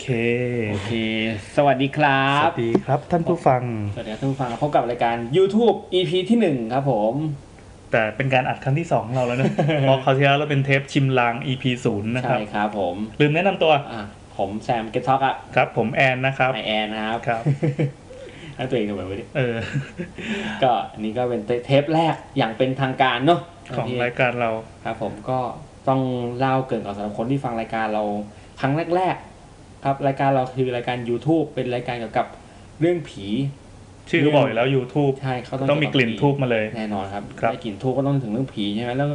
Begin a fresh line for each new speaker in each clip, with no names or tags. เค
โอเค สวัสดีครั
ส
บ
วัสดีครับท่านผู้ฟัง
สวัสดีครับท่านผู้ฟังพบกับรายการ YouTube EP ที่ 1 ครับผม
แต่เป็นการอัดครั้งที่ 2 เรา แล้วนะ เพราะคราวที่แล้วเราเป็นเทปชิมลาง EP ศูนย์นะค
ใช่
รับ
ครับผม
ลืมแนะนำตัว
อ่ะผมแซมเก็ตท็อกอะ
ครับ ผมแอนนะครับ
ไอแอนนะครับ
ครับ
ให้ตัวเองดูแบบนี้
เออ
ก็อันนี้ก็เป็นเทปแรกอย่างเป็นทางการเนาะ
ของ
ที่
รายการเรา
ครับผมก็ต้องเล่าเกรินก่อนสำหรับคนที่ฟังรายการเราครั้งแรกๆครับรายการเราคือรายการ YouTube เป็นรายการเกี่ยวกับเรื่องผี
ชื่อก็บอกอยู่แล้ว YouTube
ใช่เขาต้
ต้องมีกลิ่นทูบมาเลย
แน่นอนครับ
ครับ
ได้กลิ่นทูบก็ต้องถึงเรื่องผีใช่ไหมแล้ว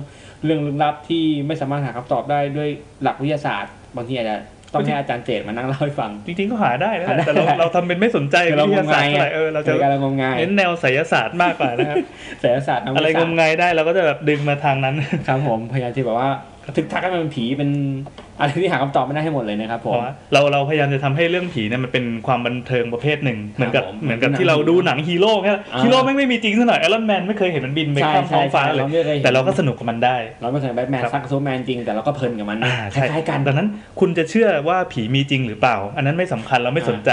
เรื่องลึกลับที่ไม่สามารถหาคำตอบได้ด้วยหลักวิทยาศาสตร์บางทีอาจจะต้องให้อาจารย์เจตมานั่งเล่าให้ฟัง
จริงๆก็หาได้นะ
หาได้
แต่เราเราทำเป็นไม่สนใจ
คือ
วิ
เรา
ท
งม
ยาศาสต
งาย
ร์เท่าไหร่เออเราจะ
ยการเรางมงาย
เน้นแนวไสยศาสตร์มากกว่านะครับ
ศิลปศาสตร์ทาง
อะไร
วิท
ง
ยาม ศาสตร์
งายได้เราก็จะแบบดึงมาทางนั้น
ครับผมพยายามที่แบบว่าทึกทักให้มันเป็นผีเป็นอะไรที่หาคำตอบไม่ได้ให้หมดเลยนะครับผ
เพ
ม
ราะว่าเราเราพยายามจะทำให้เรื่องผีเนี่ยมันเป็นความบันเทิงประเภทหนึ่ง เหมือนกับ
ผม
เหมือนกับ
หนัง
ที่เราดูหนังฮีโร่แค่นั้น
อ่า
ฮีโร่ไม่งไม่มีจริงซะหน่อยไอรอนแมนไม่เคยเห็นมันบินไป
ใช่
ข้าม
ใช่
ท้องฟ้าเลย
ใช่ไม่คห็น
แต่เราก็สนุกกับมันได้
เราไม่เคยแบทแมน
ครับ
ซักซูแมนจริงแต่เราก็เพลินกับมันนะ
อ่า
ค
ใช่
ล้ายๆกัน
ดังนั้นคุณจะเชื่อว่าผีมีจริงหรือเปล่า อันนั้นไม่สำคัญเราไม่
อ่า
สนใจ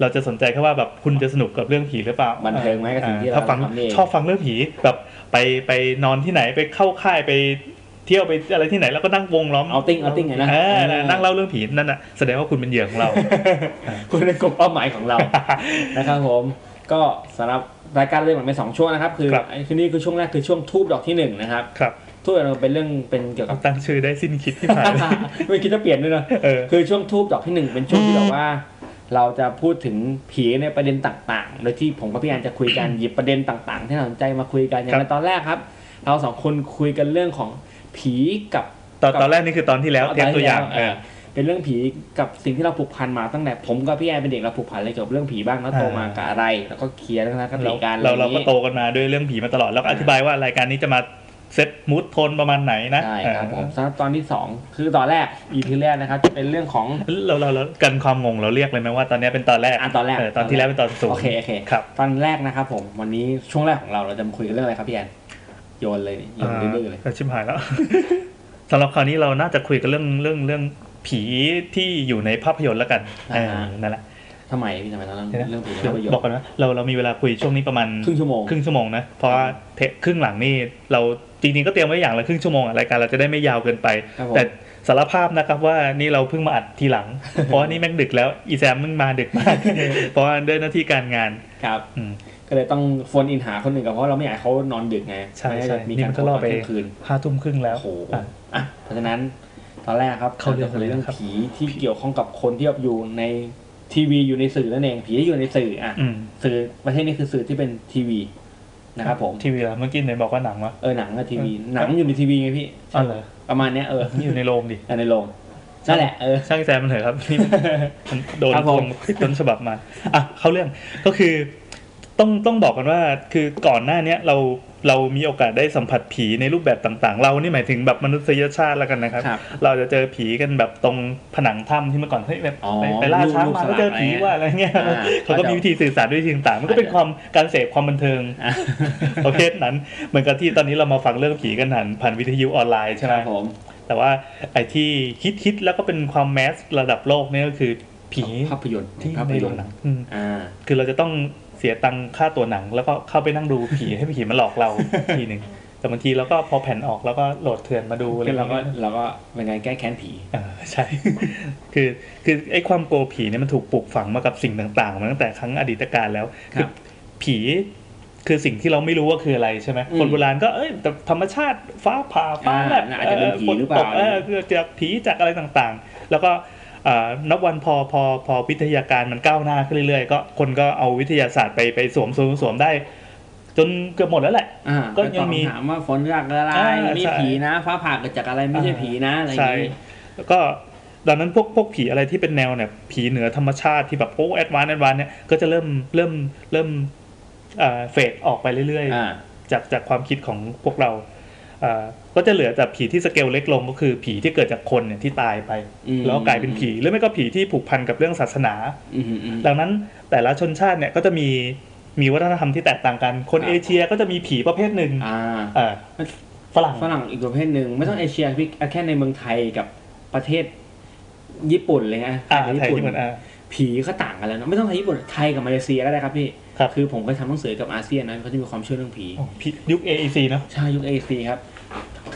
เราจะสนใจแค่ว่าแบบคุณจะสนุกกับเรื่องผีหรือเปล่า
บันเทิงไหมกับสิ่งที่
อ่
เรา
ถ้าฟัง
ทำนี่เอง
ชอบฟังเรื่องผีแบบไปไปนอนที่ไหนไปเข้าค่ายไปเที่ยวไปอะไรที่ไหนแล้วก็นั่งวงล้อม
เอาติ้งเอาติ้งไงนะ
เออนั่งเล่าเรื่องผีนั่นน่ะแสดงว่าคุณเป็นเหยื่อ ของเรา
คุณเป็นกลุ่มเป้าหมาย ของเรา นะครับผมก็สำหรับรายการเรื่องมันเป็นสองช่วงนะครับ คือ
ครับ
ไอ้คือนี่คือช่วงแรกคือช่วงทูบดอกที่หนึ่งนะครับ
ครับ
ทูบเราเป็นเรื่องเป็นเกี่ยวกับ
ตั้งชื่อได้สิ้นคิดที่ผ่าน
ไม่คิดจะเปลี่ยนด้วยนะ
เออ
คือช่วงทูบดอกที่หนึ่งเป็นช่วงที่แบบว่า เราจะพูดถึงผีในประเด็นต่างๆ โดยที่ผมกับพี่แอนจะคุยกัน หยิบประเด็นต่างๆ ที่น่าสนใจมาคุยกันอย่างในตอนแรกครับ เราสองคนคุยกันเรื่องของผีกับ
ตอนตอนแรกนี่คือตอนที่แล้วเทปตัวอย่าง
เออเป็นเรื่องผีกับสิ่งที่เราผูกพันมาตั้งแต่ผมกับพี่แอนเป็นเด็กเราผูกพันอะไรเกี่ยวกับเรื่องผีบ้างแล้วโตมากับอะไร แล้วก็เคลียร์เรื่องนั้นกัน
เรา
การ
เราเราก็โตกันมาด้วยเรื่องผีมาตลอด แล้วก็อธิบายว่ารายการนี้จะมาเซตมูดโทนประมาณไหนนะ
ใช่ครับผม
เ
สำหรับตอนที่สองคือตอนแรกอีพีแรกนะครับจะเป็นเรื่องของ
ออเราเราเรากันความงงเราเรียกเลยไหมว่าตอนนี้เป็นตอนแรก
อ่านตอนแรก
เออตอนที่แล้วเป็นตอนสูง
โอเคโอเค
ครับ
ตอนแรกนะครับผมวันนี้ช่วงแรกของเราเราจะมาคุยกันเรื่องอะไรครับพี่แอนโยนเลยโยนดื้อๆเลย
เออชิบหายแล้ว สำหรับคราวนี้เราน่าจะคุยกันเรื่องเรื่องเรื่องผีที่อยู่ในภาพยนตร์แล้วกัน
อ่าฮะ
เออนั่นแหละ
ทำไมพี่ทำไมตอนนั้น
เดี๋ยวนะ
เรื่องผีเราไปโย
บอก
น
ก่อนนะเราเรามีเวลาคุยช่วงนี้ประมาณ
ครึ่งชั่วโมง
ครึ่งชั่วโมงนะเพราะว่าเทปครึ่งหลังนี่เราจริงๆก็เตรียมไว้อย่างละครึ่งชั่วโมงอะรายการเราจะได้ไม่ยาวเกินไป
ครับผม
แต่สารภาพนะครับว่านี่เราเพิ่งมาอัดที หลัง เพราะว่านี่แม่งดึกแล้วอีแซมมึงมาดึกมาก เพราะว่าด้วยหน้าที่การงาน
ครับ
อืม
ก็เลยต้องโฟนอินหาคนหนึ่งกับเพราะเราไม่อยากให้เขานอนดึกไง
ใช่
ไม่
ใช่
งั้นจะมี
นี่
การ
มันก็ล่อไป
เที่ยงคืน
ห้าทุ่มครึ่งแล้ว
โอ้โห
อ่ะ
อ่ะเพราะฉะนั้นตอนแรกครับ
เข้าเรื่อง
จะคุยเรื่อง
เลยนะครับ
ผีที่เกี่ยวข้องกับคนที่แบบอยู่ในทีวีอยู่ในสื่อนั่นเองผีที่อยู่ในสื่ออ่ะ
อืม
สื่อประเทศนี้คือสื่อที่เป็นทีวีนะครับผม
ทีวีละเมื่อกี้ไหนบอกว่าหนังวะ
เออหนังกับทีวี
เออ
หนังอยู่ในทีวีไงพี่
อ๋อเหรอ
ประมาณเนี้ยเออ
นี่อยู่ในโรงดิ
แต่ในโรงนั่นแหละเออ
ช่างแซมมันเถอะครับนี่ มัน มันโดน
ครับ
ท
ผ
ว
ม
งต้นฉบับมาอ่ะเข้าเรื่องก็คือต้องต้องบอกกันว่าคือก่อนหน้าเนี้ยเราเรามีโอกาสได้สัมผัสผีในรูปแบบต่างๆ เรานี่หมายถึงแบบมนุษยชาติแล้วกันนะครับ
ครับ
เราจะเจอผีกันแบบตรงผนังถ้ำที่เมื่อก่อนเฮ้ยแบบ
อ๋อ
ไปไปล่าช้าง
รูป
มา
สลัก
แล้วเจอผีว่าอะไรเงี้ย
อ่า
เขาก็มีวิธีสื่อสารด้วยวิธีต่างๆมันก็เป็น
อาจจะ
ความการเสพความบันเทิงประเภทนั้น เหมือนกับที่ตอนนี้เรามาฟังเรื่องผีกันผ่านผ่านวิทยุออนไลน์ใช่ไหม
ครับผม
แต่ว่าไอ้ที่ฮิตฮิตๆแล้วก็เป็นความแมสระดับโลกเนี่ยก็คือผี
ภาพยนตร์
ที่
ภาพ
ใน
ย
โร
นต
ง
ร์
หนังอืม
อ่า
คือเราจะต้องเสียตังค่าตัวหนัง แล้วก็เข้าไปนั่งดูผี ให้ผีมาหลอกเราทีหนึ่งแต่บางทีเราก็พอแผ่นออกแล้วก็โหลดเถื่อนมาดูอะไร
แล้วเราก็
งี้ย
เราก็เป็นการแก้แค้นผี
เออใช่ คือคือไอ้ความกลัวผีเนี่ยมันถูกปลูกฝังมากับสิ่งต่างๆมาตั้งแต่ครั้งอดีตการแล้ว
ครับ
ผี คือสิ่งที่เราไม่รู้ว่าคืออะไรใช่ไหม
อืม
คนโบราณก็เอ้ยแต่ธรรมชาติฟ้าผ่าฟ้าแลบ
อ่าอาจจะเป็นผีหรือเปล่า
ฝนตก เกิดจากผีจากอะไรต่างๆ แล้วก็เอ่อนับวันพอพอพอวิทยาการมันก้าวหน้าขึ้นเรื่อยๆ ก็คนก็เอาวิทยาศาสตร์ไปไปสวมสวมสวมได้ จนเกือบหมดแล้วแหละ
อ่า
ก็
ก็
ยัง
ต้อง
มี
ถามว่าฝนจากอะไร
อ่า
ไม่มี
ใช่
ผีนะ ฟ้าผ่าเกิดจากอะไรไม่ใช่ผีนะอะไรอย่าง
ใช่
นี้
แล้วก็ดังนั้นพวกพวกผีอะไรที่เป็นแนวเนี่ยผีเหนือธรรมชาติที่แบบโอ้แอดวานซ์แอดวานซ์เนี่ยก็จะเริ่มเริ่มเริ่มเอ่อเฟดออกไปเรื่อยๆ
อ่า
จากจากความคิดของพวกเราเอ่อก็จะเหลือแต่ผีที่สเกลเล็กลงก็คือผีที่เกิดจากคนเนี่ยที่ตายไป
อืม
แล้วก็กลายเป็นผีหรือไม่ก็ผีที่ผูกพันกับเรื่องศาสนา
อืมอืมอืม
ดังนั้นแต่ละชนชาติเนี่ยก็จะมีมีวัฒนธรรมที่แตกต่างกัน คน
ครับ
เอเชียก็จะมีผีประเภทหนึ่ง
อ่า
เอ่อฝรั่ง
ฝรั่งอีกประเภทหนึ่งไม่ต้องเอเชียพี่แค่ในเมืองไทยกับประเทศ ญี่ปุ่นเลยนะ
อ่า
กับ
ไทยที่เหมือนอ่า
ผีก็ต่างกันแล้วนะไม่ต้องไทยญี่ปุ่นไทยกับมาเลเซียก็ได้ครับพี่
ครับ
คือผมเคยทำหนังสือกับอาเซียนนะเขาจะมีความเชื่อเรื่องผี
โอ้พี่ยุค AEC เนอะ
ใช่ยุคเอซีครับ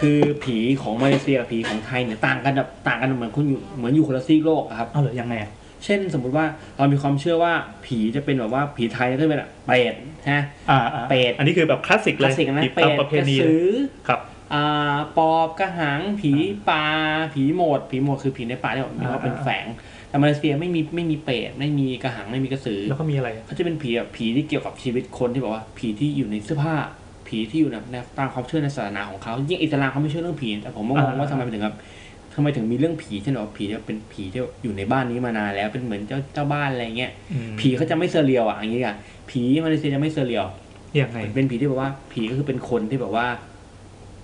คือผีของมาเลเซียกับผีของไทยเนี่ยต่างกันแบบต่างกันเหมือนคุณอยู่เหมือนอยู่คนละซีกโลกอะครับ
เอาเหรอยังไงอะ
เช่นสมมุติว่าเรามีความเชื่อว่าผีจะเป็นแบบว่าผีไทยก็จะเป็นแบบเปรตนะ
อ่า
เป็ด
อันนี้คือแบบคลาสสิก
ค
เล
ลาส
ย
สิกนะ
หยิบ
เปร
ตาม
ต
ประเพ
กระ
ณีเล
สื
ย
อ
ครับ
อ่าปอบกระหัง ผีป่าผีโหมด ผีโหมดคือผีในป่าที่แบบมีว่าเป็น
อ่า
แฝง แต่มาเลเซียไม่มีไม่มีเปรตไม่มีกระหังไม่มีกระสือ
แล้วก็มีอะไรอะ
เขาจะเป็นผีแบบผีที่เกี่ยวกับชีวิตคนที่แบบว่าผีที่อยู่ในเสื้อผ้า ผีที่อยู่ในในตามความเชื่อในศาสนาของเขายิ่งอิสลามเขาไม่เชื่อเรื่องผีแต่ผมก็งงว่าทำไมถึงแบบทำไมถึงมีเรื่องผีที่แบบว่าผีที่เป็นผีที่อยู่ในบ้านนี้มานานแล้วเป็นเหมือนเจ้าเจ้าบ้านอะไรเงี้ย
อืม
ผีเขาจะไม่เซเรียลอ่ะอย่างงี้อ่ะผีมาเลเซียจะไม่เซเรียล
ยังไง
เป็นผีที่แบบว่า ผีก็คือเป็นคนที่แบบว่า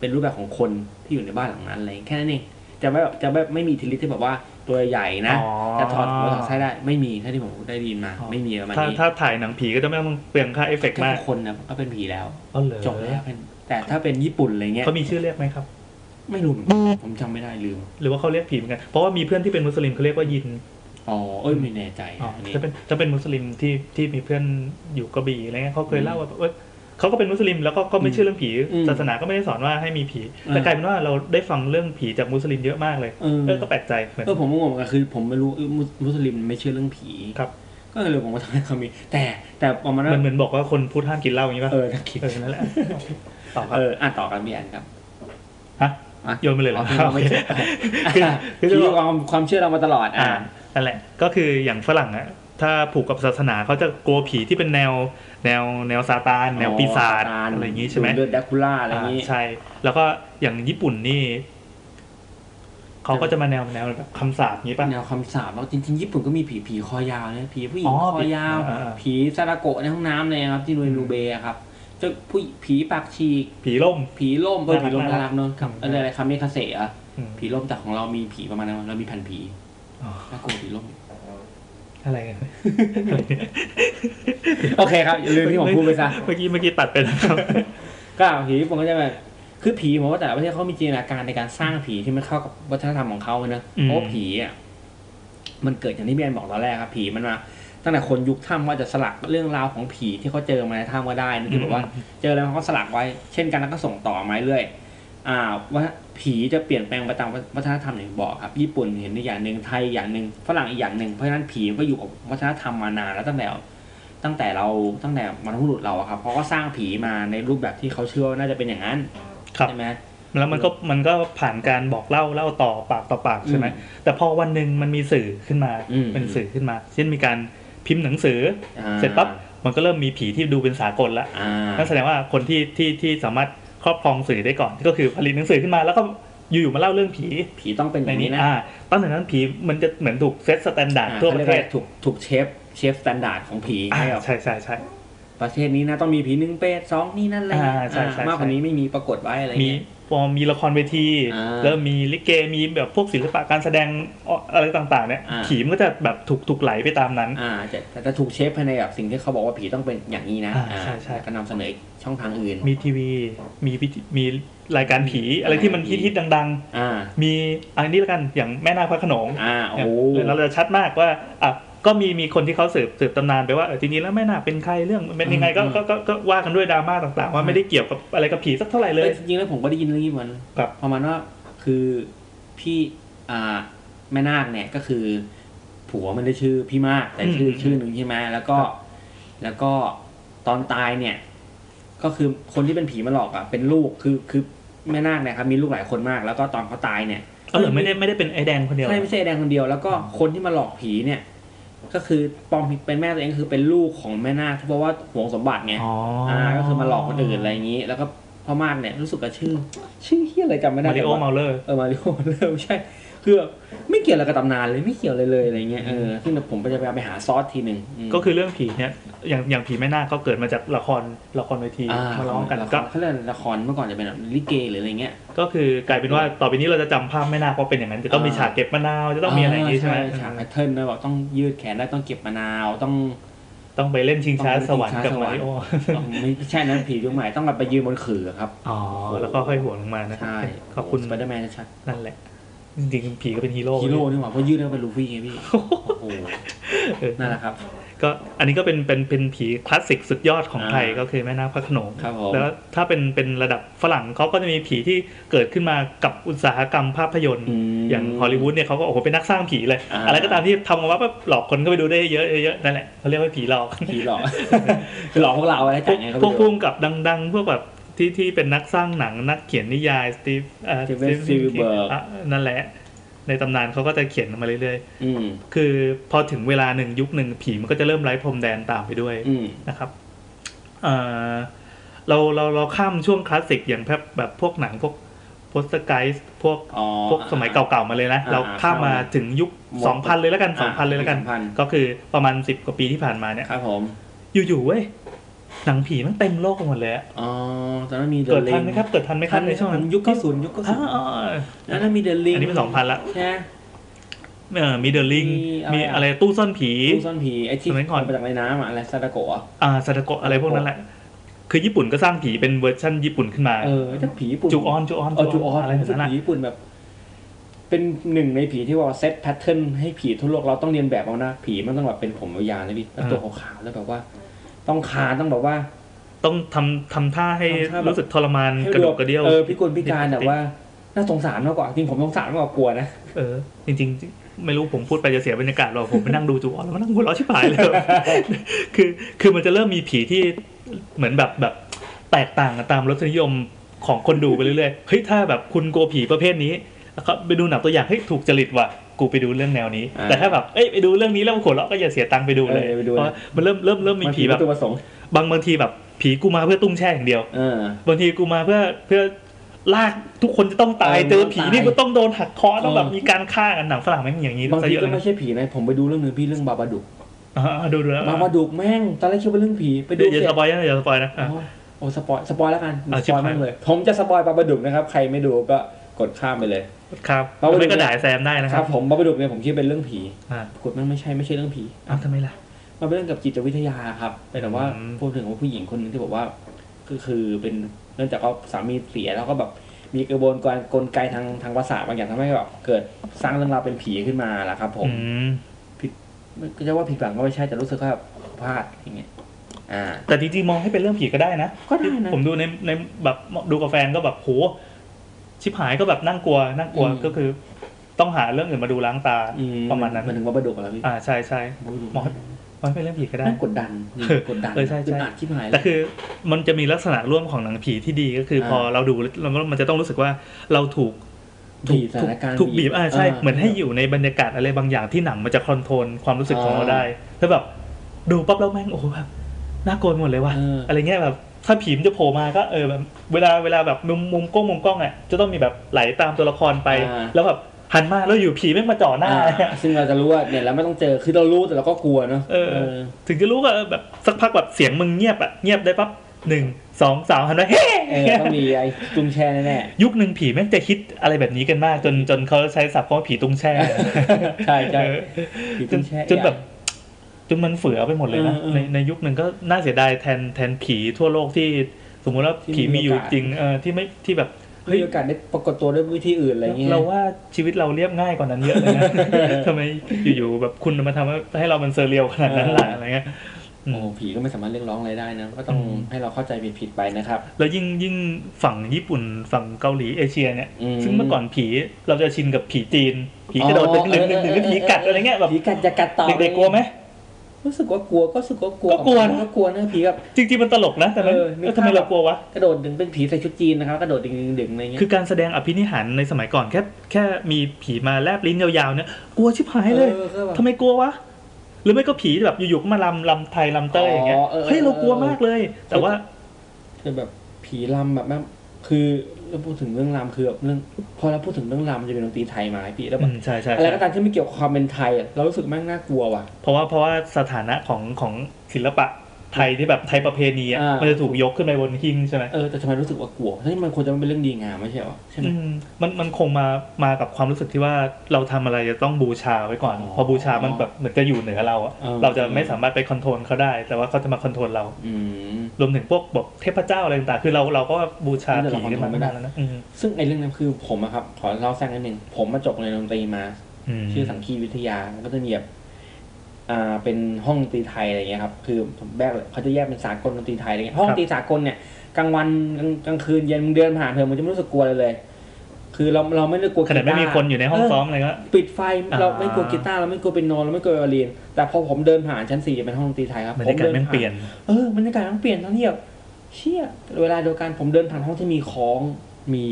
เป็นรูปแบบของคนที่อยู่ในบ้านหลังนั้นอะไรแค่นั้นเองจะไม่แบบจะไม่ไม่มีอิทธิฤทธิ์ที่แบบว่าตัวใหญ่นะ
อ๋อ
จะถอดหัวถอดไส้ได้ไม่มีเท่าที่ผมได้ยินมา ไม่มีประมาณ
ถ้า
นี้
ถ้าถ่ายหนังผีก็จะไม่ต้องเปลืองค่าเอฟเฟกต์
ก็
มาก
คนนะก็เป็นผีแล้ว
อ๋อเหรอ
จบแล้วเป็นแต่ถ้าเป็นญี่ปุ่นอะไรเงี้ย
เขามีชื่อเรียกไหมครับ
ไม่รู้เหมือนกันผมจำไม่ได้ลืม
หรือว่าเขาเรียกผีเหมือนกัน เพราะว่ามีเพื่อนที่เป็นมุสลิมเขาเรียกว่ายิน
อ๋อเอ้ยไม่แน่ใจ
อ๋อ
อันนี้
จะเป็นจะเป็นมุสลิมที่ที่มีเพื่อนอยู่กระบี่อะไรเงี้ยเขาเคยเล่าว่าแบบเอ้ยเขาก็เป็นมุสลิมแล้วก็ก็ไม่เชื่อเรื่องผี ศาสนาก็ไม่ได้สอนว่าให้มีผี แต่กลายเป็นว่าเราได้ฟังเรื่องผีจากมุสลิมเยอะมากเลย
เออ
เออก็แปลกใจเหมือน
เออผมก็งงเหมือนกันคือผมไม่รู้เออมุสมุสลิมไม่เชื่อเรื่องผี
ครับ
ก็เลยผมก็ทำให้เขามีแต่แต่ประมาณ
มัน
นั้น
เหมือนบอกว่าคนพูดห้ามกินเหล้าอย่างนี้ป่ะ
เออถ้าคิด
เออนั่นแหละต่อครับ
เอออ่ะต่อกันพี่แอนครับ
ฮะ
อ่ะ
โยนไปเลยเหรอ
อ๋อเราไม่เชื่อ
คือคือ
ผี
จะบอก
ความความเชื่อเรามาตลอดอ่ะ
อ่านั่นแหละก็คืออย่างฝรั่งอะถ้าผูกกับศาสนาเขาจะกลัวผีที่เป็นแนว แนวแนวซาตาน แนวปีศาจอะไรอย่างนี้ใช่ไหม
เลือดแดกคูล่าอะไรอ
อ่า
ย่างนี้
ใช่ แล้วก็อย่างญี่ปุ่นนี่เขาก็จะมาแนวแนวแบบคำสาปงี้ป่ะ
แนวคำสาปแล้วจริงๆ ญี่ปุ่นก็มีผีผีคอยาวนะผีผู้หญิ
อ๋
ง
อ
คอยาว
ผีอ่าๆ
ผีซาดาโกะในห้องน้ำเลยนะครับ ที่นูเอนูเบะครับเจะผู้ผีปากฉีก
ผีล่ม
ผีล่มเออ
น่ารัก
ผีล่ม
น่า
น่า
รั
รั
ก
กเนอะครับ
อื
อะ
ม
ไรอะไรคำเมคาเสะอะ
อืม
ผีล่มแต่ของเรามีผีประมาณนั้นเรามีพันผี
อ๋อ
น่ากลัวผี ล่ม
อะไรกันอะไรเนี่ย
โอเคครับอย่าลืมที่ผมพูดไปซะ
เมื่อกี้เมื่อกี้ตัดไปแล้วครับ
ก็ผีญี่ปุ่นก็จะแบบคือผีผมว่าแต่ละประเทศเขามีจินตนาการในการสร้างผีที่มันเข้ากับวัฒนธรรมของเขาเนอะ
อืม
เพราะว่าผีอ่ะมันเกิดอย่างที่เบียนบอกตอนแรกครับผีมันมา ตั้งแต่คนยุคถ้ำว่าจะสลักเรื่องราวของผีที่เขาเจอมาในถ้ำก็ได้นะที่แบบว่า เจอแล้วเขาก็สลักไว้ เช่นกันแล้วก็ส่งต่อมาเรื่อยอ่าว่าผีจะเปลี่ยนแปลงไปตามวัฒนธรรมอย่างที่บอกครับ ญี่ปุ่นเห็นในอย่างหนึ่งไทยอีกอย่างหนึ่งฝรั่งอีกอย่างหนึ่งเพราะฉะนั้นผีมันก็อยู่กับวัฒนธรรมมานานแล้วตั้งแต่ตั้งแต่เราตั้งแต่มนุษย์หลุดเราอะครับเขาก็สร้างผีมาในรูปแบบที่เขาเชื่อว่าน่าจะเป็นอย่างนั้น
ครับ
ใช่ไหม
แล้วมันก็มันก็ผ่านการบอกเล่าเล่าต่อปากต่อปากใช่ไหม
อืม
แต่พอวันหนึ่งมันมีสื่อขึ้นมา
อืม
เป็นสื่อขึ้นมา เช่นมีการพิมพ์หนังสือ
อ่า
เสร็จปั๊บมันก็เริ่มมีผีที่ดูเป็นสากลละ
อ่า
นั่นแสดงว่าคนที่ที่ที่สามารถครอบครองสื่อได้ก่อน ก็คือผลิตหนังสือขึ้นมา แล้วก็อยู่ๆมาเล่าเรื่องผี
ผีต้องเป็นแบ
ใน
บ
นี้
นี้นะ
อ่าตั้งแต่นั้นผีมันจะเหมือนถูกเซตสแตนดาร์ด
อ่า
ทั่วป
เขาเรีย
ระ
ก
เท
ว่า
ศ
ถูกถูกเชฟเชฟสแตนดาร์ดของผี
อ่า
ให้แบบ
ใช่ใช่ใช่
ประเทศนี้นะต้องมีผีหนึ่งเปรตสองนี่นั่นอะไรเงี้ย
อ่าใช่ใช่
อ่ามากกว่านี้ไม่มีปรากฏไว้อะไร
มี
เงี้ย
พอมีละครเวที
อ่า
แล้วมีลิเกมีแบบพวกศิลปะการแสดงอ่ออะไรต่างๆเนี่ย
อ่า
ผีมันก็จะแบบถูกถูกไหลไปตามนั้น
อ่าจะแต่จะถูกเชฟภายในแบบสิ่งที่เขาบอกว่าผีต้องเป็นอย่างนี้นะ
อ่าใช่ใช่
แล้วก็นำเสนออีกช่องทางอื่น
มีทีวี มีวิธีมีรายการผี อะไรที่มัน
ผี
ฮิตฮิตๆดัง
อ่า
ๆ มีอันนี้ละกันอย่างแม่นาคพระโขนง
อ่าโอ้
เนี่ยเราจะชัดมากว่าอ่ะก็มีมีคนที่เขาสืบสืบตำนานไปว่าเออจริงๆแล้วแม่นาคเป็นใครเรื่องมันเป็นยังไงก็ก็ก็ก็ว่ากันด้วยดราม่าต่างๆ ว่าไม่ได้เกี่ยวกับอะไรกับผีสักเท่าไหร่เล
เอย อจริงๆแล้วผมก็ได้ยินเรื่องนี้เหมือน
ครับ
ประมาณว่าคือพี่อ่าแม่นาคเนี่ยก็คือ ผัวมันได้ชื่อพี่มากแต่ชื่อ
อืม
ชื่อหนึ่งใช่ไหมแล้วก็แล้วก็ตอนตายเนี่ย ก็คือคนที่เป็นผีมาหลอกอ่ะเป็นลูกคือคือแม่นาคเนี่ยครับมีลูกหลายคนมาก แล้วก็ตอนเขาตายเนี่ย
เออไม่ได้ไม่ได้เป็นไอแดงคนเดียว
ใช่ไม่ใช่แดงคนเดียวแล้วก็คนที่มาหลอกผีเนี่ย ก็คือปลอมเป็นแม่ตัวเองคือเป็นลูกของแม่นาคเพราะว่าหวงสมบัติไง
อ๋ออ่
าก็คือมาหลอกคนอื่นอะไรอย่างนี้ แล้วก็พ่อมากเนี่ยรู้สึกกับชื่อ ชื่อเฮียอะไรจำไม่ได้
มาริโอ
แต่ว่
เมาเลอร์
เออมาริโอ เริ่มใช่คือไม่เกี่ยวอะไรกับตำนานเลยไม่เกี่ยวเลยเลยอะไรเงี้ยเออซึ่งเดี๋ยวผมจะไปเอาไปหาซอสทีหนึ่งม
ก็คือเรื่องผีเนี่ยอย่างอย่างผีแม่นาคก็เกิดมาจากละครละครเวที
อ่า
มาร้องกัน
ละค
ก็
รเขาเล่นละครเมื่อก่อนจะเป็นแบบลิเกหรืออะไรเงี้ย
ก็คือกลายเป็นว่าต่อไปนี้เราจะจำภาพแม่นาคว่าเป็นอย่างนั้นจะต้องมีฉากเก็บมะนาวจะต้องมีอะไรอย่างนี้ใช่ไหม
ฉากแพทเทิร์นนะบอกต้องยืดแขนได้ต้องเก็บมะนาวต้อง
ต้องไปเล่นชิงช้า
ต้อง
ส
ไปเล่น
วรรค์
ชิงช้า
กับ
สวร
มาร
ค์
ริโอ
ต้องไม่ใช่นั้นผียุคใหม่ต้องแบบไปยืนบนขื่อครับ
อ๋อ แล้วก็ค่อยหัวลงมานะ
ใช่
ขอบคุณ
สไปเดอร์แมนชัด
นั่นแหละ จริงๆผีก็เป็นฮีโร่
ฮีโร่นี่หว่าเพราะยืดแล้วเป็นลูฟี่ไงพี่โอ้โห
เออ
นั่นแหละครับ
ก็อันนี้ก็เป็นเป็นเป็นผีคลาสสิกสุดยอดของ
อ่า
ไทยก็คือแม่นาคพระโขนง
ครับผม
แล้วถ้าเป็นเป็นระดับฝรั่งเขาก็จะมีผีที่เกิดขึ้นมากับอุตสาหกรรมภาพยนตร์
ม
อย่างฮอลลีวูดเนี่ยเขาก็โอ้โหเป็นนักสร้างผีเลย
อ่า
อะไรก็ตามที่ทำออกมาแบบหลอกคนก็ไปดูได้เยอะๆเยอะๆนั่นแหละเขาเรียกว่าผีหลอก
ผีหลอก คือหลอกพวกเราอะไร
พว
จ่า
ย ก
ไงเขา
พวก
ไป
พุ่
ดู
มกับดังๆ พวกแบบที่ที่เป็นนักสร้างหนังนักเขียนนิยายสตีฟเอ่อ
Steven
Steven
Spielberg
King อ่ะนั่นแหละ ในตำนานเขาก็จะเขียนมาเรื่อย
อืม
ๆ คือพอถึงเวลาหนึ่งยุคหนึ่งผีมันก็จะเริ่มไร้พรมแดนตามไปด้วย
อืม
นะครับเอ่อเราเราเราข้ามช่วงคลาสสิกอย่างแบบแบบพวกหนังพวกโพสต์ไกด์พวก
อ๋อ
พวกสมัยเก่าๆมาเลยนะ
อ่า
เราข้ามมาถึงยุค
หมด
2000 เลยแล้วกัน2000
อ่า
เลยแล้วกัน
2000
ก็คือประมาณ 10 กว่าปีที่ผ่านมาเนี่ย
ครับผม
อยู่ๆเว้ย หนังผีมันเต็มโลกไปหมดเลยอะ
อ๋อตอนนั้นมี The
เกิดทันไหม
Ring
ครับ เกิดทันไหมค
ทั
รับ
น
ใน
ในช่
ช่
ว
ว
ง
ง
นั้
นั้น น
ยุคเก้าศูนย์ยุคเก้าศู
อ่าน
ย์
อ่าอ่า
แล้วนั้นมี The Ring
อันนี้เป็น 2000 ละ
ใช่ไหม
เอ่อมีเดอะลิง
มี
มี
อะไร
อะไรตู้ซ่อนผี
ตู้ซ่อนผีไอ้ที่
สมัยก่อน
มาจากในน้ำอะอะไรซาดาโกะอะ
อ่าซาตะโกะอะไรพวกนั้นแหละ คือญี่ปุ่นก็สร้างผีเป็นเวอร์ชั่นญี่ปุ่นขึ้นมา
เออถ้าผีญี่ปุ่น
จูออน จูออน
เออจูออน
อะไรแบบนั้น
ผ
นะ
ผีญี่ปุ่นแบบ เป็นหนึ่งในผีที่ว่าเซตแพทเทิร์นให้ผีทั่วโลกเราต้องเรียนแบบเอานะผีมันต้องแบบเป็นผมยาวๆนะพี่แล้วตัวขาวๆแล้วแบบว่า ต้องคาต้องแบบว่า
ต้องทำทำท่าให้
ทำท่าแบบ
รู้สึกทรมานกระดูกกระเดี่ยว
เออพิกลพิการแต่ว่าน่าสงสารมากกว่าจริงผมสงสารมากกว่ากลัวนะ
เออจริงๆ ไม่รู้ผมพูดไปจะเสียบรรยากาศหรอกผมไปนั่งดูจูออนแล้วมานั่งหัวเราะชิบหาย เลย คือคือมันจะเริ่มมีผีที่เหมือนแบบแบบแตกต่างกันตามรสนิยมของคนดูไปเรื่อยๆเฮ้ยถ้าแบบคุณกลัวผีประเภทนี้แล้วก็ไปดูหนังตัวอย่างเฮ้ยถูกจริตว่ะกูไปดูเรื่องแนวนี้
อ่า
แต่ถ้าแบบเอ้ยไปดูเรื่องนี้แล้วหัวเราะก็อย่าเสียตังค์ไปดูเลย
เออไปดูเลย
เพราะมันเริ่มเริ่มเริ่มมีผีแบบ
นตัวประสงค์
บางบางทีแบบผีกูมาเพื่อตุ้งแช่อย่างเดียว
เออ
บางทีกูมาเพื่อเพื่อลากทุกคนจะต้องตาย
เออ
เจอผีนี่
ตาย
กูต้องโดนหักคอต้องแบบ
เออ
มีการฆ่ากันหนังฝรั่งแม่งอย่างนี้
บาง
ซะ
ที
เยอะ
ก็
เลย
ไม่
นะ
ใช่ผีนะผมไปดูเรื่องหนึงพี่เรื่องบาบาดุก
อ่าดูดูแล้ว
บาบาดุกแม่งตอนแรกคิดว่าเรื่องผีไปดู
เดี๋ยวอย่า
เสร็
ส
จ
ปอยนะอย่าสปอยนะอ่ะ
โอ้โอ้สปอยสปอยแล้วกัน
อ่ะ
สปอย
ชิบหาย
มากเลย ผมจะสปอยปลาประดุกนะครับ ใครไม่ดูก็กดข้ามไปเลย
ครับ
เอาไปดู
ไม่ก็ด่าแซมได้นะ
ค
ค
รั
รั
บบ ผมปลาประดุกเนี่ยผมคิดเป็นเรื่องผี
อ่า
ปรากฏมันไม่ใช่ไม่ใช่เรื่องผี
เอาทำไมล่ะ
มันเป็นเรื่องกับจิตวิทยาครับเป็นแบบว่า
อืม
พูดถึงว่าผู้หญิงคนหนึงที่บอกว่าก็คือเป็นเนื่องจากว่าสามีเสียแล้วก็แบบมีกระบวนการกลไกทางทางประสาทบางอย่างทำให้แบบเกิดสร้างเรื่องราวเป็นผีขึ้นมาล่ะครับ ผม
อืม
ก็จะว่าผิดหวังก็ไม่ใช่แต่รู้สึกว่าแบบพลาดอย่างเงี้ยอ่า
แต่จริงๆมองให้เป็นเรื่องผีก็ได้นะ
ก็ได้นะ
ผมดูในในแบบดูกับแฟนก็แบบโหชิบหายก็แบบนั่งกลัวนั่งกลัว
อืม
ก็คือ ต้องหาเรื่องอื่นมาดูล้างตา
อื
ประมาณนั้น
มันถึงว่าประดุกแล้วพี่
อ่าใช่ใช่
ปลาประดุก
มองให้มองให้เป็นเรื่องผีก็ได้
น่ากดดันนี่กดดัน
เออใช่ใช่
ดอัดที่หายเล
แต่
ย
คือมันจะมีลักษณะร่วมของหนังผีที่ดีก็คือ
อ่า
พอเราดูเราก็มันจะต้องรู้สึกว่าเราถูกถู
บี
ก
บสถานการณ์
ถูกบีบอ่าใช่
า
เหมือนให้อยู่ในบรรยากาศอะไรบางอย่างที่หนังมันจะคอนโทรลความรู้สึกของเรา
อ่า
ได้แล้วแบบดูปั๊บแล้วแม่งโอ้โหแบบน่ากลัวหมดเลยว่ะ
เอออ
อะไรเงี้ยแบบถ้าผีมันจะโผล่มาก็เออแบบเวลาเวลาแบบมุมมุมกล้องมุมกล้องอ่ะจะต้องมีแบบไหลตามตัวละครไป แล้วแบบหันมาแล้วอยู่ผีแม่งมาจ่อหน้า
อ่าซึ่งเราจะรู้ว่าเนี่ยเราไม่ต้องเจอคือเรารู้แต่เราก็กลัวเนอะ
เออ ถึงจะรู้ว่าเออแบบสักพักแบบเสียงมึงเงียบอ่ะเงียบได้ปั๊บหนึ่งสองสามหันมาเฮ้
เออต้องมีไอ้จุ้งแช่แน่
ยุคหนึ่งผีแม่งจะคิดอะไรแบบนี้กันมาก จนจนเขาใช้ศัพท์คำว่าผีตุง แช่
ๆใช่ใช่
เออ
ผี
จ
จุ้
น
งแช่
จนแบบ จนมันเฟือไปหมดเลยนะ
เออเออ
ในในยุคหนึ่งก็น่าเสียดายแทนแทนผีทั่วโลกที่สมมติว่าผี
ที่มี
มีอยู่
โอกาส
จริงเออที่ไม่ที่แบบ
เฮ้ยมีโอกาสได้ปรากฏตัวด้วยวิธีอื่นอะไรอย่างเงี้ย
เราว่าชีวิตเราเรียบง่ายกว่านั้นเยอะเลยนะ ทำไมอยู่ๆแบบคุณมาทำให้เรามันเซอร์เรียลขนาดนั้นล่ะ
เอออ
อะไรเงี้ย
โอ้ผีก็ไม่สามารถเรียกร้องอะไรได้นะก็ต้อง
อืม
ให้เราเข้าใจผิดๆไปนะครับ
แล้วยิ่งยิ่งฝั่งญี่ปุ่นฝั่งเกาหลีเอเชียเนี่ย
อืม
ซึ่งเมื่อก่อนผีเราจะชินกับผีจีน ผีกระโดดตึกหนึ่งหนึ่งหนึ่งหรือผีกัดอะไรเงี้ยแบบ
ผีกัดจะกัดต่อ
เด็กๆกลัวไหม
รู้สึกว่ากลัวก็รู้สึกว่ากลัว
ก็กลัวนะ
ก็กลัวนะผีกับ
จริงๆมันตลกนะ แต่นั้น
เออนึก
เออทำไม
ภาพ
เรากลัววะ
กระโดดดึงเป็นผีใส่ชุดจีนนะครับกระโดดดึงๆดึงๆอะไรเงี้ย
คือการแสดงอภินิหารในสมัยก่อนแค่แค่มีผีมาแลบลิ้นยาวๆเนี่ยกลัวชิบหายเลย
เออก็แบบ
ทำไมกลัววะ หรือไม่ก็ผีแบบอยู่ๆก็มาลำลำไทยลำเต้ยอย่างเงี้ย
อ๋อเออเออ
เฮ้ยเรากลัวมากเลย แต่ว่า
จะแบบผีลำแบบแบบคือเราพูดถึงเรื่องลำคือแบบเรื่องพอเราพูดถึงเรื่องลำมันจะเป็นดนตรีไทยมาให้พี่แล้วแบ
อื
บ
มใช่ใช่
อะไร
ใช่
ก็ตามที่ไม่เกี่ยวกับความเป็นไทยอะเรารู้สึกแม่งน่ากลัวว่ะ
เพราะว่าเพราะว่าสถานะของของศิลปะ ไทยที่แบบไทยประเพณีอ่ะ
อ่ามั
มันจะถูกยกขึ้นไปบนหิ้งใช่ไหม
เออแต่ทำไมรู้สึกว่ากลัวที่มันควรจะเป็นเรื่องดีงามไม่ใช่เหรอใช่ไหม
อืมมันมันคงมามากับความรู้สึกที่ว่าเราทำอะไรจะต้องบูชาไว้ก่อน
อ๋อ
พอบูชามันแบบเหมือนจะอยู่เหนือเราอ่ะ
เออ
เราจะไม่สามารถไปคอนโทรลเขาได้ แต่ว่าเขาจะมาคอนโทรลเรา
อืม
รวมถึงพวกแบบเทพเจ้าอะไรต่างๆ คือเราเราก็บูชาผีกันมาไม่นานแล้วนะอืม
ซึ่งไอ้เรื่องนั้นคือผมอะครับ ขอเล่าแทรกนิดนึง ผมมาจบโรงเรียนดนตรีมา
ม
ชื่อสังคีวิทยาก็จะมีแบบอ่าเป็นห้องดนตรีไทยอะไรเงี้ยครับคือผมแบกเลยเขาจะแยกเป็นสากลดนตรีไทยอะไรเงี้ยห้องดนตรีสากลเนี่ยกลางวันกลางกลางคืนเย็นมึงเดินผ่านเธอมันจะไม่รู้สึกกลัวเลยเลย คือเราเราไม่ได้กลัว
ขนาดไม่มีคนอยู่ในห้องซ้อ
ม
มอะไรก็
ปิดไฟเรา
อ่า
ไม่กลัวกีตาร์เราไม่กลัวเป็นโนเราไม่กลัวไวโอลินแต่พอผมเดินผ่านชั้นสี่จะเป็นห้องดนตรีไทยครับ
บร
ผ
รยาม กาศ
เดิ
แม่ง
ผ่า
เปลี่ยน
เออบรรยากาศมันเปลี่ยนทั้งที่แบบเชี่ยเวลาเดียวกันผมเดินผ่านห้องที่มีคล้องมี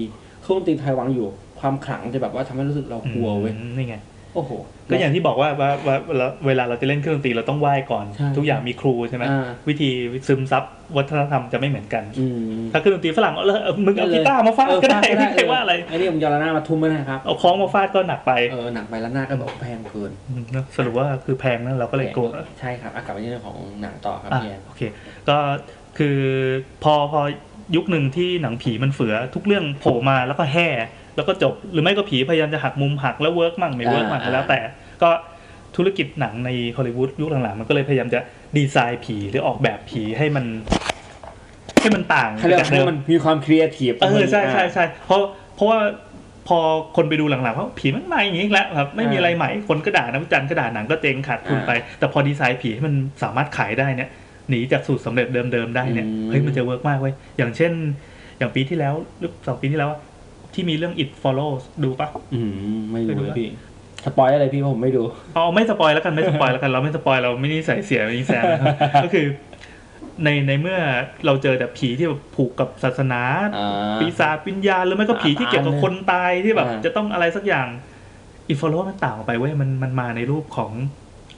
เครื่องดนตรีไทยวางอยู่ ความขลังจะแบบว่าทำให้รู้สึกเรากลัวเว้ย
อืมนี่ไง
โอ้โห
ก็อย่างที่บอกว่าว่าว่าว่าเวลาเราจะเล่นเครื่องดนตรีเราต้องไหว้ก่อน
ใช่
ทุกอย่างมีครูใช่ไหม
อ่า
วิธีซึมซับวัฒนธรรมจะไม่เหมือนกัน
อืม
ถ้าเครื่องดนตรีฝรั่งเอาเลยเอามึงเอากีตาร์มาฟาด
เออ
ก็ได้ไม่
ฟ
ใช่ว่าอะไร
ไอ้นี่ผมยอมระนาดมาทุ่มไม่ได้ครับ
เอาคล้องมาฟาดก็หนักไป
เออหนักไปแล้วหน้าดก็แบบแพงเกิน
มเนอะสรุปว่าคือแพงนะเราก็เลยโกรธอ่ะ
ใช่ครับอะกลับมาที่เรื่องของหนังต่อครับพี่แอน
โอเค ก็คือพอพอยุคหนึ่งที่หนังผีมันเฟือ ทุกเรื่องโผล่มาแล้วก็แห่แล้วก็จบหรือไม่ก็ผีพยายามจะหักมุมหักแล้วเวิร์กมั่งไม่เวิร์กมั่งแล้วแต่ ก็ธุรกิจหนังในฮอลลีวูดยุคหลังๆ มันก็เลยพยายามจะดีไซน์ผีหรือออกแบบผีให้มัน ให้มันต่าง
เขาเรียก
จาก
ว่า
เดิม
มันมีความครีเอทีฟ
เออใช่ใช่ใช่เพราะเพราะว่าพอคนไปดูหลังๆว่าผีมันมาอย่างนี้อีกแล้วครับไม่มีอะไรใหม่คนก็ด่านะวิจารณ์ก็ด่าหนังก็เจงขาดทุนไป แต่พอดีไซน์ผีให้มันสามารถขายได้เนี่ยหนีจากสูตรสำเร็จเดิมๆได้เนี่ยเฮ้ยมันจะเวิร์กมากเว้ยอย่างเช่น อย่างปีที่แล้วหรือสองปีที่แล้วอะที่มีเรื่อง it follows ดูปะ
อืมไม่
ไปดู
รู้เลย
ปะ
พี่สปอยอะไรพี่เพราะผมไม่ดู
เอาไม่สปอยแล้วกันไม่สปอยแล้วกันเราไม่สปอยเราไม่นิสัยเสียไม่นิสัยแซมนะ ครับ ก็คือในในเมื่อเราเจอแต่ผีที่แบบผูกกับศาสนา
อ่า
ปีศาจวิญญาณหรือไม่ก็
อ่า
ผีที่เกี่ยวกับคนตายที่แบบ
อ่า
จะต้องอะไรสักอย่างอินฟลูมันต่างออกไปเว้ยมันมันมาในรูปของ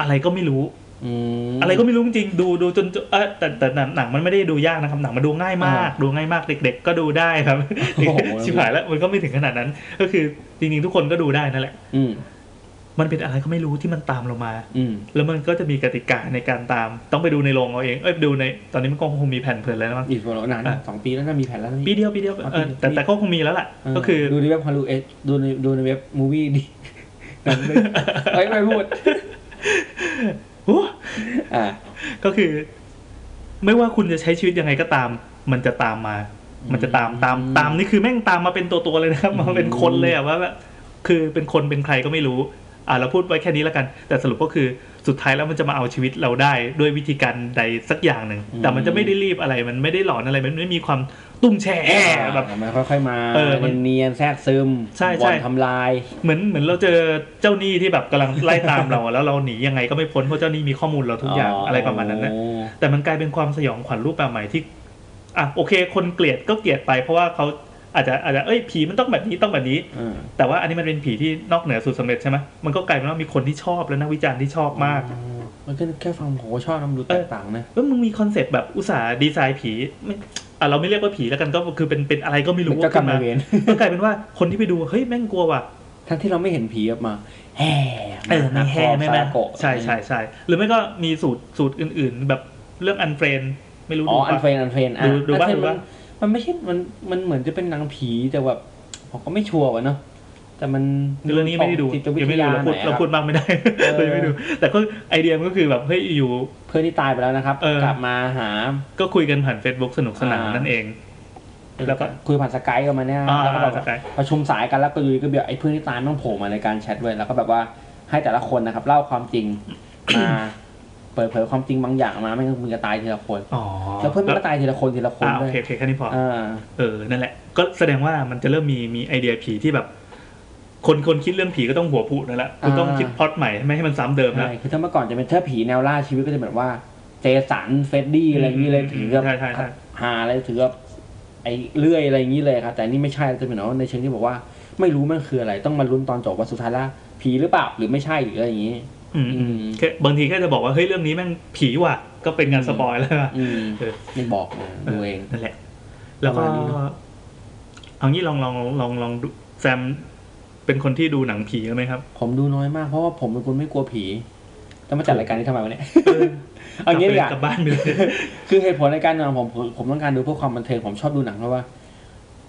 อะไรก็ไม่รู้
อืม
อะไรก็ไม่รู้จริงๆดูดูจนจนเออแต่แต่หนังหนังมันไม่ได้ดูยากนะครับหนังมันดูง่ายมาก
อ่า
ดูง่ายมากเด็ก ๆ ก็ดูได้ครับ
โอ้โห
ชิบหายแล้วมันก็ไม่ถึงขนาดนั้น ก็คือจริงๆทุกคนก็ดูได้นั่นแหละ
อืม
มันเป็นอะไรก็ไม่รู้ที่มันตามเรามา
อืม
แล้วมันก็จะมีกติกาในการตาม ต้องไปดูในโรงเอาเองเอ้ยดูในตอนนี้มันก็คงมีแผ่นเผยแล้วนะมั้ง
อีกโฟโลนานสองปีแล้วน่ามีแผนแล้วนะพี่
ปีเดียวปีเดียวเออแต่แต่ก็คงมีแล้วล่ะ ก็คือ
ดูในเว็บฮารูเอสดูในดูในเว็บมูวี่ ดีหนังเลยเอ้ยไม่พูดอ่า
ก็คือ ไม่ว่าคุณจะใช้ชีวิตยังไงก็ตาม มันจะตามมา มันจะตามตาม
อืม
ตามนี่คือแม่งตามมาเป็นตัวตัวๆเลยนะครับ มาเป็นคนเลยอะว่าแบบคือเป็นคนเป็นใครก็ไม่รู้ อ่ะเราพูดไว้แค่นี้แล้วกัน แต่สรุปก็คือสุดท้ายแล้วมันจะมาเอาชีวิตเราได้ด้วยวิธีการใดสักอย่างหนึ่ง
อืม
แต่มันจะไม่ได้รีบอะไร มันไม่ได้หลอนอะไรมันไม่มีความตุ้มแช่แบบ
มันค่อยๆมา
เออมัน
เนียนๆแทรกซึม
ใช่ใช่
บอลทำลาย
เหมือนเหมือนเราเจอเจ้าหนี้ที่แบบกำลังไล่ตามเราอะแล้ว เราหนียังไงก็ไม่พ้นเพราะเจ้าหนี้มีข้อมูลเราทุกอย่างอะไรประมาณนั้นนะ แต่มันกลายเป็นความสยองขวัญรูปแบบใหม่ที่ อ่ะโอเค คนเกลียดก็เกลียดไป เพราะว่าเขาอาจจะอาจจะเอ้ยผีมันต้องแบบนี้ต้องแบบนี้
อ๋อ
แต่ว่าอันนี้มันเป็นผีที่นอกเหนือสูตรสำเร็จใช่ไหมมันก็กลายเป็นว่ามีคนที่ชอบและนักวิจารณ์ที่ชอบมาก
อืมมันก็แค่ฟังโหชอบน้ำดูแตกต่างนะ
เออมึงมีคอนเซปต์แบบอุตสาห์ดีไซน์ผีไม่อ่ะเราไม่เรียกว่าผีแล้วกันก็คือเป็นเป็นอะไรก็ไม่รู้
เป็นเจ้ากรรมนายเวร
ก็กลายเป็นว่าคนที่ไปดูเฮ้ยแม่งกลัวว่ะ
ทั้งที่เราไม่เห็นผีออกมา แห่
เออมีแห่ไม่แม่
ซาโกะ
ใช่ใช่ใช่หรือไม่ก็มีสูตรสูตรอื่น ๆ แบบเรื่องอันเฟรนไม่รู้
อ๋
ดู
ออัน
ปะ
เฟรนอันเฟรนอ่ะ
ดูดูบ้าง
อัน
ดู
เฟรนมั
บ้าน ง
มันไม่ใช่มันมันเหมือนจะเป็นหนังผีแต่แบบผมก็ไม่ชัวร์ว่ะเนาะแต่มัน
เรื่องนี้ไม่ได้ดู
จิตวิ
ยัง
ท
ไม่ดู
ยา
เราพูดเรา
หน่อยอะครับ
พูดมากไม่ได้
เออ
เรายังไม่ดู แต่ก็ไอเดียมันก็คือแบบเฮ้ยอยู่
เพื่อนที่ตายไปแล้วนะครับ
เออ
กลับมาหา
ก็คุยกันผ่าน Facebook สนุกสนาน
อ่านั่
นั่นเอง แล้วก็
คุยผ่านสกายกันมาเนี่ย
อ่า
แล้วก็แบบ
สกาย
ประชุมสายกันแล้วก็อยูดีก็เบียวไอ้เพื่อนที่ตายต้องโผล่มาในการแชทเว้ยแล้วก็แบบว่าให้แต่ละคนนะครับ เล่าความจริงมา เปิดเผยความจริงบางอย่างมาไม่งั้นมึงจะตายทีละคน
อ๋อ
แล้วเพื่อนมันก็ตายทีละคนทีละคน
อ่าโอ
ด้วย
เคโอเคแค่นี้พอ
อ่า
เออนั่นแหละ ก็แสดงว่ามันจะเริ่มมีมีไอเดียผีที่แบบ คนคนคิดเรื่องผีก็ต้องหัวผุนั่นแหละคือต้องคิดพล็อตใหม่ไม่ให้มันซ้ำเดิมนะ
ใช่คือถ้าเมื่อก่อนจะเป็นถ้าผีแนวล่าชีวิตก็จะแบบว่า เจสันเฟดดี้อะไรอย่างนี้เลย
อืม
ถือกับ
ใช่ใช่ใช่
หาอะไรถือกับไอ้เลื่อยอะไรอย่างนี้เลยครับแต่อันนี่ไม่ใช่จะเป็นว่าในเชิงที่บอกว่า ไม่รู้มันคืออะไรต้องมาลุ้นตอนจบว่าสุดท้ายแล้วผีหรือเปล่าหรือไม่ใช่หรืออะไรอย่างนี้
อืมอืมแค่บางทีแค่จะบอกว่าเฮ้ยเรื่องนี้แม่งผีว่ะ ก็เป็นงานสปอยแล้วอะ
อืม
เออ
ไม่บอกนะดูเอง
นั่นแหละ แล้วก็
ประมาณนี้เนอะ
เอางี้ลองลองลองลองลองดูแซมเป็นคนที่ดูหนังผีไหมครับ
ผมดูน้อยมากเพราะว่าผมเป็นคนไม่กลัวผี แล้วมาจัดรายการนี้ทำไมวะเนี่ย เอางี้ดีกว่า
กลับบ้านไปเลย
คือเหตุผลในการนอนผมผมผมต้องการดูเพื่อความบันเทิงผมชอบดูหนังเพราะว่า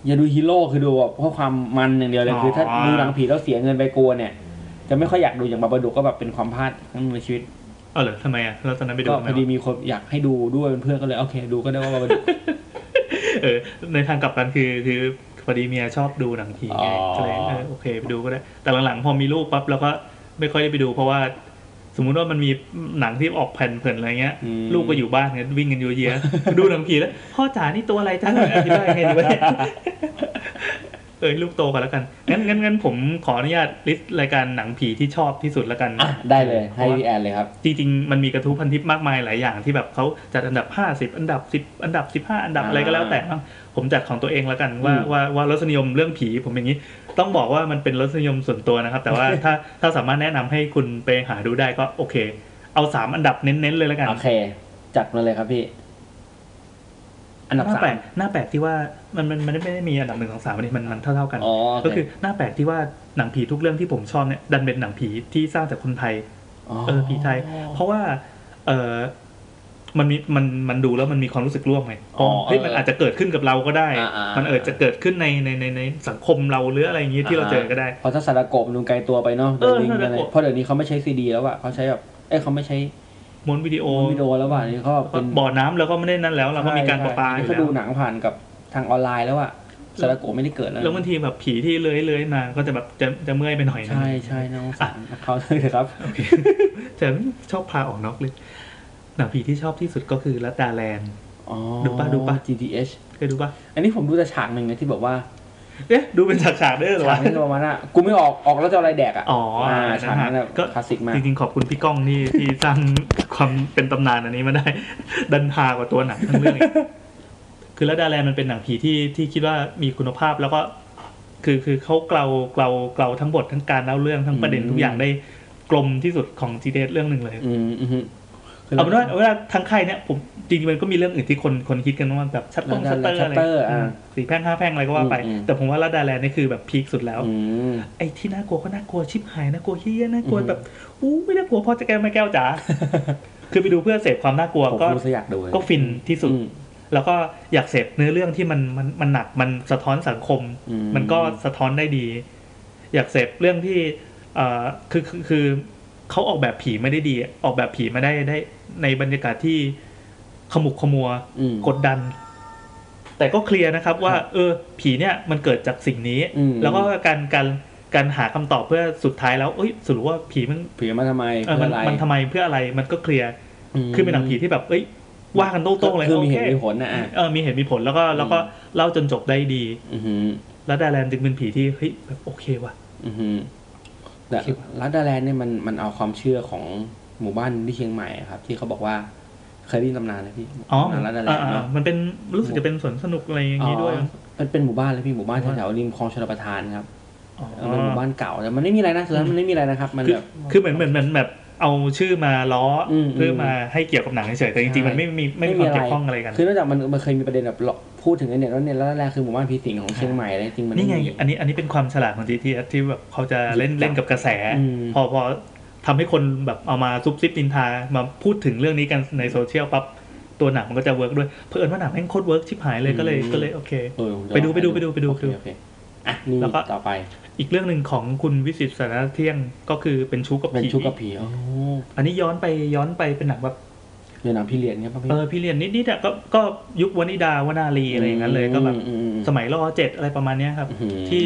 อย่าดูฮีโร่คือดูแบบเพื่อความมันอย่างเดียวเลยคือถ้าดูหนังผีแล้วเสียเงินไปกลัวเนี่ย จะไม่ค่อยอยากดูอย่างบาบาดูก็แบบเป็นความพลาดครั้งหนึ่งในชีวิต
เอาเหรอทำไมอ่ะแล้วตอนนั้นไปดู
ก็
ทำ
พ
ไม
อดี
วะ
มีคนอยากให้ดูด้วยเป็นเพื่อนก็เลยโอเค ดูก็ได้ว่าบาบา ดู
เออในทางกลับกันคือคือพอดีเมียชอบดูหนังผี
อ๋
ไง
อ
ก็เลยเออโอเคไปดูก็ได้ แต่หลังๆพอมีลูกปั๊บเราก็ไม่ค่อยได้ไปดู เพราะว่า สมมุติว่ามันมีหนังที่ออกแผ่นเผินอะไรเงี้ย ลูกก็อยู่บ้านเนี่ยวิ่งกันโยเยะ ดูหนังผีแล้วพ่อจ๋านี่ตัวอะไรจ้าอธิบายไงดีวะเนี่ย เอ้ยลูกโตกันแล้วกันงั้นงั้นงั้นผมขออนุญาตลิสต์รายการหนังผีที่ชอบที่สุดแล้วกัน
อ่ะได้เลย
เพ
ให้
ราะว่า
พี่แอนเลยครับ
จริงๆมันมีกระทู้พันทิปมากมายหลายอย่างที่แบบเขาจัดอันดับ 50 อันดับ 10 อันดับ 15 อันดับอะไรก็แล้วแต่บ้างผมจัดของตัวเองแล้วกันว่า
อืม
ว่าว่ารสนิยมเรื่องผีผมอย่างนี้ ต้องบอกว่ามันเป็นรสนิยมส่วนตัวนะครับ แต่ ว่าถ้าถ้าสามารถแนะนำให้คุณไปหาดูได้ก็โอเค เอาสามอันดับเน้นๆเลยแล้วกัน
โอเค จัดมาเลยครับพี่ อันดับ
หน้า
สา
แปล
ม
กหน้าแปลกที่ว่ามันมันมันไม่ได้มีอันดับหนึ่งสองสามอันนี้มันมันเท่าเท่าๆกัน
อ๋อโอ
ก็
เค
คือหน้าแปลกที่ว่าหนังผีทุกเรื่องที่ผมชอบเนี่ยดันเป็นหนังผีที่สร้างจากคนไทย เออผีไทย เพราะว่า เออมันมีมันมันดูแล้วมันมีความรู้สึกร่วมไงเพราะ
อ๋อ
เฮ้ย
เออ
มันอาจจะเกิดขึ้นกับเราก็ได้
อ่าอ่าอ่ามั
มันอาจจะเกิดขึ้นในในในในสังคมเราหรืออะไรอย่างงี้ที่เราเจอก็ได้
เพราะถ้าสารโกบมันดูไกลตัวไปเนาะ
เออ
เดี๋ยวนี้
สารโกบ
เพราะเดี๋ยวนี้เขาไม่ใช้ซีดีแล้วอะเขาใช้แบบเอ้ยเขาไม่ใช้
ม้วนวิดีโอ
วิดีโอแล้วว่ะนี่เขาแบบเป็น
บ่อน้ำแล้วก็ไม่ได้นั่นแล้ว เราก็มีการประปาอ
ใช่
ยู่
เขา
แล้
ดู
ว
หนังผ่านกับทางออนไลน์แล้วอะ
แล้ว
สารโกะไม่ได้เกิดแล้ว
แล้วบางทีแบบผีที่เลื้อยเลื้อยมาก็จะแบบจะจะเมื่อยไปหน่อยนะ
ใช่ใช่น้องสารเขาเลยครับ
แต่ชอบพาออกนอกเลย หนังผีที่ชอบที่สุดก็คือลัดดาแลนด์
อ๋อ
ดูป่ะดูป่ะ
GTH
เคยดูปะ
อันนี้ผมดูแต่ฉากหนึ่งนะที่บอกว่า
เอ๊ะดูเป็นฉากๆด้วยเหร
ฉาว
อะ
กนี้ประมาณน่ะกูไม่ออกออกแล้วจะเอาอะไรแดกอะ
อ๋ออ่
าฉากนั้นอะ
ก็
คลาสสิกมาก
จริงๆขอบคุณพี่ก้องที่ ที่สร้างความเป็นตำนานอันนี้มาได้ ดันพากว่าตัวหนังทั้งเรื่องอี กคือลัดดาแลนด์มันเป็นหนังผีที่ที่คิดว่ามีคุณภาพแล้วก็ คือคือเขาเกลาเกลาเกลาทั้งบททั้งการเล่าเรื่องทั้งประเด็นทุกอย่างได้กลมที่สุดของจีเดเรื่องหนึ่งเลย
อืมอืมฮึคือ
เอาเป็นว่าเวลาทางค่ายเนี่ยผมจริงๆมันก็มีเรื่องอื่นที่คนคนคิดกันว่าแบบชัตตงชัตเตอร์อะไรอืมสี่แพร่งห้าแพร่งอะไรก็ว่าไป แต่ผมว่าลาดาแลนด์นี่คือแบบพีคสุดแล้ว
อืม
ไอ้ที่น่ากลัวก็น่ากลัวชิบหายน่ากลัวเฮี้ยน่ากลัวแบบอู้ไม่น่ากลัวพอจะแก้วไม่แก้ว จ๋าคือไปดูเพื่อเสพความน่ากลัว
ผม
ก็
ดูสยากดูเลย
ก็ฟินที่สุด
อืม
แล้วก็อยากเสพเนื้อเรื่องที่มันมันมันหนักมันสะท้อนสังคม
อืม
มันก็สะท้อนได้ดี อยากเสพเรื่องที่เอ่อคือคือคือเขาออกแบบผีไม่ได้ดี ออกแบบผีมาได้ได้ในบรรยากาศที่ขมุกขมัว
อืม
กดดัน แต่ก็เคลียร์นะครับว่า เออ ผีเนี่ยมันเกิดจากสิ่งนี้
อืม
แล้วก็การการการหาคำตอบเพื่อสุดท้ายแล้วเอ้ยสรุปว่าผีมัน
ผีมาทำไม
เออมัน
พื่ออะไร
มันทำไมเพื่ออะไร มันก็เคลียร์
ม
คือเป็นหนังผีที่แบบ เอ้ย ว่ากันโต้งๆเลย
คือ
โอ
มี
เค
เหตุมีผลนะอ่ะ
เออมีเหตุมีผลแล้วก็แล้วก็เล่าจนจบได้ดี
อือฮึ
แล้วดาแลนจึงเป็นผีที่เฮ้ยแบบโอเคว่ะ
อือฮึแต่
คิดว่า
รัดดาแลนด์เนี่ยมันมันเอาความเชื่อของหมู่บ้านที่เชียงใหม่ครับ ที่เขาบอกว่าเคยได้ยินตำนานเลยพี่
อ๋อ
ตำนานรัดดาแลนด์
อ่า
เนาะ
ๆมันเป็นรู้สึกจะเป็นสวนสนุกอะไรอย่างนี้ด้วยมั้ง
มันเป็นหมู่บ้านเลยพี่หมู่บ้านแถวๆริมคลองชลประทานครับ
อ๋อ
มันเป็นหมู่บ้านเก่าแต่มันไม่มีอะไรนะสุดท้ายมันไม่มีอะไรนะครับ มัน
คือ
แบบ
คือเหมือนเหมือนเหมือนแบบเอาชื่อมาล้ออ
ม
เพื่อมาให้เกี่ยวกับหนังเฉยๆแต่จริงๆมันไม่มีไม่มีความเกี่ยวข้องอะไรกัน
คือนอกจากมันมันเคยมีประเด็นแบบเราพูดถึงไอ้เนี่ยแล้วเนี่ยรัดดาแลนด์คือหมู่บ้านผีสิงของเชียงใหม่เลยจริงๆมัน
นี่ไง
ม่มี
อันนี้อันนี้เป็นความฉลาดของจีทีที่แบบเขาจะเล่นเล่นกับกระแส
อืม
พอพอทำให้คนแบบเอามาซุบซิบนินทามาพูดถึงเรื่องนี้กันในโซเชียลปั๊บตัวหนังมันก็จะเวิร์กด้วยเพื่อนว่าหนังแม่งโคตรเวิร์กชิบหายเลยก็เลยก็เลยโอเค
เออผมจะ
ไปดูไปดู
ลอง
ไปดูไปดู
โอเค
ไปดู
โอเคอ่ะนี่
แล้วก็
ต่อไป
อีกเรื่องหนึ่งของคุณวิสิตสารเที่ยงก็คือเป็นชู้กับ
เป็น
ผี
ชุกกับผีโอ้
อันนี้ย้อนไปย้อนไปเป็นหนังแบบ
เดี๋ยวหนังพี่เรียนเนี่ยป่ะพี่
เออพี่เรียนนิดๆอะก็ก็ยุควนิดาวนาลีอะไรอย่างนั้นเลยก็แบบ
อืมอืมอืม
สมัยรอเจ็ดอะไรประมาณเนี้ยครับ
อื้อหือ
ที่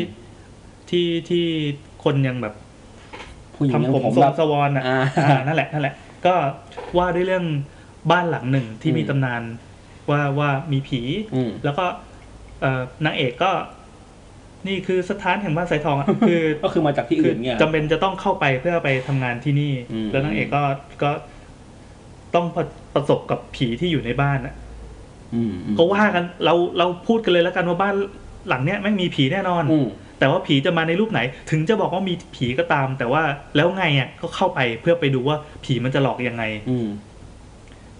ที่ที่คนยังแบบ
ผู้หญิง
ทำ
อย่าง
ผม
ผม
ทร
แบ
ง
บ
สวอนอะ
อ่า
อ่านั่นแหละนั่นแหละ ก็ว่าด้วยเรื่องบ้านหลังหนึ่งที่มี
อืม
ตำนาน ว่าว่ามีผี
อืม
แล้วก็เอ่อนางเอกก็ นี่คือสถานแห่งบ้านสายทองอะคือ
ก็คือมาจากที่
คื
อื่
อน
เงี้ย
จำเป็นจะต้องเข้าไปเพื่อไปทำงานที่นี่
อืม
แล้วนางเอกก็ก็ต้องประประสบกับผีที่อยู่ในบ้านอ่ะ
อืมอืม
ก็ว่ากันเราเราพูดกันเลยแล้วกันว่าบ้านหลังเนี้ยไม่งมีผีแน่นอน
อืม
แต่ว่าผีจะมาในรูปไหน ถึงจะบอกว่ามีผีก็ตาม แต่ว่าแล้วไงอ่ะก็เข้าไปเพื่อไปดูว่าผีมันจะหลอกยังไง
อืม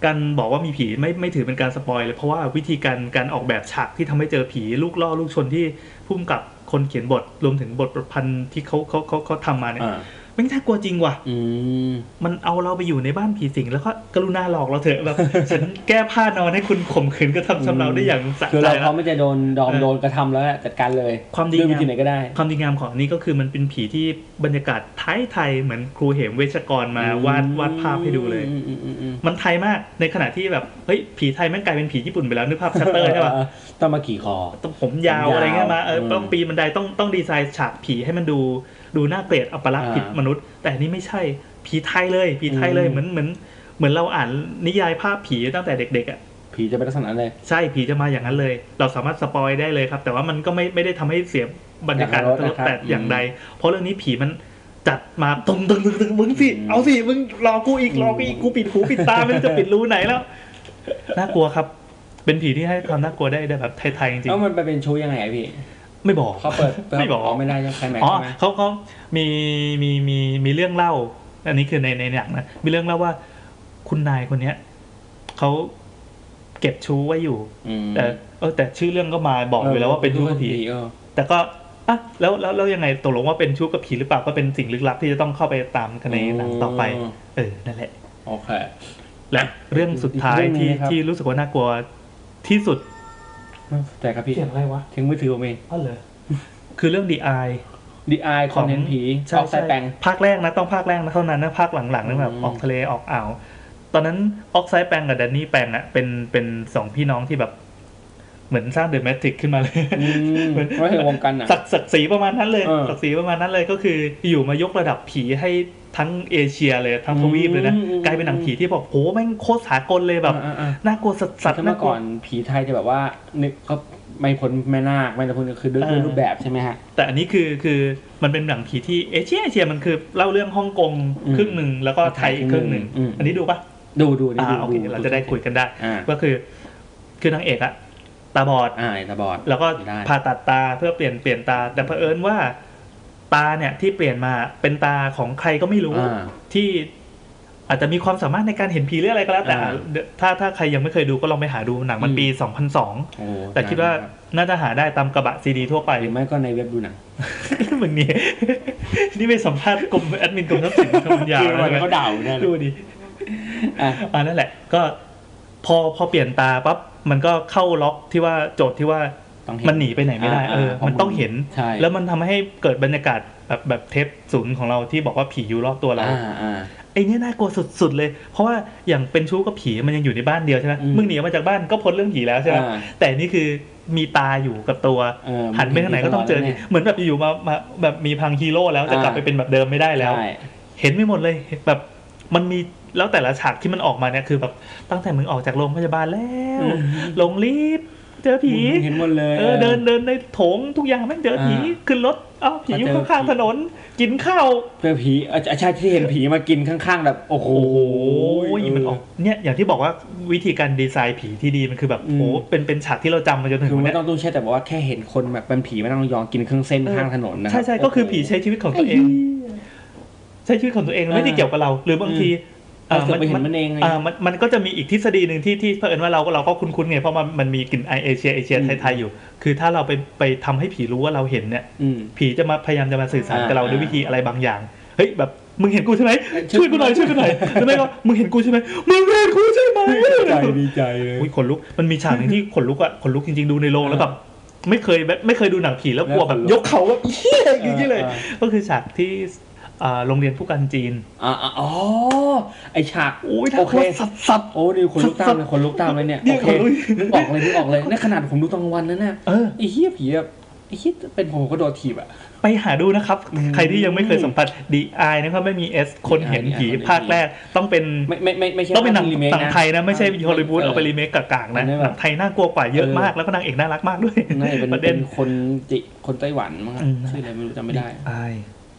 การบอกว่ามีผีไม่ไม่ถือเป็นการสปอยเลยเพราะว่าวิธีการการออกแบบฉากที่ทำให้เจอผีลูกล่อลูกชนที่พุ่มกับคนเขียนบทรวมถึงบทประพันธ์ที่เขาเขาเขาเขาทำมาเนี่ย
อ่า
ไม่งน่ากลัวจริงว่ะ
อืม
มันเอาเราไปอยู่ในบ้านผีสิงแล้วก็กรุณาหลอกเราเถอะแบบ ฉันแก้ผ้านอนให้คุณข่มขืนกระทำชำเราได้อย่างสะ
คือ
ใจ
เรา
แล้
เขา
ว
ไม่จะโดนดอม
เออ
โดนกระทำแล้วอะจัดการเลย
ความดี
ด้วยวิธีไหนก็ได้
ความดีงามของอันนี้ก็คือมันเป็นผีที่บรรยากาศไทยไทยๆเหมือนครูเหมเวชกรมา
อื
วาดวาดภาพให้ดูเลย
อืมอืมอืมอืม
มันไทยมากในขณะที่แบบเฮ้ยผีไทยแม่งกลายเป็นผีญี่ปุ่นไปแล้วนึกภาพชัตเตอร์ใช่ปะ
ต้องมากี่คอ
ต้องผมยาว
ผมยาว
อะไรเงี้ยมาเออ
อืม
ต้องปีนบันไดต้องต้องดีไซน์ฉากผีให้มันดูดูน่าเกลียดอัปลักษณ์
อ่า
ผิดมนุษย์ แต่อันนี่ไม่ใช่ผีไทยเลยผีไทยเลย
อืม
เหมือนเหมือนเหมือนเราอ่านนิยายภาพผีตั้งแต่เด็กๆอ่ะ
ผีจะเป็นลักษณะเลย
ใช่ผีจะมาอย่างนั้นเลย เราสามารถสปอยได้เลยครับ แต่ว่ามันก็ไม่ไม่ได้ทำให้เสียบรรยากาศ
อย่างนั้น
ตลก
นะครับ
แต่อย่างใด เพราะเรื่องนี้ผีมันจัดมาตึงตึงตึงตึงมึงสิ
อืม
เอาสิมึงรอกูอีกรอกูอีก
อืม
กูปิดหูปิดตาไม่ รู้จะปิดรูไหนแล้วน่ากลัวครับ เป็นผีที่ให้ความน่ากลัวได้ได้แบบไทยๆจริง
แล้วมันไปเป็นชูยังไงอะพี่
ๆไม่บอก
เขาเปิด
ไม่บอก
ไม่ได้ใช่ไหม
อ๋อ
ใช่ไหม
เขาเขามีมีมีมีเรื่องเล่า อันนี้คือในในหนังนะมีเรื่องเล่าว่า คุณนายคนเนี้ยเขาเก็บชู้ไว้อยู่
อืม
แต่เออแต่ชื่อเรื่องก็มาบอกอยู่แล้วว่าเป็นชู้กับผี
เออ
แต่ก็อ่ะแล้วแล้วแล้วยังไงตกลงว่าเป็นชู้กับผีหรือเปล่าก็เป็นสิ่งลึกลับที่จะต้องเข้าไปตามกันในหนังต่อไป เออนั่นแหละ
โอเค
และเรื่องสุดท้าย
อีกเรื่
ที่
องหนึ่งนะครับ
ที่รู้สึกว่าน่ากลัวที่สุด
ใจครับพี่
เสียงอะไรวะ
ถึงมือถือผมเอง
อ๋อเหรอคือเรื่องดีไอ
ดีไอคอนเทนต์ผี
ใช่
ออกใส่
ใช่
แปลง
ภาคแรกนะต้องภาคแรกนะเท่านั้นนะภาคหลังๆนั่นแบบ
อืม
ออกทะเลออกอ่าว ตอนนั้นออกไซด์แปลงกับแดนนี่แปลงอะเป็นเป็นสองพี่น้องที่แบบ เหมือนสร้างเดอะแมทริกขึ้นมาเลย
อืมไม่เห็นวงการหนัง
ศักดิ์ศักดิ์ศรีประมาณนั้นเลย
เออ
ศักดิ์ศรีประมาณนั้นเลยก็คืออยู่มายกระดับผีให้ทั้งเอเชียเลยทั้งทวีปเลยนะกลายเป็นหนังผีที่บอกโหแม่งโคตรสากลเลยแบบ
อ่าๆๆ
น่ากลัวสัสสัส
ถ้า
น่า
เมื่อก
ลั
ก่
ว
อนผีไทยจะแบบว่านึกก็ไม่พ้นแม่นาคไม่พ้นคือด้วย
เออ
ด้วยรูปแบบใช่ไหมฮะ
แต่อันนี้คือคือมันเป็นหนังผีที่เอเชียเอเชียมันคือเล่าเรื่องฮ่องกง
อืม
ครึ่งหนึ่งแล้วก็ไทยอีกครึ่งหนึ่ง
อืม
อันนี้ดูปะ
ดูดูนี่
อ่า
ดู
โอเคเราจะได้คุยกันได้
อ่า
ก็คือ คือนางเอกอะตาบอด
อ่าไอ้ตาบอด
แล้วก็
ได้
ผ่าตัดตาเพื่อเปลี่ยนเปลี่ยนตา แต่เผอิญว่า ตาเนี่ยที่เปลี่ยนมาเป็นตาของใครก็ไม่รู้
อ่า
ที่อาจจะมีความสามารถในการเห็นผีหรืออะไรก็แล้วแต่
อ่า
เดี๋ยวถ้าถ้าใครยังไม่เคยดูก็ลองไปหาดูหนังมันปี 2002
โอ้
แต่คิดว่าน่าจะหาได้ตามกระบะซีดีทั่วไป
หรือไม่ก็ในเว็บดูหนัง
เหมือนนี้ นี่ไปสัมภาษณ์กรมแอดมินกรมทรัพย์สินทางปัญญา
คือวัน
เลย
เขาด่าอยู่แน่เล
ดู
ย
ดิ
อ่ะ
อันนั่นแหละก็พอพอเปลี่ยนตาปั๊บมันก็เข้าล็อกที่ว่าโจทย์ที่ว่า
ต้องเ
มันหนีไปไหนไม่ได้
อ่า
เออ
เพราะ
มันต้องเห็น
ใช่
แล้วมันทำให้เกิดบรรยากาศแบบแบบเทปศูนย์ของเราที่บอกว่าผีอยู่รอบตัวเรา
อ่าอ่า
ไอ้เนี่ยน่ากลัวสุด ๆ เลย เพราะว่าอย่างเป็นชู้กับผีมันยังอยู่ในบ้านเดียวใช่ไหม
อืม
มึงหนีออกมาจากบ้านก็พ้นเรื่องผีแล้วใช่ไหม
อ่า
แต่นี่คือมีตาอยู่กับตัว
เออ
หันไปทางไหนก็ต้องเจอ
แน่
เหมือนแบบอยู่ๆมามาแบบมีพังฮีโร่แล้วแต่กลับ
อ่า
ไปเป็นแบบเดิมไม่ได้แล้ว
ใช่
เห็นไม่หมดเลยแบบมันมีแล้วแต่ละฉากที่มันออกมาเนี่ยคือแบบตั้งแต่มึงออกจากโรงพยาบาลแล้ว
อืม
ลงลิฟต์เจอผี
เห็นหมดเลย
เออเดินเดินในโถงทุกอย่างแม่งเจอผี
อ่า
ขึ้นรถเอ้าผีอยู่
มาเจอ
ข้าง
ผี
ๆถนน กินข้าว
เจอผีอาอาชาที่เห็นผีมากินข้างๆแบบโอ้โห
โอ้โหมันออกเนี่ยอย่างที่บอกว่าวิธีการดีไซน์ผีที่ดีมันคือแบบ
อืม
โหเป็นเป็นฉากที่เราจำมาจนถึง
คือ
วัน
ไม่
เนี้ย
ต้องต้องใช่แต่บอกว่าแค่เห็นคนแบบเป็นผีไม่ต้องยองกินเครื่องเส้นข้างถนนนะรับ
ใช่ใช่ก็คือผีใช้ชีวิตของตัวเอง ใช้ชีวิตของตัวเองแล้วไม่ได้เกี่ยวกับเรา หรือบางที
เออ
เอ่อ
เสือกไปเห็นมันเองไง
อ่ามันมันก็จะมีอีกทฤษฎีหนึ่งที่ที่เผอิญว่าเราก็เราก็คุ้นๆไงเพราะมันมันมีกลิ่นไอเอเชียเอเชีย
อืม
ไทยๆอยู่ คือถ้าเราไปไปทำให้ผีรู้ว่าเราเห็นเนี่ย
อืม
ผีจะมาพยายามจะมาสื่อสารกับเรา
อ่า
ด้วยวิธีอะไรบางอย่าง เฮ้ยแบบมึงเห็นกูใช่ไหม
ช่
ช่ว
วย ย
กูหน่อยช่วยกู หน่อยแล้วไม่ก็มึงเห็นกูใช่ไหมมึงเห็นกูใช่ไหม
ดีใจดีใจเลย
อุ้ยขนลุกมันมีฉากหนึ่งที่ขนลุกอะขนลุกจริงๆดูในโรงแล้วแบบไม่เคยแบบไม่เคยดูหนังผีแล้วกลัวแบบ
แล้วขนลุก
ยกเขาแบบ เฮี้ยอย่างนี้เลย
อ่า
ก็คือฉากที่อ่าโรงเรียนผู้การจีน
อ่าอ่าอ๋อไอฉาก
โอ้ย
โอ
ถ้า
เค
โคตรสัสๆ
โอ้นี่คนลุกตามเลยคนลุกตามเลยเนี่ย
เนี่ย
โอเค
ขนลุก
นึกออกเลยนึกออกเลยในขนาดผมดูตอนกลางวันนั้นน่ะ
เออ
ไอเฮียผีแบบไอเฮียเป็นผมก็โดนถีบอ่ะ
ไปหาดูนะครับ
อืม
ใครที่ยังไม่เคยสัมผัส DI นะครับไม่มี S คนเห็นผี
DI
ภาคแรกต้องเป็น
ไม่ไม่ไม่ไม่ใช่
ต้องเป็นหนัง
รีเมค
ต่าง
นะ
ไทยนะ ไม่ใช่ฮอลลีวูดเอาไปรีเมคกากๆนะ
อันนี้
ห
แบบ
นังไทยน่ากลัวกว่าเยอะ
เออ
มาก แล้วก็นางเอกน่ารักมากด้วย
น่าจะเป็น
ประเด็
เป็น นคนจิคนไต้หวันมั้งครับ
อืม
ชื่ออะไรไม่รู้จำไม่ได้
DI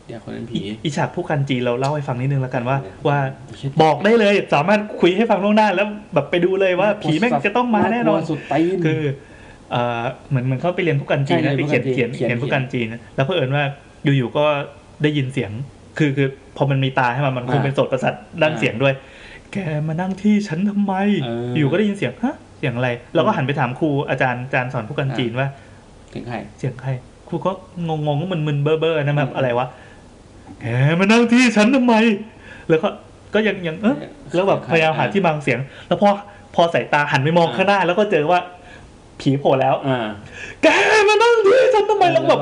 เดี๋ยวคนนั้นผี
อีอีฉากผู้กันจีนเราเล่าให้ฟังนิดนึงแล้วกันว่า
โอ้โห
ว่า
ชิบ
บอกได้เลยสามารถคุยให้ฟังล่วงหน้า แล้วแบบไปดูเลยว่าผีแม่งจะต้องมาแน่นอน
กลัวสุดตีน
คือเอ่อเหมือนเหมือนเขาไปเรียนผู้กันจีน
ใช่
นะไป
เรี
เขีย
ย
น
น
เขียนเขียน
ผู้กันจีนเขียน
ผู้กันจีนนะแล้วเผอิญว่าอยู่ๆก็ได้ยินเสียง คือคือพอมันมีตาให้มันมันคง
อ่า
เป็นโสตประสาทด้าน
อ่า
เสียงด้วย แกมานั่งที่ฉันทำไม
เออ
อ
อ
ยู่ก็ได้ยินเสียงฮะเสียงอะไรเราก็หันไปถามครูอาจารย์อาจารย์สอนผู้กันจีนว่า
ถึงใคร
เสียงใครครูก็งงๆก็มึนๆเบ้อๆนะแบบ
อืม
อะไรวะ แหมมานั่งที่ฉันทำไม แล้วก็ก็ยังยังเออแล้วแบบพยายามหาที่บังเสียง แล้วพอพอสายตาหันไปมองข้างหน้า แล้วก็เจอว่าผีโผล่แล้ว
อ่า
แกมานั่งที่ฉันทำไมแล้วแบบ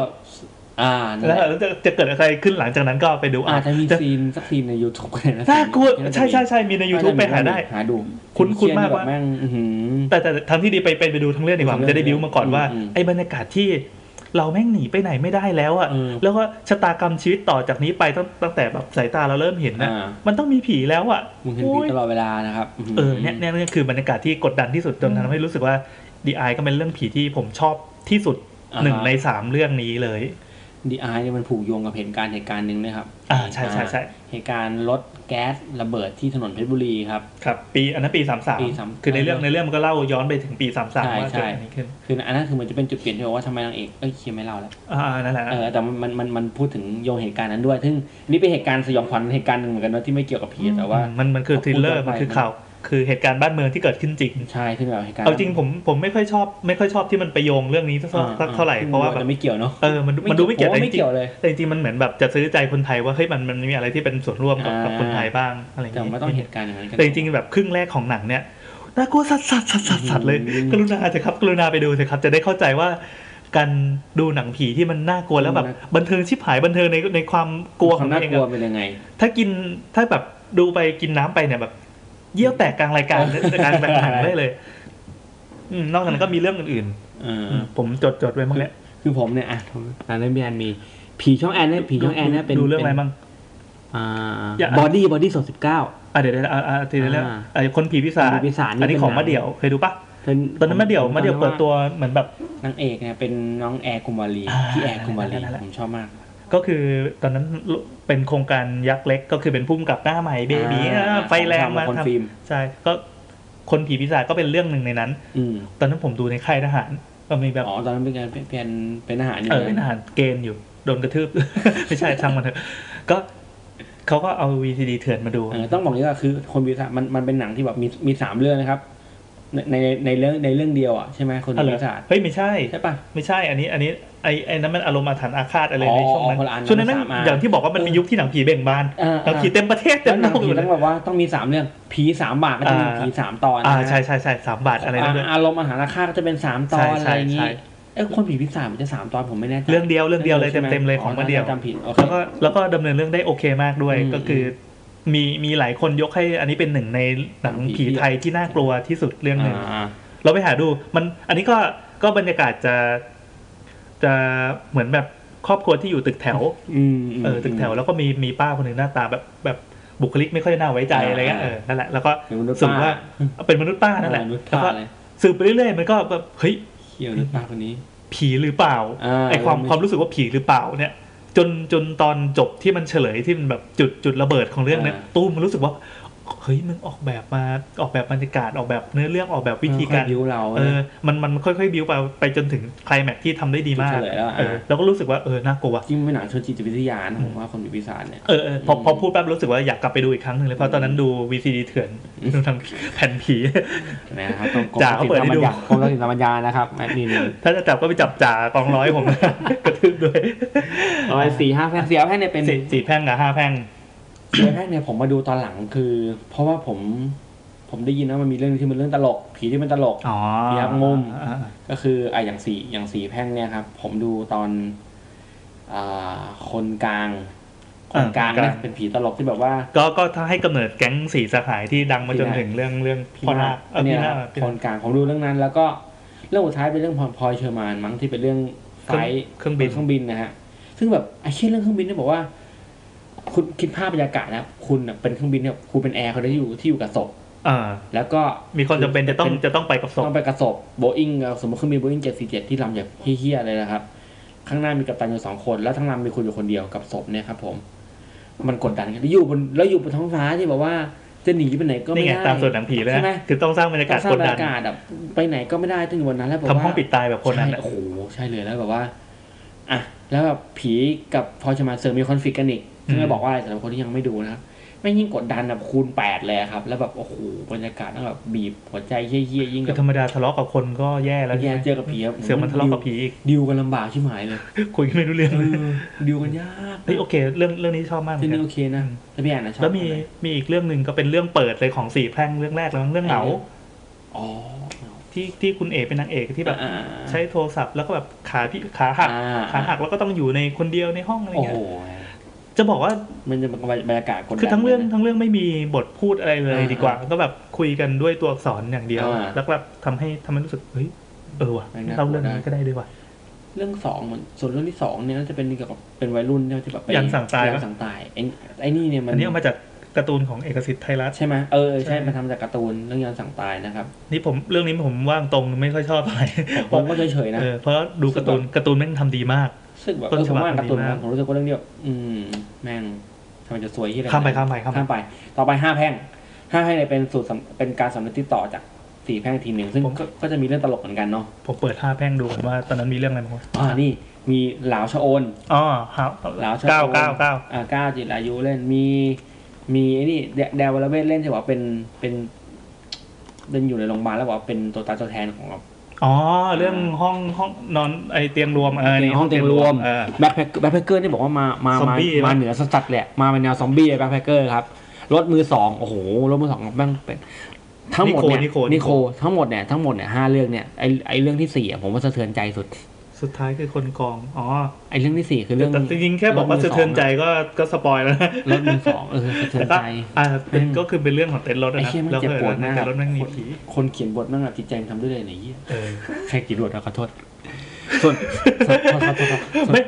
อ่านั่น
แล้
แห
ว
ละ
จะจะเกิดอะไรขึ้นหลังจากนั้นก็ไปดู
อาจจะมี
แต่
ซีนสักซีนใน YouTube ก็ได้นะ
น่ากลัวใช่ใช่ใช่มีใน YouTube ไปหาได้
หาดู
คุ้นๆมากว่า
แม่งอื้อหือ
แต่แต่ทางที่ดีไปเป็นไปดูทั้งเรื่องดีกว่า มันจะได้บิวมาก่อนว่า
อืมอืม
ไอ้บรรยากาศที่เราแม่งหนีไปไหนไม่ได้แล้วอะ
เออ
แล้วก็ชะตากรรมชีวิตต่อจากนี้ไปตั้งตั้งแต่แบบสายตาเราเริ่มเห็นนะ
อ่า
มันต้องมีผีแล้วอะ
มึงเห็น
โอ้
ผี
ย
ตลอดเวลานะครับหื
เออเนี่ยเนี่ยเนี่ยคือบรรยากาศที่กดดันที่สุดจนทำให้รู้สึกว่าดีไอก็เป็นเรื่องผีที่ผมชอบที่สุด
อ่า
หนึ่งในสามเรื่องนี้เลย
ดีอาร์เนี่ยมันผูกโยงกับเหตุการณ์เหตุการณ์หนึ่งนะครับ
อ่าใช่ใช่ใช่
เหตุการณ์รถแก๊สระเบิดที่ถนนเพชรบุรีครับ
ครับ ปีอันนั้นปีสามสาม
ปี33
คือในเรื่องในเรื่องมันก็เล่าย้อนไปถึงปีสามสาม
ใช่
ว่า
ใช่
เกิดอะไรขึ้น
คืออันนั้นคือมันจะเป็นจุดเปลี่ยนที่บอกว่าทำไมนางเอกเอ้ยเคียร์ไม่เล่าแล้ว
อ่านั่นแหละ
เออแต่มันมันมันมันพูดถึงโยงเหตุการณ์นั้นด้วย ซึ่งนี่เป็นเหตุการณ์สยองขวัญเหตุการณ์หนึ่งเหมือนกันนะที่ไม่เกี่ยวกับผีแต่ว่า
มันมันคือ
เอา
ทริลเลอร์
พูด
มันคือ
ไป
ข่าวคือเหตุการณ์บ้านเมืองที่เกิดขึ้นจริง
ใช่ซึ่งแบบเหตุการณ์
เอาจริงผมผมไม่ค่อยชอบไม่ค่อยชอบที่มันไปโยงเรื่องนี้สัก
อ่
สักเท่าไหร่เพราะว่าแบบ
จะไม่เกี่ยวเนาะ
เออมันมันดูไม่เกี่ยว
ผ
แต่
ว่า
จ
ไม่
ริง
เกี่ยวเลย
ๆแต่จริงๆมันเหมือนแบบจะซื้อใจคนไทยว่าเฮ้ยมันมันมีอะไรที่เป็นส่วนร่วมกับกับคนไทยบ้างอะไรอย่าง
แต่
เงี้ย
มันต้องเหตุการณ์อย่างนั้นกัน
แต่จริงๆแบบครึ่งแรกของหนังเนี่ยน่ากลัวสัสสัสสัสสัสสัสเลย
อืม
กรุณาเถอะครับ กรุณาไปดูเถอะครับ จะได้เข้าใจว่าการดูหนังผีที่มันน่ากลัวแล้วแบบ
น่า
บันเทิงชิบหายบันเทิงในในความกลัวของ
น่า
ตัวเอง
กลัว
อะ
เป็นยังไง
ถ้ากินถ้าแบบดูไปกินน้ำไปเนี่ยแบบ เยี่ยวแตกกลางรายการ การแบบหนังได้เลยอืมนอกจากนั้นก็มีเรื่องอื่น
เออ
ๆอืมผมจดจดไว้บ้างแล้ว
คือผมเนี่ยอ่ะตอนนั้นพี่แอนมีผีช่องแอนเนี่ยผีช่องแอนเนี่ยเป็น
ดูเรื่องอะไรบ้าง
อ่า
อย่า
บอดี้บอดี้สดสิบเก้า
อ่ะเดี๋ยวเดี๋ยวเอาเอาเอาทีละเรื่อง
อ่า
ไอ้คนผีพิศาจ
คนผีปีศาจนี่
อันนี้ของ
เป็นหนัง
มะเดี่ยวเคยดูปะตอนนั้นมะเดี่ยวมะเดี่ยวเปิดตัวเหมือนแบบ
นางเอกเนี่ยเป็นน้องแอร์กุมารี
อ่า
พี่แอร์กุมารี
นั่นแหละ
ผมชอบมาก
ก็คือตอนนั้นเป็นโครงการยักษ์เล็กก็คือเป็นพุ่มกับหน้าใหม่เบบี
อ่า
อ่าไฟแรงมา
ของทำคน
ท
ฟิล์ม
ำใช่ก็คนผีปีศาจก็เป็นเรื่องหนึ่งในนั้น
อืม
ตอนนั้นผมดูในค่ายทหารก็มีแบบ
อ๋อตอนนั้นเป็นการเป็นเป็นเป็นอาหารอยู่
เออ
ลย
เป็นทหารเกณฑ์อยู่โดนกระทืบ ไม่ใช่ช่างมันเถอะก็เขาก็เอา VCD เถื่อนมาดู
เออต้องบอกนี้ก็คือคนวิสามันมันเป็นหนังที่แบบมีมีสามเรื่องนะครับ ในในในเรื่องในเรื่องเดียวอ่ะใช่ไหมคน
อ๋อหรอ
วิสา
เฮ้ยไม่ใช่
ใช่ป่ะ
ไม่ใช่อันนี้อันนี้ไอ้ไอ้นั้นมันอารมณ์อาถรรพ์อาฆาตอะไร
อ๋อ
ในช่วงนั้น
คนละอัน
ช่วงนั้นแม่ง
สามอัน
อย่างที่บอกว่ามันเป็นยุคที่หนังผีเบ่งบาน
อ่า
หนังผีเต็มประเทศ
แล้
เต็
ว
ม
ห
โลกอ
นังผี
ยู่เล
ต้อย งแบบว่าต้องมีสามเรื่องผีสามบาทก็จะมี
อ่า
ผีสามตอน
อ่า
นะ
ใช่ใช่ใช่สามบาทอะไรนั่นด้วย
อารมณ์อาหารราคาก็จะเป็นสามตอ
ใช่
น
ใช่
อะไรอย่าง
ใช่
นี้เอ้ยคนผีพิศาจมันจะสามตอนผมไม่แน่ใจ
เรื่องเดียวเรื่องเดียวเลย
ใช่ไห
เต็มๆเลยของมาเดียว
จำผิดโอเค
แล้วก็แล้วก็ดำเนินเรื่องได้โอเคมากด้วย
อืม
ก็คือมีมีหลายคนยกให้อันนี้เป็นหนึ่งในหนัง
หนังผี
ผีไทยที่น่ากลัวที่สุดเรื่องหนึ่ง
อ่า
เราไปหาดูมันอันนี้ก็ก็บรรยากาศจะ จะเหมือนแบบครอบครัวที่อยู่ตึกแถว
อืมม
เออตึกแถวแล้วก็มีมีป้าคนหนึ่งหน้าตาแบบแบบบุคลิกไม่ค่อยน่าไว้ใจ
อ่า
อะไรเงี้ยเออนั่นแหละแล้วก็
เป็นมนุษย์
สืบว่า
ป้
เป็นมนุษย์ป้านั่นแหละ
มนุษย์
แล้ว
ป้า
ก็
เลย
สืบไปเรื่อยๆมันก็แบบเฮ้ย
เขี้ยวหรือเปล่าคนนี้
ผีหรือเปล่า
อ่า
ไอความ
เออมัน
ความรู้สึกว่าผีหรือเปล่าเนี่ย จนจนตอนจบที่มันเฉลยที่มันแบบจุดจุดระเบิดของเรื่องเนี่ย
อ่า
ตู้มมันรู้สึกว่าเฮ้ยมึงออกแบบมาออกแบบบรรยากาศออกแบบเนื้อเรื่องออกแบบวิธีการ
เออค่อยบิ้วเรา
เออ
นะ
มันมันค่อยๆบิ้วไปไปจนถึงไคลแม็กซ์ที่ทำได้ดีมาก
จุดเฉลยแล้วอ่ะ
เออแล้วก็รู้สึกว่าเออน่ากลัว
จริงเป็นหนังเชวนจิตวิทยานะผมว่าคนผีพิศาจเนี่ย
เออเออพอ
อืม
พอพูดแป๊บรู้สึกว่าอยากกลับไปดูอีกครั้งหนึ่งเลยเพราะตอนนั้นดู VCD เถื่อน ดูทางแผ่นผี
นะครับตรงกรม
จ่าเขาเปิดให้ดู
กรมศิลปปัญญานะครับนี่นี่
ถ้าจะจับก็ไปจับจ่ากองร้อยผม กระทืบด้วย
ร้อยสี่ห้าแพร่งเสียแพร่งเนี่ยเป็น
สี่สี่แพร่งกับห้าแพร่ง
เรื่องแรกเนี่ยผมมาดูตอนหลังคือ เพราะว่าผมผมได้ยินว่ามันมีเรื่องที่มันเรื่องตลก ผีที่เป็นตลก
อ๋อ
มีอัพมุม
อ่า
ก็คืออ่ะอย่างสี่อย่างสี่แพร่งเนี่ยครับ ผมดูตอนอ่าคนกลาง คนกลางเนี่ยเป็นผีตลกที่แบบว่า
ก็ก็ถ้าให้กำเนิดแก๊งสีสหายที่ดังมาจนถึงเรื่องเรื่องพ่อนาคเออ
เนี่
พี่
ย
นา
นะ
ค
ครับ
พี่นา
คนกลางผมดูเรื่องนั้น แล้วก็เรื่องสุดท้ายเป็นเรื่องพลพลอยเชอร์มานมั้งที่เป็นเรื่องไฟ
คเครื่อง
ท์
เครื่องบิน
เครื่องบินนะฮะซึ่งแบบไอ้เชี่ยเรื่องเครื่องบินเนี่ยบอกว่า คุณคิดภาพบรรยากาศนะคุณน่ะเป็นเครื่องบินเนี่ยคุณเป็นแอร์เขาได้อยู่ที่อยู่กับศพ
อ่า
แล้วก็
มีคนจำเป็นจะต้องจะต้องไปกับศพ
ต้องไปกระสอบโบอิงสมมติเครื่องบินโบอิง747 ที่ลำอย่างเฮี้ยๆเลยนะครับ ข้างหน้ามีกัปตันอยู่สองคน แล้วทั้งลำมีคนอยู่คนเดียวกับศพเนี่ยครับผม มันกดดันกันแล้วอยู่บนแล้วอยู่บนท้องฟ้าที่แบบว่าจะหนีไปไหนก็
นี่
ไม่
ไง
ได้
ตามส่วนหนังผีเลย
ใช่
นะ
ไหม
คือต้องสร้างบรรยากา
ต้อ
ศ
งสร้า
ก
งบ
ด
รร
ดัน
ยากาศแบบไปไหนก็ไม่ได้ต้องอยู่บนนั้นแล้วแบบ
ทำ
ว่า
ห้องปิดตายแบบคนนั้น
ใช่
อะ
โอ้โหใช่เลยแล้วแบบว่าอ่ะแล้วแบบผีกับพอชมาเซอร์มีคอนฟ lict กันอีกซึ่งจะบอกว่าอะไรสำหรับคนที่ยังไม่ดูนะครับ ไม่งยิ่งกดดันแบบคูณแปดเลยอะครับ แล้วแบบโอ้โหบรรยากาศนั่งแบบบีบหัวใจเยี่ยๆยิ่ง
คื
กั
อบ ธรรมดาทะเลาะกับคนก็แย่แล้ว
แย่เจอกับผีครับ
เสือกมันทะเลาะกับผีอีก
ดิวกันลำบากชิบหายเลย
คุยกันไม่รู้เรื่อง
เอ
เลย
อดิวกันยาก
เฮ้ยโอเค เรื่องเรื่องนี้ชอบมากเหมื
ที่
อนกั
นี่
น
โอเคนะแล้วพี่แอนนะชอบ
แล้วมี
อะไร
มีอีกเรื่องหนึ่งก็เป็นเรื่องเปิดเลยของสี่แพร่งเรื่องแรกแล้วมั้งเรื่องเหงา
อ๋อ
ที่ที่คุณเอกเป็นนางเอกที่แบบ
อ่า
ใช้โทรศัพท์แล้วก็แบบขาพี่ขาหัก
อ่า
ขาหักแล้วก็ต้องอยู่ในคนเดียวในห้องอะไร
โอ้
เงี้
โห
ยจะบอกว่า
มันจะบรรยากาศกดดัน
คือทั้งเรื่องทั้งเรื่องไม่มีบทพูดอะไรเลย
อ่า
ดีกว่า ก็แบบคุยกันด้วยตัวอักษรอย่างเดียว
อ่า
แล้วก็แบบทำให้ทำให้รู้สึกเฮ้ยเออว่ะ
มันน่ากลัว
เล่าเรื่องนี้
ได้
ก็ได้ด้วยว่ะ
เรื่องสองเหมือนส่วนเรื่องที่สองเนี่ยน่าจะเป็นเกี่ยวกับเป็นวัยรุ่นเนี่ยที่แบบไป
ยันสั่งตายปะ
นสั่งตายไอ้ไอ้นี่เนี่ยมั
อั
น
นนี้เอามาจากการ์ตูนของเอกสิทธิ์ไทยรัฐ
ใช่ไหมเออใช่
ใช่
มันทำจากการ์ตูนเรื่องยันสั่งตายนะครับ
นี่ผมเรื่องนี้ผมว่างตรงไม่ค่อยชอบอะไร
ผมก็เฉยๆนะ
เออเพราะดูการ์ตูนการ์ตูนแม่งทำดีมาก
รู้สึกแบบ
ต้
เอน อ
ฉ
ผม
บับ
ว่าการ์ตูน
ดีมาก
ผมรู้สึกว่าเรื่องเดียวอืมแม่งทำไมจะซวยที่อะไร
ข้ามไปข้ามไปข้ามไป
ข้ามไป ต่อไปห้าแพร่งห้าแพร่งเนี่ยเป็นสูตรสำเป็นการสำนึกที่ต่อจากสี่แพร่งอีกทีหนึ่งซึ่งก็ก็จะมีเรื่องตลกเหมือนกันเนาะ
ผมเปิดห้าแพร่งดูก่อนว่าตอนนั้นมีเรื่องอะไรบ้างวะ
อ่านี่มีหลาวชะโอน
อ๋อครับ
หลาวชะ
เก้า
โอน
เก้าเก้า
อ่าเก้าจิรายุเล่นมี มีไอ้นี่แดแดววลเวทเล่นที่บอกว่าเป็นเป็นเป็นอยู่ในโรงพยาบาลแล้วบอกว่าเป็นตัวตายตัวแทนของเรา
อ๋อ เรื่องห้องห้องนอนไอเตียงรวมเออนี่
ห้องเตียงรวม
เออ
แบ็คแพคแบ็คแพคเกอร์นี่บอกว่ามามา
ซอม
มา
บี้
มา
ไหม
เหนือสัตว์แหละมาเป็นแนวซอมบี้แบ็คแพคเกอร์ครับรถมือสองโอ้โหรถมือสองแม่งเป็นทั้งหมดเนี่ย
นิโคนิ
นิ
โค
โคทั้งหมดเนี่ยทั้งหมดเนี่ยห้าเรื่องเนี่ยไอไอเรื่องที่สี่อะผมว่าสะเทือนใจสุด
สุดท้ายคือคนกอง อ๋อ
ไอเรื่องที่สี่คือเรื่อง
แต่จริงๆแค่บอกว่าสะเทือนใจก็ก็สปอยแล้วนะ
รถมือสองเออสะเทือ
แต่
น
ก็
ใจ
อ่าเป็น
อืม
ก็คือเป็นเรื่องของเต็นท์รถ
ไอ
นะครั
เชี่ย
บ
แม่ง
แล้ว
เจ็บ
ก็
ปวดมาก
เต็นท์รถแม่งมี
คน
ผี
คนเขียนบทแม่งแบบจิตใจมันทำด้วยเลยไหนเหี้ย
เออ
แค่กี่รวดนะขอโทษส่วนส่วนส่วนส่วน
ไม่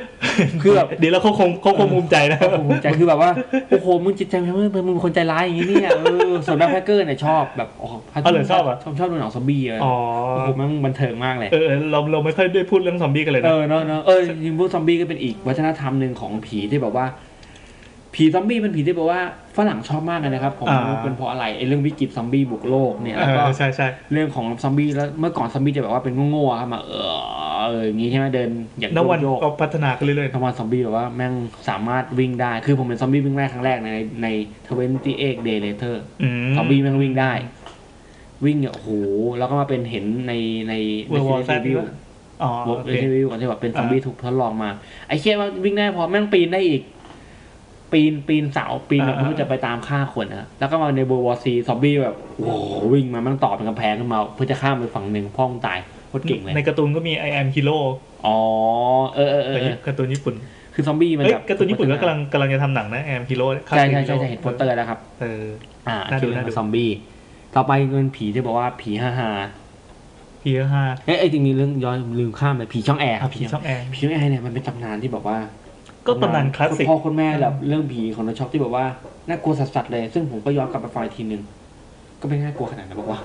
คือแบบ
เดี๋ยวเราเขาคงเขาคงภูมิใจนะ
โอ้โหใจคือแบบว่าโอ้โหมึงจิตใจมึงมึงเป็นคนใจร้ายอย่างนี้เนี่ยเออส่วนแบ็คแพคเกอร์เนี่ยชอบแบบอ๋อชอบชอบดูหนังซอมบี้อะไร
อ๋อ
โอ้โหมันบันเทิงมากเลย
เออเราเราไม่ค่อยได้พูดเรื่องซอมบี้กันเลย
เอ
นะ
อเนาะเนาะเออยิงพวกซอมบี้ก็เป็นอีกวัฒนธรรมหนึ่งของผีที่แบบว่า ผีซอมบี้เป็นผีที่แบบว่าฝรั่งชอบมากเลยนะครับผมเป็นเพราะอะไรไอ้เรื่องวิกฤตซอมบี้บุกโลกเนี่ย
เอ
แล้วก็
อใช่ใช่
เรื่องของซอมบี้แล้วเมื่อก่อนซอมบี้จะแบบว่าเป็นโง่ๆครับมาเออเอออย่างนี้ใช่ไหมเดินอย่าง
นวัน
โยกๆ
ก็พัฒนาขึ้นเรื่อย
ทำมาซอมบี้แบบว่าแม่งสามารถวิ่งได้ คือผมเป็นซอมบี้วิ่งได้ครั้งแรกในในทเวนตี้เอ็กเดย์เลเตอร์
ๆอืม
ซอมบี้แม่งวิ่งได้ วิ่งเนี่ยโอ้โห แล้วก็มาเป็นเห็นในในใน
World War Z
วิว
ปะ อ๋อโอ
เร
เค
ซิวิวก่อนที่แบบเป็นซอมบี้ถูกทดลองมา ไอ้เชี่ยว่าวิ่งได้พอแม่งปีนได้อีก ปีนปีนเสาปีนแบบ
อ่า
ไม่รู้จะไปตามฆ่าคนนะแล้วก็มาในเบอร์วอซีซอมบี้แบบโอ้โหวิ่งมาแม่งต่อเป็นกำแพงขึ้นมาเพื่อจะข้ามไปฝั่งหนึ่งพ่อมึงตายโคตรเก่งเลย
ในการ์ตูนก็มี I am Hero
อ๋อเออเออเออเออ
การ์ตูนญี่ปุ่น
คือซอมบี้มัน
เฮ้ย
แบบ
การ์ตูนญี่ปุ่นก็กำลังกำลังจะทำหนังนะ I am Hero
ใช่ใช่ใช่ใช่เห็นโปสเตอร์แล้วครับ
เออ
อ่า
น่าดู
คิว
น่าดู
เป็นซอมบี้ ต่อไปเป็นผีที่บอกว่าผีฮ่าฮ่า
พีฮา
ๆเอ้ยไอ้จริงๆเรื่องย้อนลืมข้ามไปผีช่องแอร์ครับ
ผีช่องแอร์
ผีช่องแอร์เนี่ยมันเป็นตำนานที่บอกว่า
ก็ตำนานคลาสสิก
ณพ่อคุณแม่แบบเรื่องผีของนช็อปที่บอกว่าน่ากลัวสัสๆเลย ซึ่งผมก็ย้อนกลับไปฟังอีกทีนึง ก็ไม่น่ากลัวขนาดนั้นบอกว่า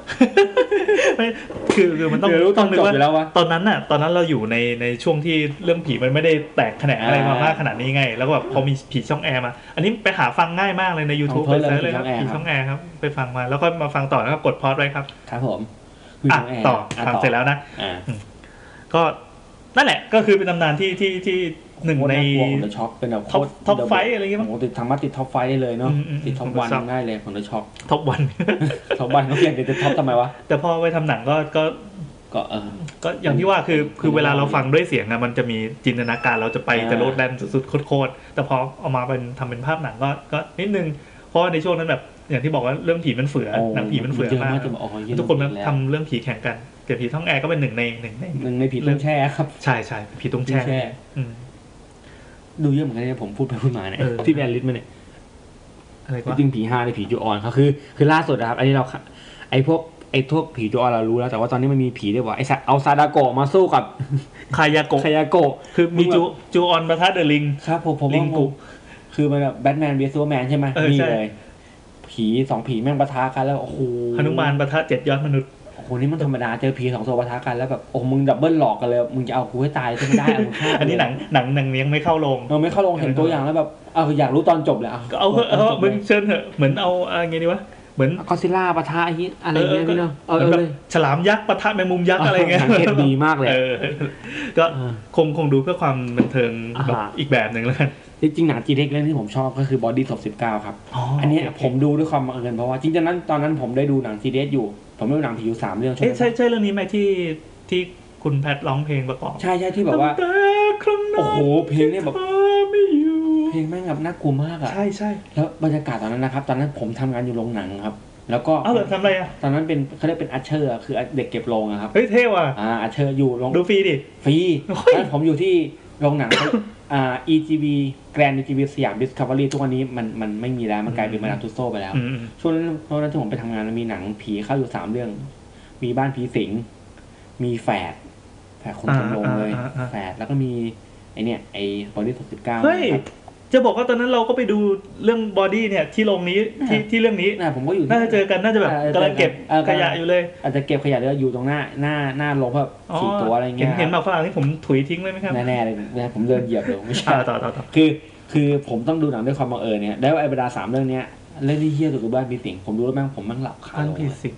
ไม่คือคือมันต้อง
เดี๋ยวรู้
ต้องนึก
ตอนจบอยู่แล้ววะ
ตอนนั้นน่ะ ตอนนั้นเราอยู่ในในช่วงที่เรื่องผีมันไม่ได้แตกแขนงอะไรมา
อ่าม
มากขนาดนี้ไง แล้วก็แบบพอมีผีช่องแอร์มา อันนี้ไปหาฟังง่ายมากเลยใน YouTube
ข
ไป
องเพิ่
เซิร์
น
ชเลยครับ
เลยผี
ผี
ช่
ช่
อ
อง ง
แอ
แอ
ร์
ร์ครับ ไปฟังมาแล้วก็มาฟังต่อแล้วก็กดพอดไว้ครับ
ครับผมคือ
อ่ะ
ช่องแอร์
ต่อ
อ่ะ
ฟังเสร็จแล้วนะ
อ่า
ก็นั่นแหละก็คือเป็นตำนานที่ที่ที่หนึ่งใน
โคตรากลัวของเดอะช็อคเป็นแบบโคตร
Top- Top
The-
Five อะไรอย่างเงี้ยมั้ง
โโหติดสามารถติดท็อปไฟได้เลยเนาะ
อืมอืม
ติดท็อป
ผมก็
วัน
ทราบ
ได้เลยของเดอะ ช็อค
ทบวัน
ท็อปวันเขาเรียนติดท็อปทำไมวะ
แต่พอไปทำหนังก็ก็
ก็เออ
ก็อย่างที่ว่าคือคือเวลาเราฟังด้วยเสียงอะมันจะมีจินตนาการเราจะไป
อ่า
จะโลดแล่นสุดๆโคตรๆแต่พอเอามาเป็นทำเป็นภาพหนังก็ก็นิดนึง เพราะว่าในช่วงนั้นแบบอย่างที่บอกว่าเรื่องผีมันเฟือ
โอ้
หนังผีมันเฟือ
เยอะ
มาก
จนแบบโอ้ยเยอะ
ทุกคนมัน
แล้ว
ทำเรื่องผีแข่งกันแต่ผีท้องแอร์ก็เป็นหนึ่งในหนึ่งใน
หนึ่งในผีเรื่องแช่ครับ
ใช่ใช่ผีตุ้งแช่
ผี
อืม
ดูเยอะเหมือนกันเนี่ยผมพูดไปพูดมาเนี่ย
เออ
ที่แบนลิสต์มาเนี่ย
อะไร
จ
วะ
ริงๆผีฮาในผีจูออนเขาคือ คือล่าสุดนะครับ อันนี้เราไอ้พวกไอ้พวกผีจูออนเรารู้แล้วแต่ว่าตอนนี้มันมีผีด้วยว่าไอ้สัตว์เอาซาดาโกะมาสู้กับ
คายาโกะ
คายาโกะ
คือมีจูจูออนประทัดเดอะลิง
ครับผมผม
ลิง
ว่า
กุ
ผมคือมันแบบแบทแมนเวสซูแมนใช่ไหม
เออ
นี่
ใช่
เลย ผีสองผีแม่งปะทะกันแล้วโอ้โห
หนุมานประทัดเจ็ดยอดมนุษ ย์
โอ้โหนี่มันธรรมดาเจอผีสองตัวปะทะกันแล้วแบบโอ้โหมึงดับเบิลหลอกกันเลยมึงจะเอากูให้ตายจะไม่ได้เอามึงฆ่ากู
อันนี้หนังหนังหนังยังไม่เข้าโรง
เออไม่เข้าลงเห็นตัวอย่างแล้วแบบเอาอยากรู้ตอนจบเลยะ
ก็เอาเถอะเอา
ตน
เถอะ
จบ
มึ
เลย
งเชิญเถอะเหมือนเอาอะไรไงดีวะเหมือน
ก็อดซิลล่าปะทะไอ้นี่อะไรอย่างเงี้ยพี่เนาะเออ
หมือน
เออ
แบ
เล
บ
ย
ฉลามยักษ์ปะทะแมงมุมยักษ์อะไรเงี้ย
สังเกตดีมากเลย
เออก็
เออ
คงคงดูเพื่อความบันเทิง
อ่าฮะ
แบบอีกแบบหนึ่งแล้วกัน
จ จริงๆหนังจีเด็กเรื่องที่ผมชอบก็คือบอดี้ศพสิบเก้าครับ อันเนี้ยผมดูด้วยความบังเอิญเพราะว่าจริงๆตอนนั้นตอนนั้นผมได้ดูหนังซีเดสอยู่ ผมได้ดูหนังผีอยู่สามเรื่อง
เอ๊ะ
ใช่
ใช่ใช่เรื่องนี้ไหมที่ที่คุณแพทร้องเพลงประกอบ
ใช่ใช่ที่แบบว่า
ตั้งแต่ครั้งนั้น
โอ้โหเพลงเนี่ยแบบ
ธอไม่อยู่
เพลงแม่งแบบน่ากลัวมากอะ
ใช่ใช่
แล้วบรรยากาศตอนนั้นนะครับ ตอนนั้นผมทำงานอยู่โรงหนังครับ แล้วก็
เอาเหรอทำอะไรอ่ะ
ตอนนั้นเป็นเขาเรียกเป็นอัชเชอร์อะคือเด็กเก็บโรงอะครับ
เฮ้ยเท่ว่ะ
อ่าอัชเชอร์อยู่โรง
ดูฟรีดิ
ฟรี
โอ้
ต
ย
อนนั้นผมอยู่ที่โรงหนัง อ่า EGV Grand EGV สยาม Discovery ทุกวันนี้มันมันไม่มีแล้วมันกลายเป็นมาดามทุสโซไปแล้ว
อืม
ช่วงนั้นตอนนั้นที่ผมไปทำงานมันมีหนังผีเข้าอยู่สามเรื่อง มีบ้านผีสิง มีแฝดแฝดคนจำลงเลย
อ่าอ่าอ่า
แฝดแล้วก็มีไอเนี่ยไอบอดี้สิบเก้า
เฮ้ย จะบอกว่าตอนนั้นเราก็ไปดูเรื่องบอดี้เนี่ยที่โรงนี้ที่ที่เรื่องนี้
น่าผมก็อยู่ที่
น่าจะเจอกันน่าจะแบบ
เออก
ำลังเก็บ
เออกำลัง
ขยะอยู่เลย
อาจจะเก็บขยะแล้วอยู่ตรงหน้าหน้าหน้าโรงแบบสี่ตัวอะไรเงี้
เห็
ย
นเห็นหมากฝรั่งที่ผมถุยทิ้งไว้ไหมครับ
แน่ๆเลยนะผมเดินเหยียบเลยไม่ใช่
อ่าต่อต่อต่อ
คือ คือผมต้องดูหนังด้วยความบังเอิญเนี่ยแล้วไอ้บรรดาสามเรื่องเนี้ยเรื่องที่เฮี้ยสุดคือบ้านผีสิงผมดูแล้วแม่งผมแม่งหลับคา
ท่าน
โรง
ผี
เลย
สิง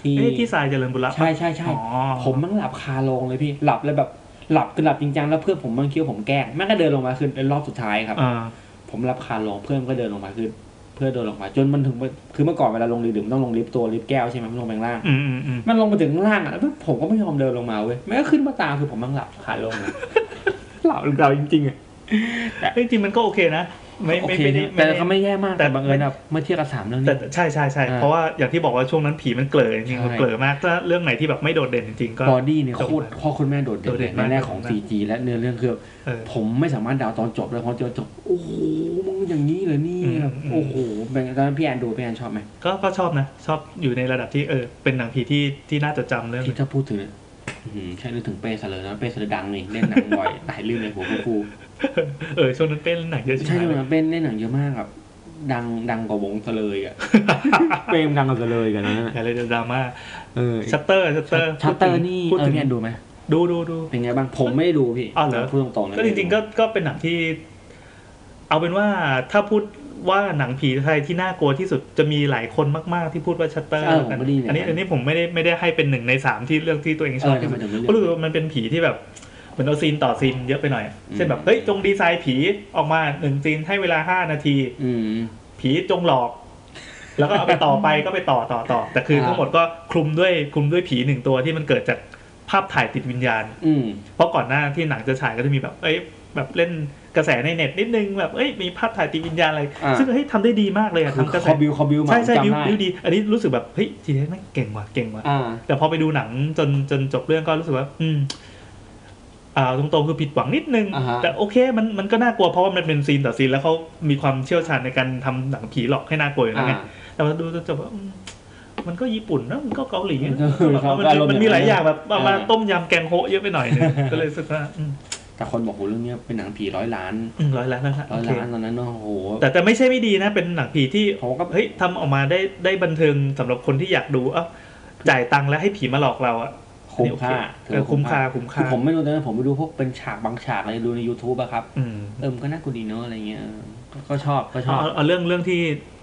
ที่
เอ้ยที่ทรายเจริญบุรพะ
ใช่ใช่ใช่
อ๋อ
ผมมันหลับคาโรงเลยพี่ หลับเลยแบบหลับคือหลับจริงจังแล้วเพื่อนผมมันคิดว่าผมแกล้งแม่งก็เดินลงมาคือรอบสุดท้ายครับ
อ่า
ผมหลับคาโรงเพื่อนก็เดินลงมาคือเพื่อนเดินลงมาจนมันถึงคือเมื่อก่อนเวลาลงลิฟต์หรือมันต้องลงลิฟต์ตัวลิฟต์แก้วใช่ไหมมันลงไปข้างล่าง
อืมอืมอืม
มันลงมาถึงข้างล่างอ่ะแล้วผมก็ไม่ยอมเดินลงมาเว้ยแม่งก็ขึ้นมาตามคือผมมันหลับคาโรงเลย หลับหลับจริงๆอ่ะ
เอ้ยจริงมันก็โอเคนะไม่
โอ
ไม่
เค
ไม่ได้
นะ
ไม่
แต่
ได้
ก็ไม่แย่มาก
แต่
แต่บังเอิญแบบเมื่อเทียบกับสามเรื่อง
แต่
นี้
แต่ใช่ใช่ใช่
อ่า
เพราะว่าอย่างที่บอกว่าช่วงนั้นผีมันเกลือจริงๆ
ใช่
มันเกลือมากถ้าเรื่องไหนที่แบบไม่โดดเด่นจริงๆก็
บอดี้เนี่ยโคตรพ่อคุณแม่โดดเด่
โด
น
ดเด่น
ใน
มาก
แง่ของ 4G และเนื้อเรื่องคือ
เออ
ผมไม่สามารถเดาตอนจบเลยเพอตอนจบโอ้โหมึงอย่างนี้เลยนี่
อืมอืม
โอ้โหเป็นตอนนั้นพี่แอนดูพี่แอนชอบไหม
ก็ก็ชอบนะ ชอบอยู่ในระดับที่เออเป็นหนังผีที่ที่น่าจดจำเรื่องหนึ่
ที่
ง
ถ้าพูดถึงเนี่ยอื้อหือใช่นึกถึงเป้เสลอนะเป้เสลอดังนี่เล่นหนังบ่อย หลายเรื่องเลยหัวฟูฟู
เออช่วงนั้นเป็นหนังเยอะชิบหา
ใช่
ย
ใช่
เลย
นะเป้เล่นหนังเยอะมากครับดังดังกว่าวงเสลย อ่ะ เป้มดังกว่าเสลยกันนะนั่นน่ะ
อะไรเดี๋ยวดราม่า
เออ
ชัตเตอร์ชัตเตอร์
ชัตเตอร์นี่
พูด
เออ
ถึง
พี่แอนดูไหม
ดูดูดู
เป็นไงบ้างผมไม่ได้ดูพี่
อ้าวเหรอ
พูดตรงๆเลย
ก็จริงๆก็ก็เป็นหนังที่ เอาเป็นว่าถ้าพูดว่าหนังผีไทยที่น่ากลัวที่สุดจะมีหลายคนมากๆที่พูดว่าชัตเตอร์
เออผมก็ไดีเนี่ย
อันนี้อันนี้ผมไม่ได้ไม่ได้ให้เป็นหนึ่งในสามที่เรื่องที่ตัวเอง
เอ
ชอ
อบ ทำ
ที่
ไม
สุด
ถึงไม่
ก็
เลื
รู้
อก
สึกว่ามันเป็นผีที่แบบเหมือนเอาซีนต่อซีนเยอะไปหน่อยอะเช่นแบบเฮ้ยจงดีไซน์ผีออกมาหนึ่งซีนให้เวลาห้านาที
อืม
ผีจงหลอก แล้วก็เอาไปต่อไปก็ไปต่อต่อต่อแต่คือ
ครับ
ทั้งหมดก็คลุมด้วยคลุมด้วยผีหนึ่งตัวที่มันเกิดจากภาพถ่ายติดวิญญาณ
อืม
เพราะก่อนหน้าที่หนังจะฉายก็จะมีแบบ เอ้ย แบบเล่นกระแสในเน็ตนิดนึงแบบ เอ้ย มีภาพถ่ายติดวิญญาณอะไร
อ่า
ซึ่งเฮ้ยทำได้ดีมากเลยอะ
คือ
ทำกระ
ค
แส
อบิวคอบิวมา
ใช่ใช่บิว
จำได้
บิวดี อันนี้รู้สึกแบบ เฮ้ย ทีนี้แม่งเก่งว่ะ เก่งว่ะ
อ่า
แต่พอไปดูหนังจนจนจบเรื่องก็รู้สึกว่า อืม อ่าตรงๆคือผิดหวังนิดนึง
อ่าฮะ
แต่โอเค มันมันก็น่ากลัวเพราะว่ามันเป็นซีนต่อซีนแล้วเขามีความเชี่ยวชาญในการทำหนังผีหลอกให้น่ากลัวอยู่แล้วไง
อ่า
แต่ว่าดูจนจบว่าอืมมันก็ญี่ปุ่นนะมันก็เกาหลีนะ
เออครับ
มัน
อารมณ์
มันมีหลายอย่างแบบเอามา
เออ
ต้มยำแกงโฮะเยอะไปหน่อยนึง ก็เลยรู้สึกว่าอืม
แต่คนบอกโหเรื่องเนี้ยเป็นหนังผีร้อยล้าน
อืมร้อยล้านแล้วนะ
ร้
โอ
อย
เค
ล้านตอนนั้นเนอะโอ้โห
แต่แต่ไม่ใช่ไม่ดีนะ เป็นหนังผีที่
เขาก็
เฮ้ยทำออกมาได้ได้บันเทิงสำหรับคนที่อยากดูเอ้าจ่ายตังค์แล้วให้ผีมาหลอกเราอะ
คุ้มค่า
เออคุ้มค่าคุ้ม
คือ
ค่า
ผมไม่รู้ตอนนั้นผมไปดูพวกเป็นฉากบางฉากอะไรดูใน YouTube อะครับ
อืม
เออมันก็น่ากลัวดีเนอะอะไรเงี้ยเออก็ก็ชอบก็ช
เอา
อบ
เอาเอาเรื่องเรื่องที่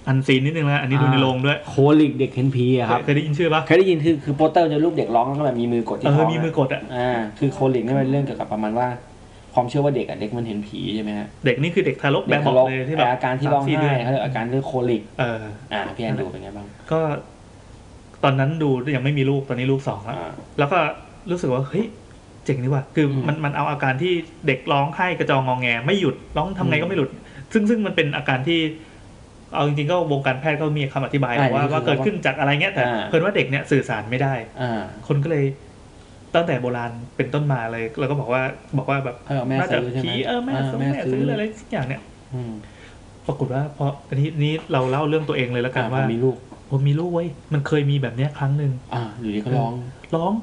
อันซีนนิดนึงนะอันนี้ดูใน
อ่า
โรงด้วย
โคลิกเด็กเห็นผีอะครับ
เคยได้ยินชื่อปะ
เคยได้ยินคือคือโปสเตอร์จะรูปเด็กร้องแล้วก็แบบมีมือกดที่
เอ
ท้
อ
อง
มีมือ
อะ
กดอะ
อ่าคือโคลิกนี่เป็นเรื่องเกี่ยวกับประมาณว่า ความเชื่อว่าเด็กอะเด็กมันเห็นผีใช่ไหมฮะ
เด็กนี่คือเด็กทารกแบ
เด็
บบ
ก
อ
ทะ
ก
เลาะ
เลยที่แบบ
อาการที่
สม
ร้อง
สี่เดื
ไห้
น
เขาเรียกอาการเรื่องโคลิก
เออ
อ่าพี่แอนดูเป็นไงบ้าง
ก็ตอนนั้นดูยังไม่มีลูกตอนนี้ลูกสองแล้ว
อ่า
แล้วก็รู้สึกว่าเฮ้ยเจ๋งดีว่ะคืออ
ม
มันมันเอาอาการที่เด็กร้องไห้กระจองงองแง ไม่หยุดร้องทำไง
อืม
ก็ไม่หลุด ซึ่งซึ่งมันเป็นอาการที่ เอาจริงๆก็วงการแพทย์ก็มีคำอธิบาย
ใช่
ว่า
คือ
ว่าเกิดขึ้นจากอะไรเงี้ยแต่
อ่า
เพิ่นว่าเด็กเนี่ยสื่อสารไม่ได้
อ่า
คนก็เลย ตั้งแต่โบราณเป็นต้นมาเลยเราก็บอกว่าบอกว่าแบบ
เขาบอกแม่
น่าจะ
ซื้อใช่ไหม
ผีเออแม่ซื้อแม่ซื้ออะไรสักอย่างเนี่ย
อืม
ปรากฏว่าพออันนี้นี้เราเล่าเรื่องตัวเองเลยแล้วกันว่า
มีลูก
ผมมีลูกเว้ยมันเคยมีแบบเนี้ยครั้งหนึ่ง
อ่า อยู่ดีก็ร้อง
ร้อง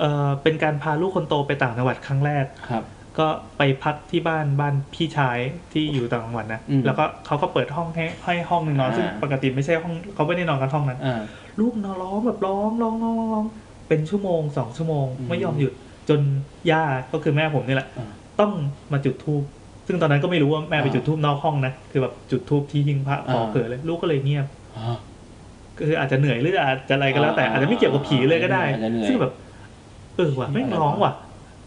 เอ่อเป็นการพาลูกคนโตไปต่างจังหวัดครั้งแรก
ครับ
ก็ไปพักที่บ้านบ้านพี่ชายที่อยู่ต่างจังหวัดนะ
อืม
แล้วก็เขาก็เปิดห้องให้ให้ห้องหนึ่งนอน
อ่า
ซึ่งปกติไม่ใช่ห้องเขาไม่ได้นอนกันห้องนั้น
อ่า
ลูกนอนร้องแบบร้องร้องร้องร้องเป็นชั่วโมงสองชั่วโมง
อืม
ไม่ยอมหยุดจนย่าก็คือแม่ผมนี่แหละ
อ่า
ต้องมาจุดธูปซึ่งตอนนั้นก็ไม่รู้ว่าแม่ไป
อ่า
จุดธูปนอกห้องนะคือแบบจุดธูปที่หิ้งพระขอ
อ่า
เกิดเลยลูกก็เลยเงียบ
อ่า
คืออาจจะเหนื่อยหรืออาจจะอะไรก็แล้วแต่
อ่า
อาจจะไม่เกี่ยวกับผีเลยก็ได้
อาจจะเหนื่อย
ซึ่งแบบ เออว่ะแม่งร้องว่ะ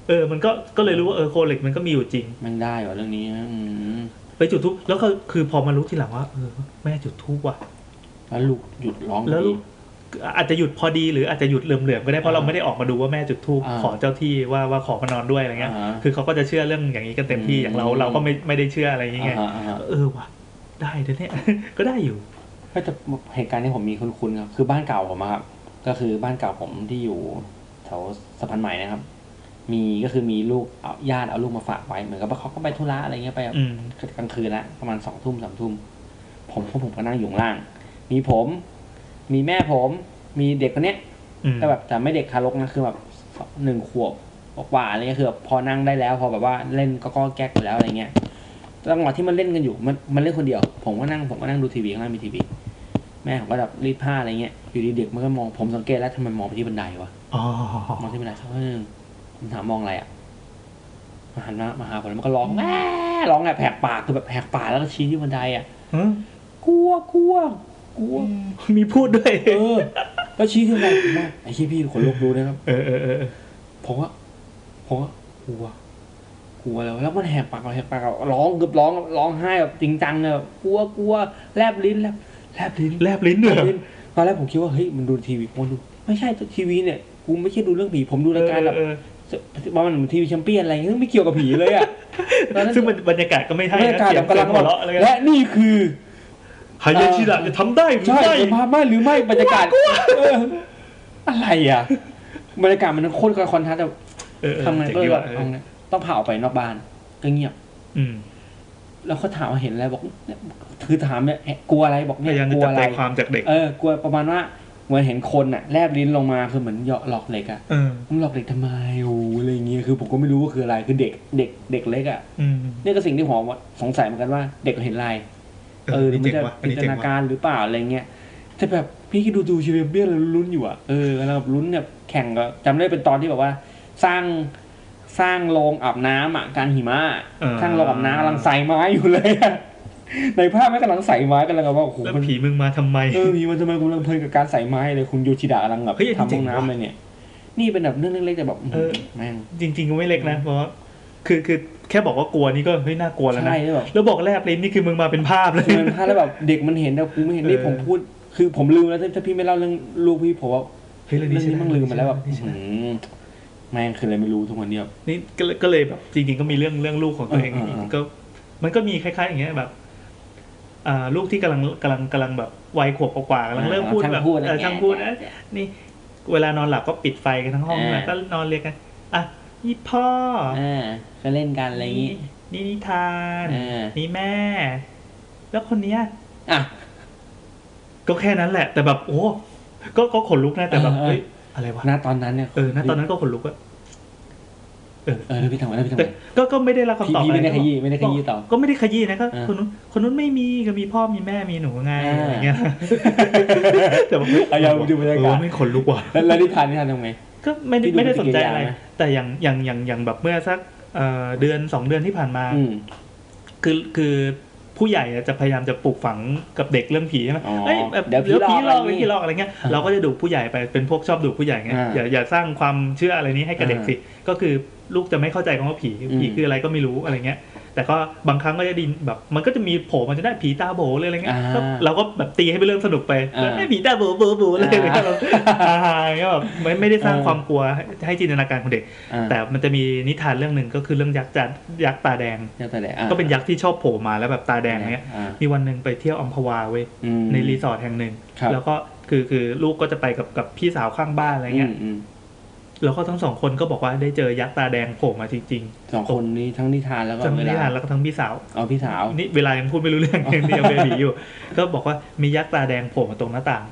เออ มันก็ก็เลยรู้ว่าเออโคลิกมันก็มีอยู่จริง
มันได้เหรอเรื่องนี้อืม
ไปจุดทูบแล้วก็คือพอมารู้ทีหลังว่าเออแม่จุดทูบว่ะ
แล้วลูกหยุดร้อง
แล้วลู
ดี
ก อาจจะหยุดพอดีหรืออาจจะหยุดเหลื่อมๆก็ได้เพราะเรา
อ่า
ไม่ได้ออกมาดูว่าแม่จุดทูบ
อ่า
ขอเจ้าที่ว่าว่าขอมานอนด้วยอะไรเงี้ย
อ่า
คือเขาก็จะเชื่อเรื่องอย่างนี้กันเต็มที่
อืม
อย่างเราเราก็ไม่ไม่ได้เชื่ออะไรอย่างเงี้ย
อ่าฮะอ่าฮะ
เออว่ะได้เดี๋ยวเนี่ย ก็ได้อยู่
ก็จะเหตุการณ์ที่ผมมีคุ้นๆครับคือบ้านเก่าผมอะครับ ก็คือบ้านเก่าผมที่อยู่แถวสะพานใหม่นะครับ มีก็คือมีลูกเอาญาติเอาลูกมาฝากไว้เหมือนกับว่าเขาก็ไปธุระอะไรเงี้ยไป
อืม
กลางคืนละประมาณสองทุ่มสามทุ่ม ผมพวกผมก็นั่งอยู่ข้างล่าง มีผม มีแม่ผม มีเด็กคนเนี้ย
อืม
ก็แบบแต่ไม่เด็กทารกนะคือแบบหนึ่งขวบกว่าๆอะไรเงี้ยคือแบบพอนั่งได้แล้ว พอแบบว่าเล่นก็ก็แก๊กอยู่แล้วอะไรเงี้ยจังหวะที่มันเล่นกันอยู่มันมันเล่นคนเดียว ผมก็นั่งผมก็นั่งดูทีวีข้างล่างมีทีวี แม่ผมก็แบบรีดผ้าอะไรเงี้ยอยู่ดีเด็กมันก็มองผมสังเกตแล้วทำไมมองไปที่บันไดวะ
อ๋อ
มองที่บันไดสักพักหนึ่งผมถามมองอะไรอ่ะมันหันมามาหาผมแล้วมันก็ร้องแม่ร้องแบบแหกปากคือแบบแหกปากแล้วก็ชี้ที่บันไดอ่ะ
เอ้ย
กลัวกลัวกลัว
มีพูดด้วย
เออแล้วชี้ที่บันไดผมว่าไอ้ที่พี่ขนลุกดูนะครับ
เออเออเออเออ
ผมว่าผมว่ากลัวกลัวแล้วแล้วมันแหกปากแหกปากร้องกึบร้องร้องไห้แบบจริงจังเลยแบบกลัวกลัวแลบลิ้นแลบแลบลิ้น
แลบลิ้นด้วยเหรอ
ตอนแรก ผมคิดว่าเฮ้ยมันดูทีวีผมดูไม่ใช่ทีวีเนี่ยกูไม่ใช่ดูเรื่องผีผมดูรายการแบบ
เออ
ประมาณเหมือนทีวีแชมเปี้ยนอะไรเงี้ยไม่เกี่ยวกับผีเลยอ่ะ
เออซึ่งบรรยากาศก็ไม่ใช่
บรรยา
นะ
กาศ
เสี
แบ
ยง
บ
เสี
กำ
ย
ลั
ง
ง
หัวเราะอะไรกัน
และนี่คือ
หายใจชีระจะทำได้หรือ
ใช่
ไม่
ภาพไม่หรือไม่บรรยากาศเอออะไรอ่ะบรรยากาศมันโคตรคอนทราสต์แบบ
เออเออ
ทำไง
เจ๋ง
ก็เล
ดี
ยแบ
ว่ะ
บ
เอ
เอา
อ
ไงต้องพาออกไปนอกบ้านก็เงียบ
อืม
แล้วเขาถามว่าเห็นอะไรบอกเนี่ยคือถามเนี่ยแอะกลัวอะไรบอก
พ
เนี่ย
ยายาม
กลัว
จะ
อะไร
ใจความจากเด็ก
เออกลัวประมาณว่าเหมือนเห็นคนอ่ะแลบลิ้นลงมาคือเหมือนเหยาะหลอกเหล็กอ่ะ
เออ
มึงหลอกเหล็กทำไมโอ้อะไรเงี้ยคือผมก็ไม่รู้ว่าคืออะไรคือเด็กเด็กเด็กเล็กอ่ะ
อืม
นี่ก็สิ่งที่ผมสงสัยเหมือนกันว่าเด็กเห็นลาย
เออนี่
มั
เจ๋ง
จะ
ว่ะอัน
จิ
นี้
นต
เจ๋ง
นา
ว่ะ
การหรือเปล่าอะไรเงี้ยแต่แบบพี่คิดดูดูชีวิตเบี้ยแล้วลุ้นอยู่อ่ะเออแล้วแบบลุ้นแบบแข่งก็จำได้เป็นตอนที่แบบว่า สร้างสร้างโรงอาบน้ำอ่ะกลารหิมะ
เออ
สร้างโรงอาบน้ำกำลังใส่ไม้อยู่เลยอะ ในภาพไม่งกำลังใส่ไม้กำลังแบบว่าโอ้โห
แล้ว
มัน
ผีมึงมาทำไม
เออมีมันทำไมกูกำลังเพลินกับการใส่ไม้เลยคุณยูชิดะกำลังแบบ
เฮ้ยอันนี้
ทำ
เจ๋
ห้องง
ว่ะ
น้ำเลยเนี่ย นี่เป็นแบบเรื่องเล็กๆแต่แบบ
เออ
แม่ง
จริงๆก็ไม่เล็กนะ เพราะว่าคือคือแค่บอกว่ากลัวนี่ก็เฮ้ยน่ากลัวแล้วนะ
ใช่แล้วแบบ
แล้วบอกแลบลิ้นนี่คือมึงมาเป็นภาพเลย
เงินพลาดแล้วแบบเด็กมันเห็นแต่กูไม่เห็นนี่
เออ
ผมพูด คือผมลืมแล้วถ้าถ้าพี่ไม่เล่าเรื่องลูกพี่ผมว่า
เฮ้ย
เรื่
เรื่องง
อนี้
นี้ใช่
มันลืมไปแล้วแบบ
เรื่องนี้ใช่ไหม
อืมแม่งคืออะไรไม่รู้ทุกวันเนี่ย
นี่ก็เลยก็เลยแบบ จริง ๆ ก็มีเรื่องเรื่องลูกของตัวเอง
เออเออเออ
ก็ มันก็มีคล้ายๆ อย่างเงี้ยแบบ อ่าลูกที่กำลังกำลังกำลังแบบวัยขวบกว่าๆกำลังเริ่มพูด
ช่าง
แบบ
พูดนะ
เออช่างพูดนะ นี่เวลานอนหลับก็ปิดไฟกันทั้งห้องนะก็นอนเรียงกัน อ่ะนี่พ่อ
อ่าก็เล่นกันอะไรอย่างงี้
นี่นิทาน
เออ
นี่แม่ แล้วคนเนี้ย
อ่ะ
ก็แค่นั้นแหละ แต่แบบโอ้ก็ก็ขนลุกนะแต่แบบ
เออ
เฮ้ยอะไรวะ
ณตอนนั้นเนี่ย
เออนะตอนนั้นก็ขนลุกอะ
เออแล้วพี่ทำไงแล้วพี่ทำ
แต่
ไง
ก็ก็ไม่ได้รับคำตอบ
พี่
อะร
ไม่ได้ขยี้ไม่ได้ขยี้ต่อ
ก็ไม่ได้ขยี้นะก็
อ่า
คนนู้นคนนู้นไม่มีก็มีพ่อมีแม่มีหนูไง
อ่า
อะไร เงี้ยแต่แบบ
เอาอย่างดูบรรยากาศ
เออไม่ขนลุกว่ะ
แล้วแล้วนิทานนิทานทำไง
ก็ไม่ได้
ที่ดู
ไม่ได้สนใจอะไร
ปฏิกิริยาไหม
แต่อย่างอย่างอย่างอย่างแบบเมื่อสักเอ่อเดือนสองเดือนที่ผ่านมา
อืม
คือคือผู้ใหญ่อะจะพยายามจะปลูกฝังกับเด็กเรื่องผีใช่ไหม
อ๋อ
เอ้ยแบบ
เดี๋
เดี๋
ย
ยว ว
ผี
ผี
หล
หล
อก
อก
อะไรอย่างงี้
เดี๋ยวผีหลอกอะไรเงี้ยเราก็จะดูผู้ใหญ่ไปเป็นพวกชอบดูผู้ใหญ่เงี้ย
อ่า
อย่าอย่าสร้างความเชื่ออะไรนี้ให้กับเด็ก
อ่า
สิก็คือลูกจะไม่เข้าใจคำว่าผีผี
อืม
คืออะไรก็ไม่รู้อะไรเงี้ย แต่ก็บางครั้งก็จะดินแบบมันก็จะมีโผล่มันจะได้ผีตาโบเลยอะไรเงี้ย
อ่า
ก็เราก็แบบตีให้เป็นเรื่องสนุกไป
อ่า
ไอ้ยผีตาโบโบโบเลยอะไรเงี้ยแบบอ่าเงี้ยแบบไม่ไม่ได้สร้าง
อ่า
ความกลัวให้ให้จินตนาการของเด็ก
อ่า
แต่มันจะมีนิทานเรื่องหนึ่งก็คือเรื่องยักษ์จันยักษ์ตาแดง
ยักษ์ตาแดงอ่ะ
ก็เป็นยักษ์ที่ชอบโผล่มาแล้วแบบตาแดงเนี้ย
อ่า
มีวันหนึ่งไปเที่ยวอัมพวาเว้ย
อืม
ในรีสอร์ทแห่งหนึ่ง
ครับ
แล้วก็คือคือลูกก็จะไปกับกับพี่สาวข้างบ้านอะไรเงี้ย
อืมม
แล้วก็ทั้งสองคนก็บอกว่าได้เจอยักษ์ตาแดงโผล่มาจริง
สองคนนี้ทั้งนิทานแล้วก็
ๆทั้ง
เว
นิ
ลา
ทานแล้วก็ทั้งพี่สาว
เอาพี่สาว
นี่เวลายังพูดไม่รู้เรื่อง ยังยังเบบีอยู่ ก็บอกว่ามียักษ์ตาแดงโผล่มาตรงหน้าต่าง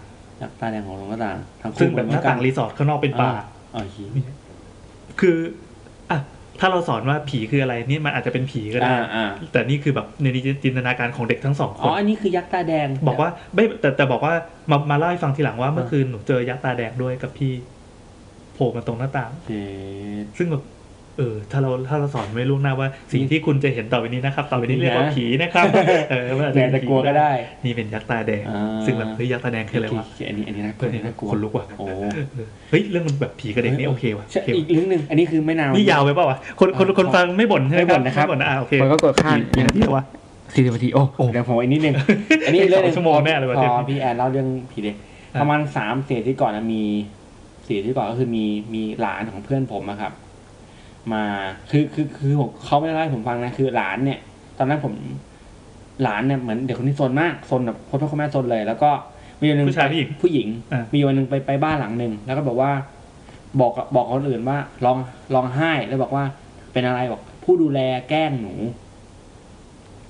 ยักษ์ตาแดงของหลวงพ่อต่างทั้งคู่
ซึ่งแบบหน้าต่าง
เหมือกั
รีสอร์ทข้างนอกเป็นป่า
อ่ะอ๋อเหี้ย
คืออ่ะถ้าเราสอนว่าผีคืออะไรนี่มันอาจจะเป็นผีก็ได้
อ่าอ่า
แต่นี่คือแบบในจินตนาการของเด็กทั้งสองค
อ๋อน อันนี้คือยักษ์ตาแดง
บอกว่าไม่แต่แต่บอกว่ามามาเล่าให้ฟังทีหลังว่าเมื่อ
อ่า
คืนหนูเจอยักษ์ตาแดงด้วยกับพี่โผล่มาตรงหน้าต่าง
เจ็ด
ซึ่งแบบเออ ถ้าเราถ้าเราสอนไว้ล่วงหน้าว่าสิ่งที่คุณจะเห็นต่อไปนี้นะครับต่อไปนี้เรียกว่า
นะ
ผี นะครับเออมันอาจ
แต่
เป็น
จะ
ผี
กลัวก็ได้
นี่เป็นยักษ์ตาแดง
อ่า
ซึ่งแบบเฮ้ยยักษ์ตาแดงคืออะไรวะ
โเอันนี้อันนี้น่ากลั
เพื่
ว
อนเห็น
น่ากลัว
คนลุกว่ะ
โอ้
เออเฮ้ยเรื่องมันแบบผีกับเด็กนี่โอเควะ
ใช่
โอเคว่ะ
อีกเรื่องหนึ่งอันนี้คือไม่นาน
นี่ยาวไปเปล่าวะคนคนคนฟังไม่บ่นใช่ไหม
ไม่บ่นนะครับ
ไม่บ่นอ่ะโอเค
มันก็กดข้าม
อย่างที่ว่ะ
สี่สิบนาทีโอ้
โอ้
เดี๋ยวผมอีกนิด นึง อันนี้เรื่องหนึ
สองชั่วโมงแน่เลยวะ
พ
เทป
อ
นี้
พี่แอนเล่าเรื่องผีเด็ก
ครับ
ประมาณสามเสียที่ก่อนนะมีเสียที่ก่อนก็คือมีมีหลานของเพื่อนผมอะครับ มาคือคือคือผมเขาไม่ได้เล่าให้ผมฟังนะคือหลานเนี่ย ตอนนั้นผมหลานเนี่ยเหมือนเด็กคนนี้ซนมากซนแบบโคตรพ่อโคตรแม่ซนเลย แล้วก็มีวันหนึ่ง
ผู้ชายผู้หญิง
ผู้หญิง
อ่ะ
มีวันหนึ่งไปไปบ้านหลังหนึ่งแล้วก็บอกว่า บอกกับบอกคนอื่นว่าร้องร้องไห้แล้วบอกว่าเป็นอะไรบอก ผู้ดูแลแกล้งหนู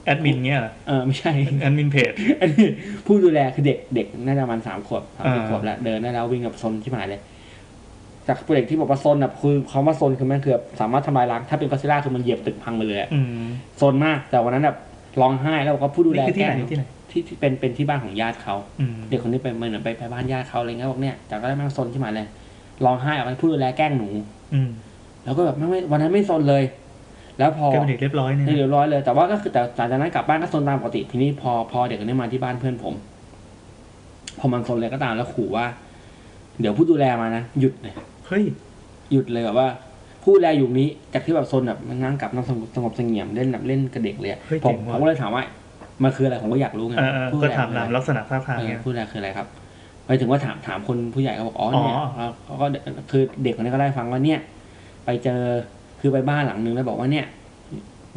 แอดมินเงี้ยเหรอ
เออไม่ใช่
แอดมินเพจ
อันนี้ผู้ดูแลคือเด็กเด็กน่าจะประมาณสามขวบสามสี่
อ่า
ขวบแล้วเดินได้แล้ววิ่งกับซนที่หมายเลย จากเด็กที่บอกว่าซนอ่ะคือเขาว่าซนคือแม่งคือแบบสามารถทำลายล้างถ้าเป็นก็อดซิลล่าคือมันเหยียบตึกพังไปเลยอะ
อืม
ซนมาก แต่วันนั้นแบบร้องไห้แล้วบอกว่าผู้ดูแล
นี่คือ
แก
ที่ไห
ล้
น
งหนู
ที่ไหน
ที่ที่เป็นเป็นที่บ้านของญาติเขา
อืม
เด็กคนนี้ไปเหมือนไปไปบ้านญาติเขาอะไรเงี้ยบอกเนี่ยจากก็ได้แม่งซนขึ้นมาเลยร้องไห้ออกไปพูดดูแลแกล้งหนู
อืม
แล้วก็แบบไม่ไม่วันนั้นไม่ซนเลย แล้วพอ
แกเป็นเด็กเรียบร้อยเนี่ย
เรียบร้อยเลยแต่ว่าก็คือแต่หลังจากนั้นกลับบ้านก็ซนตามปกติทีนี้พอพอเด็กคนนี้มาที่บ้านเพื่อนผม พอมันซนเลยก็ตามแล้วขู่ว่า เดี๋ยวผู้ดูแลมานะหยุดเลย
เฮ้ย
หยุดเลยแบบว่า ผู้ดูแลอยู่นี้จากที่แบบซนแบบนั่งกลับนั่งสงบสงบเสงี่ยมเล่นแบบเล่นกับเด็กเลยอะ
เฮ้ย
ผม
เจ๋ง
ผ
ว่ะ
มก็เลยถามว่ามันคืออะไรผมก็อยากรู้ไง
เออเออ
ผู้ดู
ก็
แล
ถาม
คืออะไร
นามลักษณะท่าทาง
เออ
เนี่ย
พูดอะไรคืออะไรครับไปถึงว่าถามถามคนผู้ใหญ่เขาบอกอ๋อ
อ๋อ
เนี่ยเขาเขาก็คือเด็กคนนี้ก็ได้ฟังว่าเนี่ย ไปเจอคือไปบ้านหลังนึงแล้วบอกว่าเนี่ย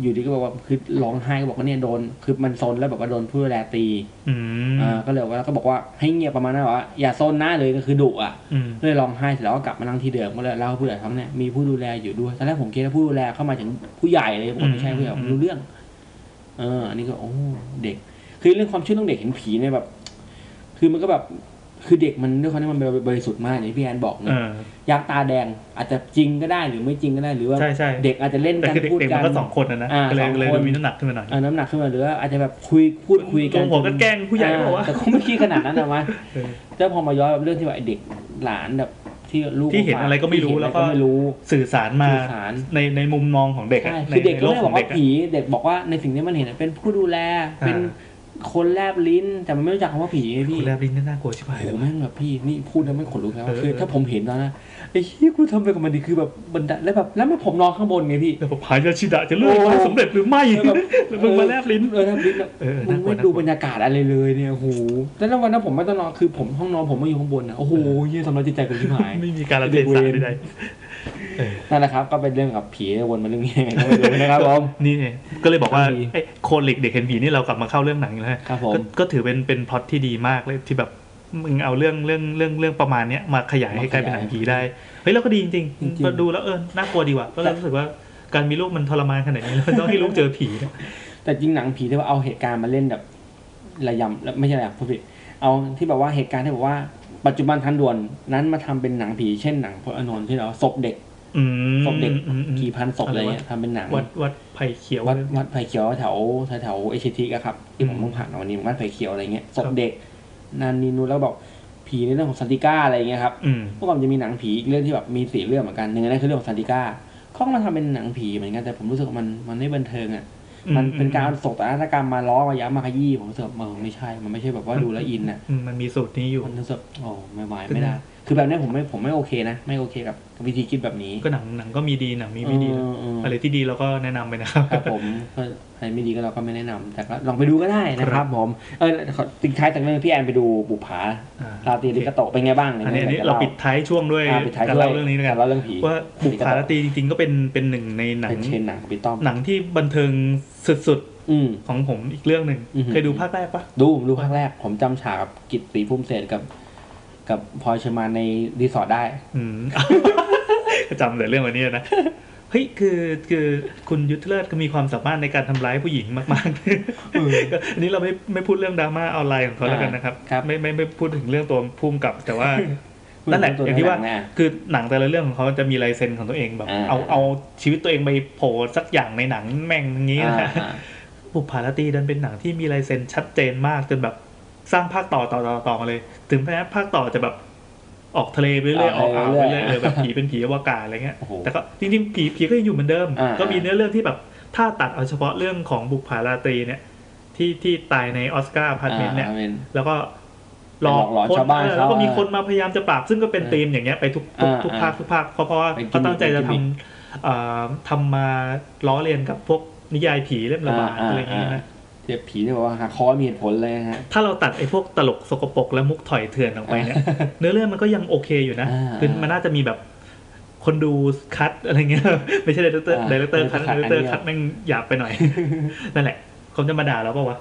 อยู่ดีก็บอกว่าคือร้องไห้ก็บอกว่าเนี่ยโดนคือมันซนแล้วบอกว่าโดนผู้ดูแลตี
อืม
อ่าก็เลยบอกว่าแล้วก็บอกว่าให้เงียบประมาณนั้นบอกว่าอย่าซนนะเลยก็คือดุอ่ะ
อืม
เลยร้องไห้เสร็จแล้วก็กลับมานั่งที่เดิมก็เลยเล่าให้ผู้ใหญ่ฟังเนี่ยมีผู้ดูแลอยู่ด้วยตอนแรกผมคิดว่าผู้ดูแลเข้ามาถึงผู้ใหญ่เลยผมไม่ใช่ผู้ใหญ่ผมไม่รู้เรื่อง เอออันนี้ก็โอ้เด็ก คือเรื่องความเชื่อเรื่องเด็กเห็นผีเนี่ยแบบ คือมันก็แบบ คือเด็กมันด้วยความที่มันบริสุทธิ์มากอย่างที่พี่แอนบอก
เอ
เนะ
อ
ยางตาแดงอาจจะจริงก็ได้หรือไม่จริงก็ได้หรือว่า
ใช่ใช่
เด็กอาจจะเล่น
แต่
กัน
คือเด็ก
พูด
เด็ก
กั
มัน นก็สองคนนะนะ
อ่า
ก็เลย
สองคน
เลยมีน้ำหนักขึ้นมาหน่อย
เออน้ำหนักขึ้นมาหรือว่าอาจจะแบบคุยพูดคุยกัน
ลงหัวกันแกล้งผู้ใหญ่
อ่
เปล่าวะ
แต่คงไม่ขี้ขนาดนั้นนะวะ
เออ
แล้วพอมาย้อนแบบเรื่องที่ว่าไอ้เด็กหลานแบบ ที่ลูก
ที่เห็นอะไรก็ไม่รู้
ที่เห็น
แล้วก็
อะรไม่รู้
สื่อสารมา
สื่อสาร
ในในมุมมองของเด็กอะ
ใช่
ใน
คือเด็ก
ใน
ก็
โลก
ไม่
ข
ได้บ
อ
อง
เด็
กว่าก
อะ
ผีเด็กบอกว่าในสิ่งที่มันเห็นนะเป็นผู้ดูแล
อ่า
เป็นคนแลบลิ้นแต่มันไม่รู้จักคำว่าผีไงพี่
คุณแลบลิ้นน่ากลัวชิบหาย
โอ้
เล
โห
ย
แม่งแบบพี่นี่พูดแล้วไม่งขนลุกแล้ว
เออ
คือถ้าผมเห็นตอนนะไอ้ที่กูทำไปกับมันดีคือแบบบันไดแล้วแบบแล้วมันผมนอนข้างบนไงพี่
แล้วผมพายจะชิดะจะเลือก
โอ้
มาสำเร็จหรือไม่
เออแบบ
แล้วมึงมาแลบลิ้น
เออแลบลิ้นแบบ
เออ
มึ
น่างกลัวน่ากลัว
ไม่ดูบรรยากาศอะไรเลยเนี่ยโอ้โหแล้ววันนั้นผมไม่ต้องนอนคือผมห้องนอนผมไม่อยู่ข้างบนนะโอ้โหเยี่ยสำนักจิตใจกูชิบหาย
ไม่มีการระเทศะใด
นั่นแหละครับก็เป็นเรื่องกับผีวนมาเรื่องนี้ยังไงก็ไม่รู้ นะครับผม
ๆนี่ไงก็เลยบอกว่า
ครับพี่
ไอ้โคลิกเด็กเห็นผีนี่เรากลับมาเข้าเรื่องหนังอีกแล้วนะครับ
ผม
ก็ก็ถือเป็นเป็นพล็อตที่ดีมากเลยที่แบบมึงเอาเรื่องเรื่องเรื่องเรื่องประมาณเนี้ยมาขยายให้กลายเป็นหนังผีได้เฮ้ยเราก็ดีจริง
จริง
ๆ
ๆ
ก็ดูแล้วเออน่ากลัวดีว่ะก็เลยรู้สึกว่าการมีลูกมันทรมานขนาดนี้แล้วต้องให้ลูกเจอผีเนี่ย
แต่จริงหนังผีที่ว่าเอาเหตุการณ์มาเล่นแบบระยำแล้วไม่ใช่ระยำพูดผิดเอาที่แบบว่าเหตุการณ์ที่แบบว่าปัจจุบันทันด่วนนั้นมาทำเป็นหนังผีเช่นหนังพลอานนท์ที่เราศพเด็ก
อืม
ศพเด็ก
อืมอืม
กี่พันศพอะไรเงี้ยทำเป็นหนัง
วัดวัดไผ่เขียว
วัดวัดไผ่เขียวแถวแถวเอชทีอะครับที่ผ
อื
ม
ม
เพิ่งผ่านมาวันนี้วัดไผ่เขียวอะไรเงี้ยศพ
ครับ
เด็กนานนีนูนแล้วบอกผีในเรื่องของซันติก้าอะไรเงี้ยครับ
อืม
เมื่อก่อนมันจะมีหนังผีอีกเรื่องที่แบบมีสี่เรื่องเหมือนกันหนึ่งในนั้นคือเรื่องของซันติก้าเขาก็มาทำเป็นหนังผีเหมือนกันแต่ผมรู้สึกว่ามันมันไม่บันเทิงอ่ะ มันเป็นการเอาศกตนาฏกรรมมาล้อมาย้ำมาขยี้ผมรู้สึกว่าเออไม่ใช่ มันไม่ใช่แบบว่าดูแล้วอินนะ
อืมมันมีสูตรนี้อยู่
มันรู้สึกโอ้ไม่ไหวไม่ได้ คือแบบเนี้ยผมไม่ผมไม่โอเคนะ ไม่โอเคกับวิธีคิดแบบนี้
ก็หนังหนังก็มีดีหนังมีไม่ดีนะ
เออเอออ
อะไรที่ดีเราก็แนะนำไปนะครับ
ครับผมก็อะไรไม่ดีก็เราก็ไม่แนะนำแต่ก็ลองไปดูก็ได้นะค
ครั
รับบ ผมเออขอทิ้งท้ายจากเรื่องพี่แอนไปดูบุปผา
อ่า
ราตรีลิกาโตะเป็นไงบ้างเย
อันนี้อันนี้
ดี๋ยว
เราปิดท้ายช่วงด้วย
อ่าปิดท้าย
การ
ด้วย
เล่าเรื่องนี้นะค
ก
รับ
เล่าเรื่องผี
ว่าบุกคาราตีจริงๆ ก็เป็นเป็นหนึ่งในหนัง
เป็นเชนหนังของพี่ต้อม
หนังที่บันเทิงสุด
อืม
ๆของผมอีกเรื่องหนึ่ง
อือหือ
เคยดูภาคแรกปะ
ดูผมดูครั้งแรก ผมจำฉากกับกิตติภูมิเศรษฐ์กับ กับพลอยเชอร์มานในรีสอร์ทได้
อื ม ก็จำแต่เรื่องวันนี้นะเฮ้ยคือคือคุณยุทธเลิศก็มีความสามารถในการทำร้ายผู้หญิงมากๆ ก็อันนี้เราไม่ไม่พูดเรื่องดราม่าออนไลน์ของเขาแล้วกันนะครับ
อ่าครับ
ไม่ไม่ไม่พูดถึงเรื่องตัวพุ่มกับ แต่ว่า นั่นแหละ
ตั
อย่างที่ว่า
หงะ
คือหนังแต่ละเรื่องของเขาจะมีลายเซ็นของตัวเองแบบ
อ่า
เอาเอาชีวิตตัวเองไปโผล่สักอย่างในหนังแม่งอย่างนี้
อ่า
นะ
อ่า
บุพภาราตรีดันเป็นหนังที่มีลายเซ็นชัดเจนมากจนแบบสร้างภาคต่อต่อต่อต่อมาเลย ถึงแม้ภาคต่อจะแบบออกทะเลไปเรื่อยๆอ
อ
อ
อก ก
อ่า
ทะ
ว
เล
ไป
เรื่
เรื่อๆเอ
อย ย
อแบบผีเป็นผีอวกาศอะไรเงี้ย
โอ้โห
แต่ก็จริงๆผีผีก็ยังอยู่เหมือนเดิม
อ่า
ก็มีเนื้อเรื่องที่แบบถ้าตัดเอาเฉพาะเรื่องของบุพภาราตรีเนี่ย ที่ที่ตายในออสการ์พาร์ทเมนต์เนี่ย
อ่าเป็น
แล้วก็หลอก
หลอก
คน
ชาวบ้าน
เออ
เขา
แล้วก็มี
อ่ะ
คนมาพยายามจะปราบ ซึ่งก็เป็น
เออ
ธีมอย่างเงี้ยไปทุกทุก
อ่า
ทุก
อ่า
ภาคทุกภาคเพราะเพราะว่า
เป็นกิม
เขา
มิค
ตั้งใจจะ
เป็นกิมมิค
ทำเอ่อทำมาล้อเลียนกับพวกนิยายผีเล่มระบาด
อ่าอ่า
อะไรอย่างเงี้ยนะ
เจ็บผีเนี่ยบอกว่าหาคอมีเหตุผลเลยนะฮะ
ถ้าเราตัดไอ้พวกตลกสกปรกและมุกถอยเถื่อนออกไปเนี่ย เนื้อเรื่องมันก็ยังโอเคอยู่นะ
อ่า
คือมันน่าจะมีแบบคนดูคัดอะไรเงี้ย ไม่ใช่ดีเรคเตอร์
อ่า
ดีเรคเตอร์คัด
คัด
ดีเรคเตอ
อัน
ร์
เดียว
คัดแม่งหยาบไปหน่อย นั่นแหละเขาจะมาด่าเราเปล่าวะ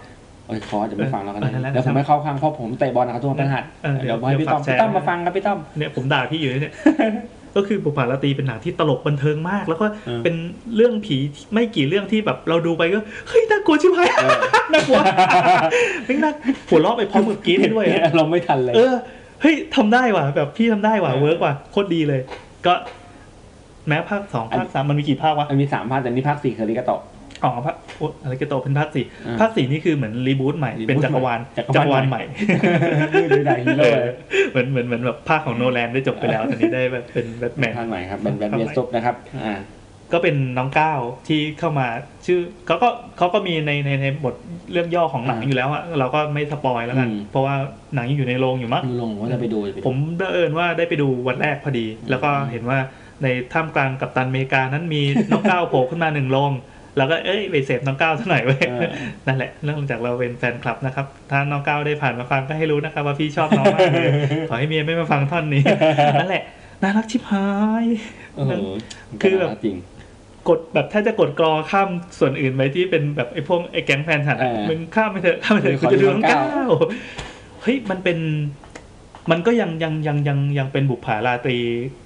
โอ้ยคอจะไม่ฟังแล้วกัน
เออนั่นแห
นะ
ละ
เดี๋ยวผมไม่เข้าข้างเพราะผมเตะบอลนะครับทุกวันพฤหัส
เออเดี๋
เดี๋
ย
ยว วให้พี่ต้อม
เดี๋ยวฝากแชร์
พี่ต้อมมาฟังครับพี่ต้อม
เนี่ยผมด่าพี่อยู่เนี่ย ก็คือบุปผาราตรีเป็นหนังที่ตลกบันเทิงมาก แล้วก็
เออ
เป็นเรื่องผีที่ไม่กี่เรื่องที่แบบเราดูไปก็เฮ้ยน่ากลัวชิบหาย น่ากลัวแม่งน่าหัวเราะไปพร้อมกับกรี๊ดด้วยอะ
เนี่ยเราไม่ทันเลย
เออเฮ้ยทำได้ว่ะแบบพี่ทำได้ว่ะ
เออ
เวิร์กว่ะโคตรดีเลย ก็แม้ภาคสอง
อัน
ภาคสามมันมีกี่ภาควะ
มันมีสามภาคแต่นี่ภาคสี่เคอริกาโตะ
อ๋อภาคโอ๊ยอะไรก็โตเป็นภาคสี่
อ่า
ภาคสี่นี่คือเหมือนรีบูตใหม่
reboot
เป็นจักรวาล
ใหม่จั
จักร
ก
วาว
รา
ล
ล
ให
ใหม่
ม่
ดูได้ฮีโร่เลย
เหมือนเหมือนเหมือนแบบภาคของโนแลนได้จบไปแล้วตอนนี้ได้แบบเป็นแบทแมน
ท่านใหม่ครับแบนแบนเบีย
ภาคใหม่
ซุปนะครับอ่า
ก็เป็นน้องก้าวที่เข้ามาชื่อเขาก็เขาก็มีในในในบทเรื่องย่อของหนังอยู่แล้วอะเราก็ไม่สปอยแล้วกันเพราะว่าหนังยังอยู่ในโรงอยู่มั้ง
ลงว่าจะไปดูจะไปดู
ผมบังเอิญว่าได้ไปดูวันแรกพอดี แล้วก็เห็นว่าในท่ามกลางกับตันอเมริกานั้น มี น้องก้าวโผล่ขึ้นมาหนึ่งลง แล้วก็เอ้ยไปเสพน้องก้าวซะหน่อยเว้ย
เออ
นั่นแหละเรื่องจากเราเป็นแฟนคลับนะครับ ถ้าน้องก้าวได้ผ่านมาฟังก็ให้รู้นะครับ ว่าพี่ชอบน้องมาก เลย ขอให้เมียไม่มาฟังท่อนนี้ นั่นแหละน่ารักชิบหาย
เออ
คือแบบ
จริง
กดแบบถ้าจะกดกรอข้ามส่วนอื่นไปที่เป็นแบบไอ้พวกไอ้แก๊งแฟนฉันอะ
เออ
มึงข้ามไปเถอะข้ามไปเถอะ
เออ
กูจะดูน้อง
ขอดูน้อง
ก้า
ก้าว
วเฮ้ยมันเป็น มันก็ยังยังยังยังยังเป็นบุปผาราตรี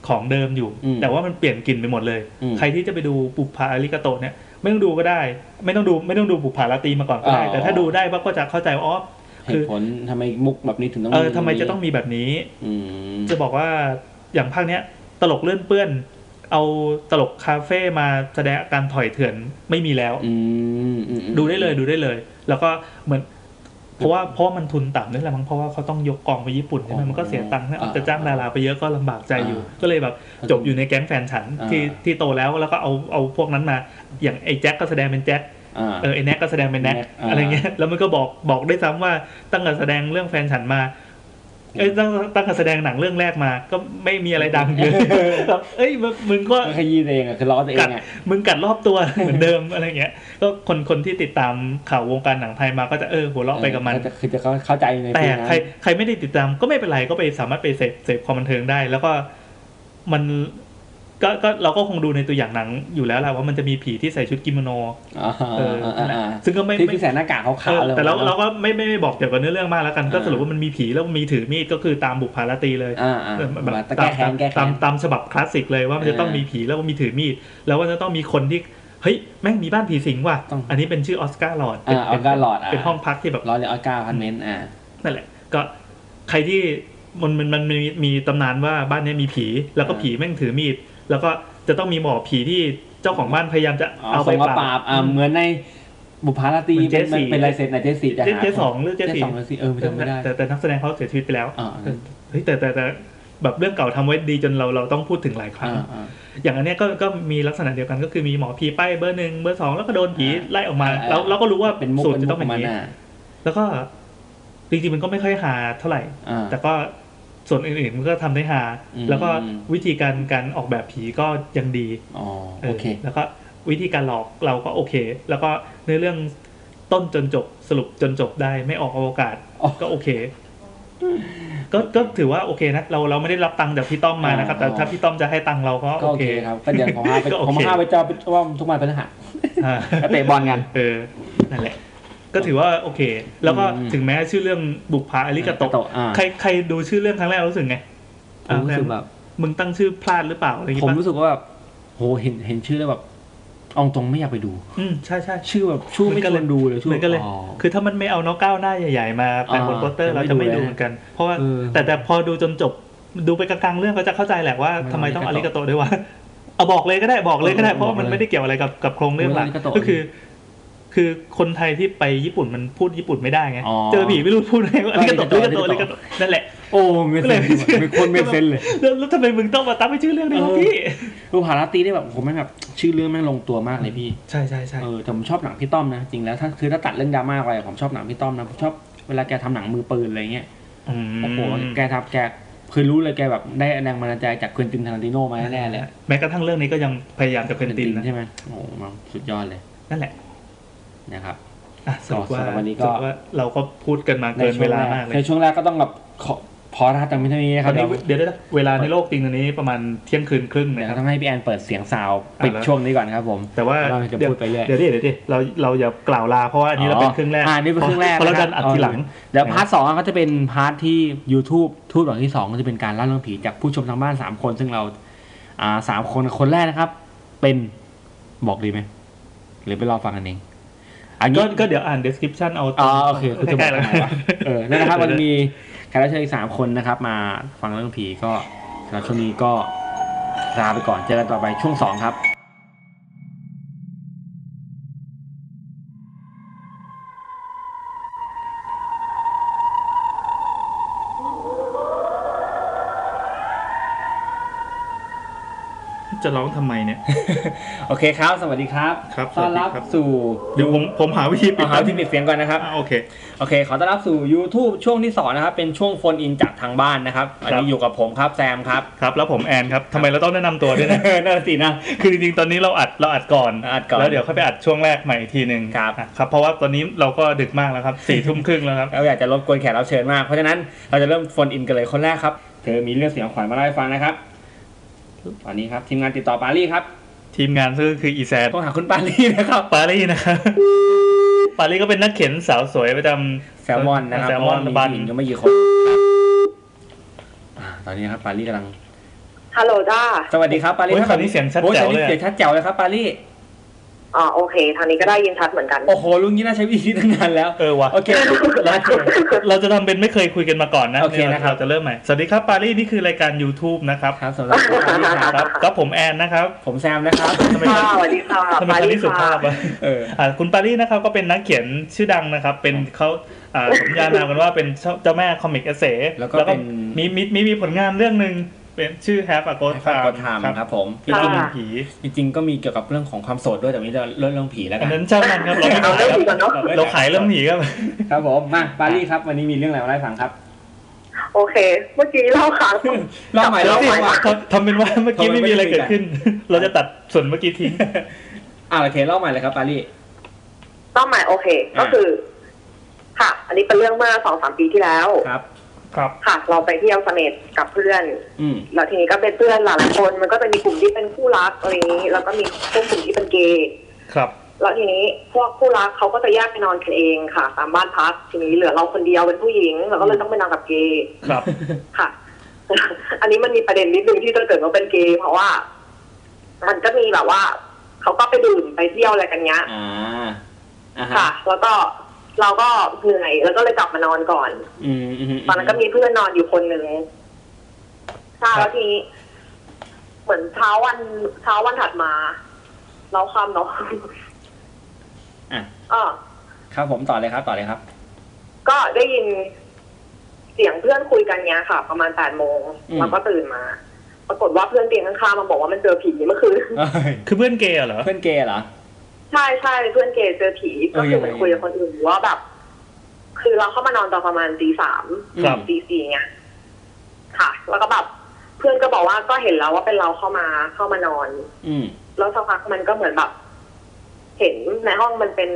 ของเดิมอยู่
อืม
แต่ว่ามันเปลี่ยนกลิ่นไปหมดเลย
อืม
ใครที่จะไปดูบุปผาอาริกาโตะเนี่ยไม่ต้องดูก็ได้ ไม่ต้องดูไม่ต้องดูบุปผาราตรีมาก่อนก็ได้
อ๋อ
แต่ถ้าดูได้ก็จะเข้าใจว่าอ๋อ
เห
คือ
ตุผลทำไมมุกแบบนี้ถึงต้อง
เออทำไมจะต้องมีแบบนี้
อืม
จะบอกว่าอย่างภาคเนี้ย ตลกเลื่อนเปื้อน เอาตลกคาเฟ่มาแสดงอาการถอยเถื่อนไม่มีแล้ว
อืมอืมอืม
ดูได้เลยดูได้เลย แล้วก็เหมือน เพราะว่าเพราะมันทุนต่ำด้วยแหละมั้งเพราะว่าเขาต้องยกกองไปญี่ปุ่นใช่ไหมมันก็เสียตังค์นะเอาจะจ้างดาราไปเยอะก็ลำบากใจอยู่ ก็เลยแบบจบอยู่ในแก๊งแฟนฉันที่ที่โตแล้วแล้วก็เอาเอาพวกนั้นมา อย่างไอ้แจ็คก็แสดงเป็นแจ็ค
อ่า
เออไอ้แน็กก็แสดงเป็นแน็ก
แน็กอ่า
อะไรเงี้ยแล้วมันก็บอกบอกได้วยซ้ำว่าตั้งแต่แสดงเรื่องแฟนฉันมาเอ้ยตั้งตั้งแต่แสดงหนังเรื่องแรกมา ก็ไม่มีอะไรดัง เลยแบบเอ้ยมึงมึงก็
ก็ขยี้ตัวเองอะคือล้อตัวเอ
กัด
งอะ
มึงกัดรอบตัว เหมือนเดิม อะไรเงี้ย ก็คนคนที่ติดตามข่าววงการหนังไทยมาก็จะเออหัวเราะไปกับมัน
จะคือจะเข้าเข้าใจใน
แต่
ปีนั้น
ใครใครไม่ได้ติดตามก็ไม่เป็นไรก็ไปสามารถไปเสพเสพความบันเทิงได้ แล้วก็มันก็ก็เราก็คงดูในตัวอย่างหนังอยู่แล้วแหละว่ามันจะมีผีที่ใส่ชุดกิโมโน
อ่า
เออนั่นแหละ
อ่า
ซึ่งก็ไม่
ที่
ไม่
ที่ใส่หน้ากากขาว
เออ
ๆเลย
แต่เราเราก็ไม่ไม่ไม่บอกเกี่ยวกับเนื้อเรื่องมากแล้วกัน ก็
อ่า
สรุปว่ามันมีผีแล้วมีถือมีดก็คือตามบุกพาราตรีเลย
อ่าอ่า
แบบ
มา
ตาม
แก้แค้นแก้
ตา
แค้
ม
น
ตามฉบับคลาสสิกเลยว่ามันจะต้อง
อ่ามี
มีผีแล้วก็มีถือมีดแล้วก็จะต้องมีคนที่เฮ้ยแม่งมีบ้านผีสิงว่ะ
ต้อง
อันนี้เป็นชื่อออสการ์ลอด
อ่าเอาก้าหลอดอ่ะ
เป็นห้องพักที่แบบ
หลอดเลยเอาก้าพันเมนต์อ่า
นั่นแหละ ก็ใครที่มันมันมันมีมีตำนานว่าบ้านเนี้ยมีผี แล้วก็
อ่า
ผีแม่งถือมีด แล้วก็จะต้องมีหมอผีที่เจ้าของบ้านพยายามจะ
เอา
เอา
ไป
ไปป
มาปรา
รา
บบ อ่าเหมือนในบุพภาราตรี
เหมือนเจ๊
เป็น
สี่
เป็นลายเซ็นนะเจสี่จะ
เจ๊
หา
เจ๊สองหรือ
เจ
เจ๊สี่
สองเจ๊สี่เออจำไม่ได้
แต่แต่นักแสดงเขาเสียชีวิตไปแล้ว
อ่า
เฮ้ยแต่แต่แต่แบบเรื่องเก่าทำไว้ดีจนเราเราต้องพูดถึงหลายครั้
อ่าง อ่า
อย่างอันเนี้ยก็ก็มีลักษณะเดียวกันก็คือมีหมอผีป้ายเบอร์หนึ่งเบอร์สองแล้วก็โดนผี
อ่า
ไล่ออกมา
อ่า
แล้วเราก็รู้ว่า
เป็นมุก
สูตรจะ
เป็นมุ
ต้อก ง
ข
เป็
อ
อ
นงมัน
ย่างนี้
อ่ะ
แล้วก็จริงๆมันก็ไม่ค่อยหาเท่าไหร่
อ่า
แต่ก็ส่วนอื่นๆมันก็ทำได้หา
อืม
แล้วก็วิธีการการออกแบบผีก็ยังดี
อ๋อ
เออ
โอเค
แล้วก็วิธีการหลอกเราก็โอเค แล้วก็ในอเรื่องต้นจนจบสรุปจนจบได้ไม่ออกอวกาศ
อ๋อ
ก็โอเค ก็ก็ถือว่าโอเคนะเราเราไม่ได้รับตังค์จากพี่ต้อมมานะครับ แต่
อ่า
ถ้าพี่ต้อมจะให้ตังค์เราก็
ก็
โอ
โอ
เค
เคครับก็เดี๋ยวผมพาไป
ก็โอเค
ผมพาไปเจอไปว่าทุกวันพฤหัส
อ่า
ก็เตะบอลกัน
เออ นั่นแหละ ก็ถือว่าโอเค แล้วก็
อืม
ถึงแม้ชื่อเรื่องบุกผาอลิกาโตะ
อ่า
ใครใครดูชื่อเรื่องครั้งแรกรู้สึกไง
ผมรู้สึกแบบ
มึงตั้งชื่อพลาดหรือเปล่าอะไรอย่าง
ผม
เงี้ย
รู้สึกว่าแบบโหเห็นเห็นชื่อแล้วแบบเอาตรงไม่อยากไปดู
อืมใช่ใช่
ชื่อแบบชื่อ
เหมื
ไม่
อน
ช
กันเลย
วนดูเลยชื่
เหมือนกันเลย
อ๋อ
คือถ้ามันไม่เอาน้องก้าวหน้าใหญ่ ๆ มาแปะบน
อ่า
โปสเตอร์
จะ
เรา
ไม่
จะไม่ดู
ดูแล้ว
เหมือนกัน เพราะว่า
เออ
แต่แต่พอดูจนจบดูไปกลางๆเรื่องก็จะเข้าใจแหละว่า
ไม่
ทำไมต้อง
ไม่
อลิกาโตะด้วยวะเอาบอกเลยก็ได้บอกเลยก็ได้
เออ
เพราะว่ามัน
บอกเลย
ไม่ได้เกี่ยวอะไรกับกับโครงเรื่องหลัก
อลิกาโตะ
ก็คือ คือคนไทยที่ไปญี่ปุ่นมันพูดญี่ปุ่นไม่ได้ไง
อ๋อ
เจอผีไม่รู้พูดไงว่าอลิกาโตะอ
อ
ลิกาก
ลิา
โตะ
โตะ
อลิกาโตะนั่นแหละ
โอ้เมส
ก็เล
เซ
ย
น
ไม่เชื่อ
เป็นคนเมสเซนเลย
แล้วแล้วทำไมมึงต้องมาตั้งให้ชื่อเรื่องด้วยวะพี่
ดูผาราตรีได้แบบผมแม่งแบบชื่อเรื่องแม่งลงตัวมากเลยพี่
ใช่ใช่ใช่
เออแต่ผมชอบหนังพี่ต้อมนะจริงแล้วถ้าคือถ้าตัดเรื่องดราม่าไปผมชอบหนังพี่ต้อมนะผมชอบเวลาแกทำหนังมือปืนอะไรเงี้ยโอ้โหแกทำแกคือรู้เลยแกแบบได้แรงบันดาลใจจากควินตินทารันติโนมาแน่ๆเลย
แม้กระทั่งเรื่องนี้ก็ยังพยายามจะเป็นตินนะ
ใช่ไหมโอ้โหมันสุดยอดเลย
นั่นแหละ
นะครับ
อ่ะสรุปว่า
สำหรับวันนี้ก็
สรุปว่าเราก็พูดกันมา
ใน
เกิน
ช่ว
เว
งแร
ลาก มากเลย
ในช่วงแรกก็ต้องแบบขอพอรัดแต่ไม่เท่านี้นะค
วั
รั
น
บ
นี้
เดี๋ยว
เดี๋ยวได้เวลาในโลกจริงตอนนี้ประมาณเที่ยงคืนครึ่ง
เดี๋ย
นะ
ว
ครับ
ต้องให้พี่แอนเปิดเสียงสาวปิด
เอาละ
ช่วงนี้ก่อนครับผม
แต่ว่า
เราจะพูดไปเรื่อย
เดี๋ยวดิเดี๋ยวดิเราเราอย่ากล่าวลาเพราะว่าอันนี้เราเป็นครึ่งแรก
อ่านี่เป็นครึ่งแรก
เพราะเรา
ค
ดั
บ
นอัดทีหลัง
เดี๋ยวพาร์ทสองก็จะเป็นพาร์ทที่ YouTube ทูตหลังที่สองก็จะเป็นการเล่าเรื่องผีจากผู้ชมทางบ้านสามคน ซึ่งเราอ่าสามคนคนแรกนะครับ เป็นบอกดีไหมหรือไปรอฟังกันเองอัน
ก็
นี้
ก็เดี๋ยวอ่าน description เอา
อ๋อโอเคคุณจะบ
ใก
อ
ล้
ก
ๆแล้ว
อะไรวะเออนั่นนะครับมันมีแขกรับเชิญอีกสามคนนะครับ มาฟังเรื่องผีก็สำหรับช่วงนี้ก็ลาไปก่อนเจอกันต่อไปช่วงสองครับ
จะร้องทำไมเนี่ย
โอเคครับ สวัสดีครับ
ครับ
ต้อนรับ
สวัสดีครับ
สู่
เดี๋ยวผมผมหาวิธีปิด
เอาหาที่ปิดเสียงก่อนนะครับ
อ่ะโอเค
โอเค ขอต้อนรับสู่ YouTube ช่วงที่ 2 นะครับ เป็นช่วงโฟนอินจากทางบ้านนะครับ อัน
ครั
นี้
บ
อยู่กับผมครับ แซมครับ
ครับแล้วผมแอนครับทำไมเราต้องแนะนำตัว ด้วยนะ
นั่นสินะ
คือจริงๆ ตอนนี้เราอัดเราอัดก่อน
อัดก่อน
แล้วเดี๋ยวค่อยไปอัดช่วงแรกใหม่อีกทีหนึ่ง
ครับ
อ่ะครับ เพราะว่าตอนนี้เราก็ดึกมากแล้วครับสี่ทุ่มครึ่งแล้วครับ
เราอยากจะรบกวนแขกรับเชิญมาก เพราะฉะนั้นเราจะเริ่มโฟนอินกันเลยคนแรกครับ เธอมีเรื่องเสียงขวัญมาเล่าให้ฟังนะครับ ตอนนี้ครับ ทีมงานติดต่อปารีครับ
ทีมงานซึ่งคืออีแซน
ต้องหาคุณปารีนะครับ
ปารีนะครับ ปารีก็เป็นนักเขียนสาวสวยประจำ
แซลมอนนะครับ
แซลมอน
เพราะ
บั
ว่าน มีผู้หญิงก็ไม่กี่คนครับอ่าตอนนี้นะครับปารีกำลัง
ฮัลโหลจ้า
สวัสดีครับปารี
โอ้ย
ครับ
คราวนี้เสียงชัด
โอ้ย
แจ๋
ตอ
วน
นี้
เลย
เสียง
อะ
ชัดแจ๋วเลยครับปารี
อ๋อโอเค ทางนี้ก็ได้ยินชัดเหมือนกัน
โอ้โหลุงนี้น่าใช้วิธีตั้งนานแล้ว
เออว่ะ
โอเคเราจะ
เราจะทำเป็นไม่เคยคุยกันมาก่อนนะ
โอเคนะครับ
เราจะเริ่มใหม่สวัสดีครับปารีนี่คือรายการ YouTube นะครับ
ครับสำหรับปารีครับ
ครับก็ผมแอนนะครับ
ผมแซมนะครับ
ทำไม
ค่ะสวัสดีค่ะ
ทำไมคราวนี้สุภาพอะ
เออ
อ่าคุณปารีนะครับก็เป็นนักเขียนชื่อดังนะครับ เป็นเขาอ่าสมญานามกันว่าเป็นเจ้าเจ้าแม่คอมิกเอเซ่
แล้วก็เป็น
มีมีมีมีผลงานเรื่องหนึ่งเป็นชื่อ Have a Ghost
ฝาก
Time
กดถามครับผมจ
ที่
ริง
เป็นผี
ๆจริงๆก็มีเกี่ยวกับเรื่องของความโสดด้วยแต่วันนี้จะเรื่องเรื่องผีแล้ว
อั
กัน น
นั้นเจ้ามันครับ เราไม่
เอา
ขาย
เรื่อง
ครับ
ผีก่อนเนาะ
เราขายเรื่องผีครับ
ครับผมมาปารีครับ วันนี้มีเรื่องอะไรมาเล่าให้ฟังครับ
โอเค เมื่อกี้เล่าค้าง
เล่าใหม่เล่าใหม่
เล่าใหม่
ว่า
ทำทำเป็นว่าเมื่อกี้
ทำไม
ไม่มีอะไร
ไม่คุยกัน
เกิดขึ้น เราจะตัดส่วนเมื่อกี้ทิ้ง
อ่าโอเคเล่าใหม่เลยครับปารี
ต้องหมายโอเค
อ่า
ก็คือ ค่ะ อันนี้เป็นเรื่องเมื่อสองสามปีที่แล้ว
ครับ
ครับ
ค่ะ เราไปเที่ยวเสม็ดกับเพื่อน
อืม
แล้วทีนี้ก็เป็นเพื่อนหลายๆคน มันก็จะมีกลุ่มที่เป็นคู่รักอะไรอย่างนี้ แล้วก็มีพวกกลุ่มที่เป็นเกย์
ครับ
แล้วทีนี้พวกคู่รักเขาก็จะแยกไปนอนกันเองค่ะ ตามบ้านพัก ทีนี้เหลือเราคนเดียวเป็นผู้หญิง เราก็เลยต้องไปนอนกับเกย์
ครับ
ค่ะ อันนี้มันมีประเด็นนิดนึงที่จะเกิดว่าเป็นเกย์เพราะว่า มันก็มีแบบว่า เขาก็ไปดื่มไปเที่ยวอะไรกันเงี้ย
อ่าอ่าฮะ
ค่ะ แล้วก็เราก็เหนื่อยแล้วก็เลยกลับมานอนก่อน
อืมอืม
ตอนนั้นก็มีเพื่อนนอนอยู่คนหนึ่งใช่
ครับ
แล้วทีนี้เหมือนเช้าวันเช้าวันถัดมา เราคำเนาะเออ
ครับผมต่อเลยครับต่อเลยครับ
ก็ได้ยินเสียงเพื่อนคุยกันเงี้ยค่ะ ประมาณแปดโมง
อืม
เราก็ตื่นมา ปรากฏว่าเพื่อนเตียงข้างๆมาบอกว่ามันเจอผีเมื่อคืน
คือเพื่อนเกย์เหรอ
เพื่อนเกย์เหรอ
ใช่ใช่เพื่อนเกย์เจอผี
เอ
ก็
อ
คือเหมือน
ยังไง
คุยกับคนอื่นว่าแบบ คือเราเข้ามานอนตอนประมาณตีสาม
ครับ
ตีสี่เงี้ยค่ะ แล้วก็แบบเพื่อนก็บอกว่าก็เห็นแล้วว่าเป็นเราเข้ามาเข้ามานอน
อืม
แล้วสักพักมันก็เหมือนแบบ เห็นในห้องมันเป็น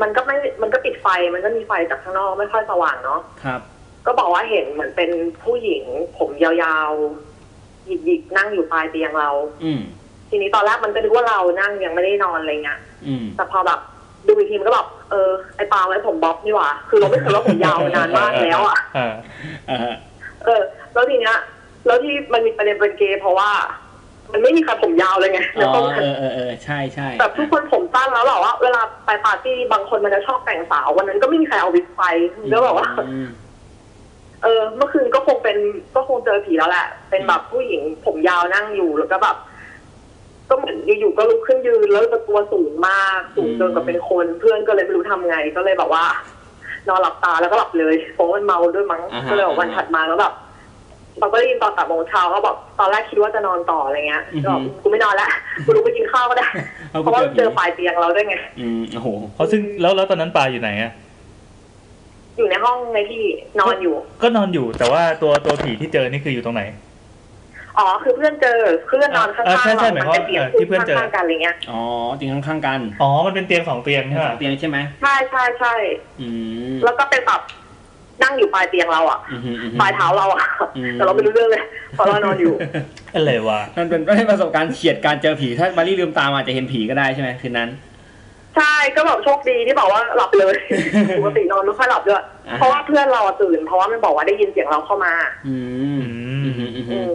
มันก็ไม่มันก็ปิดไฟ มันก็มีไฟจากข้างนอกไม่ค่อยสว่างเนาะ
ครับ
ก็บอกว่าเห็นเหมือนเป็นผู้หญิง ผมยาวๆหยิกๆนั่งอยู่ปลายเตียงเรา
อืม
ทีนี้ตอนแรกมันก็นึกว่าเรานั่งยังไม่ได้นอนอะไรเงี้ย
อืม
แต่พอแบบดูอีกทีมันก็แบบเออไอปลาไว้ผมบ๊อบนี่หว่า คือเราไม่เคยว่าผมยาวมานานมากแล้วอ่ะ
อ่า
อ่าฮะ
เออ แล้วทีเนี้ยแล้วที่มันมีประเด็นเป็นเกย์เพราะว่า มันไม่มีใครผมยาวเลยไง
อ๋
แล้ว
อ
ก็
เออเออเออใช่ใช่
แบบทุกคนผมสั้นแล้วแบบว่าเวลาไปปาร์ตี้บางคนมันจะชอบแต่งสาววันนั้นก็ไม่มีใครเอาวิกไปแล้วแบบว่า
อืม
เออ เมื่อคืนก็คงเป็นก็คงเจอผีแล้วแหละ เป็นแบบผู้หญิงผมยาวนั่งอยู่แล้วก็แบบ ก็เหมือนอยู่ๆก็ลุกขึ้นยืนแล้วก็ตัวสูงมากสูงเกินกว่าเป็นคน เพื่อนก็เลยไม่รู้ทำไงก็เลยแบบว่า นอนหลับตาแล้วก็หลับเลยเพราะมันเมาด้วยมั้ง
อ่าฮะ
ก็เลยบอกวันถัดมาแล้วแบบเราก็ได้ยินตอนตัดโมงเช้าก็บอกตอนแรกคิดว่าจะนอนต่ออะไรเงี้ยก็บอกกูไม่นอนละกูลุกไปกินข้าวก็ได้เพราะว่าเจอปลายเตียงเราด้วยไง
อืมโอ้โห
เพราะซึ่งแล้วแล้วตอนนั้นปลาอยู่ไหนอะ
อยู่ในห้องในที่นอนอยู่
ก็นอนอยู่แต่ว่าตัวตัวผีที่เจอนี่คืออยู่ตรงไหน
อ๋อคือเพื่อนเจอเพื่อนนอนข้าง
อ่า
ๆ
ใช่ใช่หมายความ
เราเป็นเตียง
เออที่
คู่
เพื่อนเจอ
ข้างๆกันอะไรเงี้ย
อ๋อจริงข้างๆกัน
อ๋อมันเป็นเตียงสองเตียงใช่ไหม
เตียงใช่ไหม
ใช่ใช่ใช่
อืม
แล้วก็เป็นแบบนั่งอยู่ปลายเตียงเราอะ
อืมอืม
ปลายเท้าเราอะ
อืม
แต่เราไม่รู้เรื่อ งเลยเพราะเรานอนอยู่
อะไรวะ
มันเป็นเป็นประสบการณ์เฉียดการเจอผีถ้ามารี่ลืมตาอาจจะเห็นผีก็ได้ใช่ไหมคืนนั้น
ใช่ก็แบบโชคดีที่บอกว่าหลับ เลยปกตินอนไม่ค่อยหลับด้วย
อ่า
เพราะว่าเพื่อนเราอะตื่น เพราะว่ามันบอกว่าได้ยินเสียงเราเข้ามา
อืม
อืม
อืมอืมอื
อื
ม
ม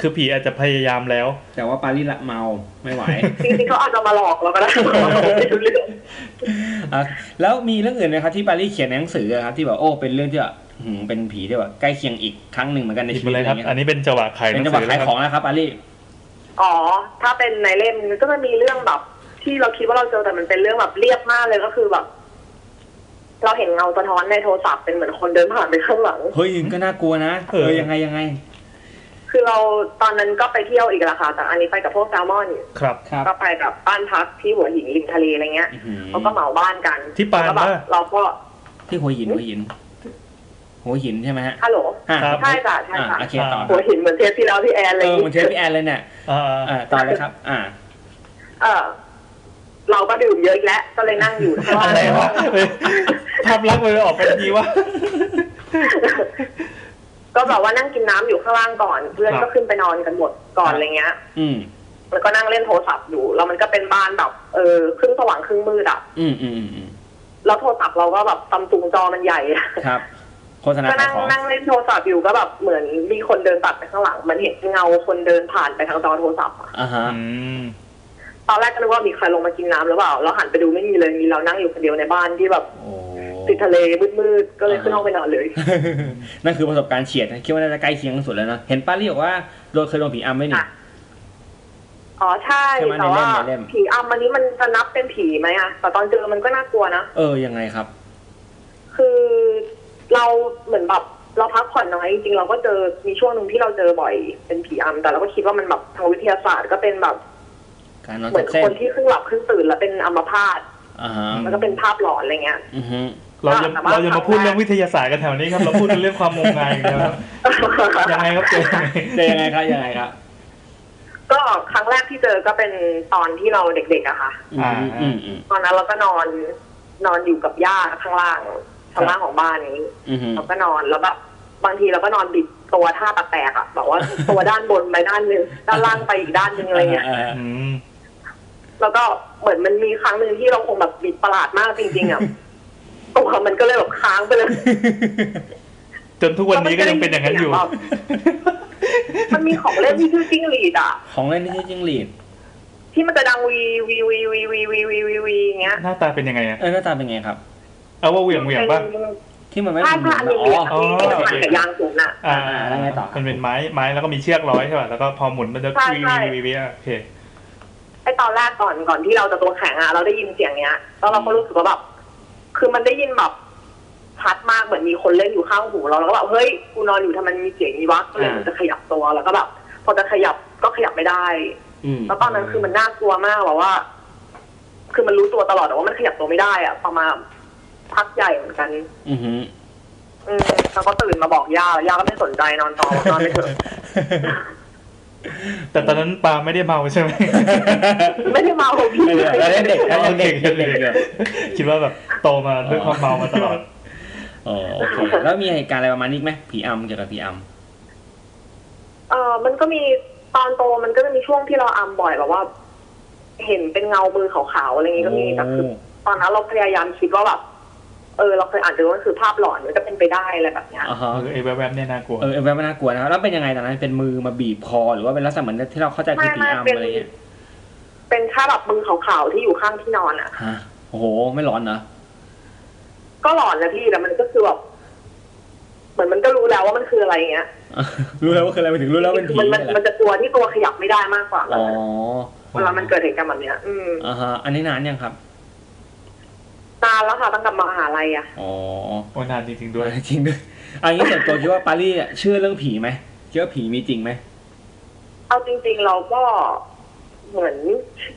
คือผีอาจจะพยายามแล้ว
แต่ว่าปารีละเมาไม่ไหว
จริงๆเขาอาจจะมาหลอกเราก็ได้ ไม่รู้เรื่อง
อ่ะแล้วมีเรื่องอื่นไหมครับที่ปารีเขียนในหนังสืออะครับที่แบบโอ้เป็นเรื่องที่แบบหืมเป็นผีที่แบบใกล้เคียงอีกครั้งหนึ่งเหมือนกันใน
หยิบ
ชีวิ
มา
ต
เลย
อะไร
ครับ
เงี้ย
อันนี้เป็นจังหวะขายห
เป็น
นัง
จังห
สือ
วะขาย
นะค
ขอ
รับ
งนะครับปารี
อ๋อ ถ้าเป็นในเล่มก็จะมีเรื่องแบบ ที่เราคิดว่าเราเจอแต่มันเป็นเรื่องแบบเรียบมากเลยก็คือแบบ เราเห็นเงาสะท้อนในโทรศัพท์เป็นเหมือนคนเดินผ่านไปข้างหลัง
เฮ้ยก็น่ากลัวนะเออยังไงยังไง
คือเราตอนนั้นก็ไปเที่ยวอีกแหละค่ะแต่อันนี้ไปกับพวกแซลมอน
ครับ
ครับ
ก็ไปแบบบ้านพักที่หัวหินริมทะเลอะไรเงี้ย
อื้อหือ
เขาก็เหมาบ้านกัน
ที่ปาน
แล้วก็แบบ
ปะ
เราก็
ที่หัวหินหัวหิน หัวหินใช่ไหมฮะ
ฮัลโหล
อ่ะ
ครับ
ใช่จ้ะใช่
อ่ะ
จ้ะ
โอเคต่อ
หัวหินเหมือนเทปที่แล้วที่แอนอะไร
เอ
อ
อย่างเหมือนเท
งี้
ปพี่แอนเลยเนี่ย
อ่า
อ่ะต่อเลยครับ อ่า
เออเราก็ดื่มเยอะอีกแล้วก็เลยนั่งอยู่ข้าง
อะไรวะ
ล่าง
เฮ้ยภาพลักษณ์มันออกเป็นอย่างนี้วะ
ก็แบบว่านั่งกินน้ำอยู่ข้างล่างก่อน เพื่อน
ครับ
ก็ขึ้นไปนอนกันหมดก่อนอะไรเงี้ย
อืม
แล้วก็นั่งเล่นโทรศัพท์อยู่ แล้วมันก็เป็นบ้านแบบเออครึ่งสว่างครึ่งมืดอะ
อืมอืมอืมอืม
แล้วโทรศัพท์เราก็แบบซัมซุงจอมันใหญ่อะ
ครับ โฆษณา
ก็
ขาย
นั่ง
ของ
นั่งเล่นโทรศัพท์อยู่ก็แบบเหมือนมีคนเดินตัดไปข้างหลัง มันเห็นเงาคนเดินผ่านไปทางจอโทรศัพท์อะ
อ่าฮะ
อืม
ตอนแรกก็นึกว่ามีใครลงมากินน้ำหรือเปล่าแล้วหันไปดูไม่มีเลยมีเรานั่งอยู่คนเดียวในบ้านที่แบบ
โอ้
ติดทะเลมืดๆก็เลยขึ้นห้องไปนอนเลย
นั่นคือประสบการณ์เฉียดนะคิดว่าน่าจะใกล้เคียงที่สุดแล้วเนอะเห็นป้าลี่บอกว่าโดนเคยโดนผีอำไหมนี่
ค่ะ อ๋อใช่
ใช่ไหม
แต่ว่า
ในเล่มในเล่ม
ผีอำอันนี้มันจะนับเป็นผีไหมอะแต่ตอนเจอมันก็น่ากลัวนะ
เออยังไงครับ
คือเราเหมือนแบบเราพักผ่อนน้อยจริงๆเราก็เจอมีช่วงหนึ่งที่เราเจอบ่อยเป็นผีอำแต่เราก็คิดว่ามันแบบทางวิทยาศาสตร์ก็เป็นแบบ
การนอน
เหมือน
จับเส้
คน นที่ครึ่งหลับครึ่งตื่นแล้วเป็นอัมพาต
อ่าฮะ
แล้วก็เป็นภาพหลอนอะไรเงี้ย
อือฮึ
เราจะ
แต่ว่า
เราจะมาพูดเรื่องวิทยาศาสตร์กันแถวนี้ครับ เราพูดกันเรื่องความงมงายอย่างเดียวครับยังไงครับเจม
เจอยังไงครับยังไงครับ
ก็ครั้งแรกที่เจอก็เป็นตอนที่เราเด็กๆอะค่ะ
อืมอืมอืม
ตอนนั้นเราก็นอนนอนอยู่กับย่าข้างล่างข้างล่างของบ้านนี้
อืมอืม
เราก็นอนแล้วแบบบางทีเราก็นอนบิดตัวท่าแปลกๆอะแบบว่าตัวด้านบนไปด้านหนึ่งด้านล่างไปอีกด้านหนึ่งอะไรเงี้ย
าฮะ
อืม
แล้วก็เหมือนมันมีครั้งหนึ่งที่เราคงแบบบิดประหลาดมากจริงๆ อ่ะ ตัวมันก็เลยแบบค้างไปเลย
จนทุกวันนี้ก็ยังเป็นอย่างนั้นอยู่
แล้วมันมีของเล่นที่ชื่อจิ้งหรีดอ่ะ
ของเล่นที่ชื่อจิ้งหรีด
ที่มันจะดังวีวีวีวีวีวีวีวีวีอย่างเงี้ย
หน้าตาเป็นยังไงอะ
เออหน้าตาเป็นไงครับ
เอาว่าเหวี่ยงเหวี่ยงป่ะ
ที่มันไม่
ผ้าผ้าอันหนึ่งเหรียญ
อ๋อ
ที่ที่มันพันกับยางสูงอ่ะ
อ่า
แล้วไงต่อครับ
มันเป็นไม้ไม้แล้วก็มีเชือกร้อยใช่ป่ะแล้วก็พอหมุนมันจะ
ใช่
วี
ใช่
วีวีวีอ่ะโอเค
ไอตอนแรกก่อนก่อนที่เราจะตัวแข็งอ่ะเราได้ยินเสียงเนี้ยแล้วเราก็รู้สึกว่าแบบคือมันได้ยินแบบชัดมากเหมือนมีคนเล่นอยู่ข้างหูเราแล้วก็แบบเฮ้ยกูนอนอยู่ทำไมมีเสียงนี้วะก็เลย
อ่า
จะขยับตัวแล้วก็แบบพอจะขยับก็ขยับไม่ได้
อืม
แล้วตอนนั้นคือมันน่ากลัวมากแบบว่า คือมันรู้ตัวตลอดแต่ว่ามันขยับตัวไม่ได้อะประมาณพักใหญ่เหมือนกัน
อือฮึ
อืมแล้วก็ตื่นมาบอกย่าย่าก็ไม่สนใจนอนต่อนอนไปเถอะ
แต่ตอนนั้นปาไม่ได้เมาใช่ไหม
ไม่ได้เมาของพี่
ไม่เลยเราเล่นเด็กเราเล่นเด็ก
โอค
เด็กอยู่
คิดว่าแบบโตมาด้วยความเมามาตลอด
อ๋อโอเคแล้วมีเหตุการณ์อะไรประมาณนี้อีกไหมผีอำเกี่ยวกับผีอำ
เออมันก็มีตอนโตมันก็จะมีช่วงที่เราอัมบ่อยแบบว่า เห็นเป็นเงามือขาวๆอะไรอย่างงี้ก็มีแต่คือตอนนั้นเราพยายามคิดว่าแบบเออ เราเคยอ่านเจอว่าคือภาพหลอนมันจะเป็นไปได้อะไรแบบเนี้ย
อ่าฮะ
เออไอ้แวบๆเนี่ยน่ากลัว
เออเออแวบมันน่ากลัวนะครับแล้วเป็นยังไงตอนนั้นเป็นมือมาบีบคอหรือว่าเป็นลักษณะเหมือนที่เราเข้าใจคือผี
ไม่
อำ
ไม่
อะไร
เป็น
เงี้ย
เป็นแค่แบบมือขาวๆที่อยู่ข้างที่นอนอ่ะ
ฮะโอ้โหไม่ร้อนเหรอ
ก็หลอนนะพี่แต่มันก็คือแบบเหมือนมันก็รู้แล้วว่ามันคืออะไรอย่างเงี้ย
รู้แล้วว่าคืออะไรไปถึงรู้แล้วเป็นผี
มัน
เลยเหร
มันมั
อน
จะกลัวที่ตัวขยับไม่ได้มากกว่า
อ๋อ
เวลามันเกิดเหตุการณ์แบบเนี้ย อืม
อ่าฮะอันนี้นานยังครับ
นานแล้วค่ะตั้งแต่มหาลัยอ่ะ
อ๋อ
โอ้นานจริงๆด้วย
จริงด้วยอันนี้ส่วนตัวคิดว่าปารีสเชื่อเรื่องผีไหมเชื่อผีมีจริงไหม
เอาจริง ๆ เราก็เหมือน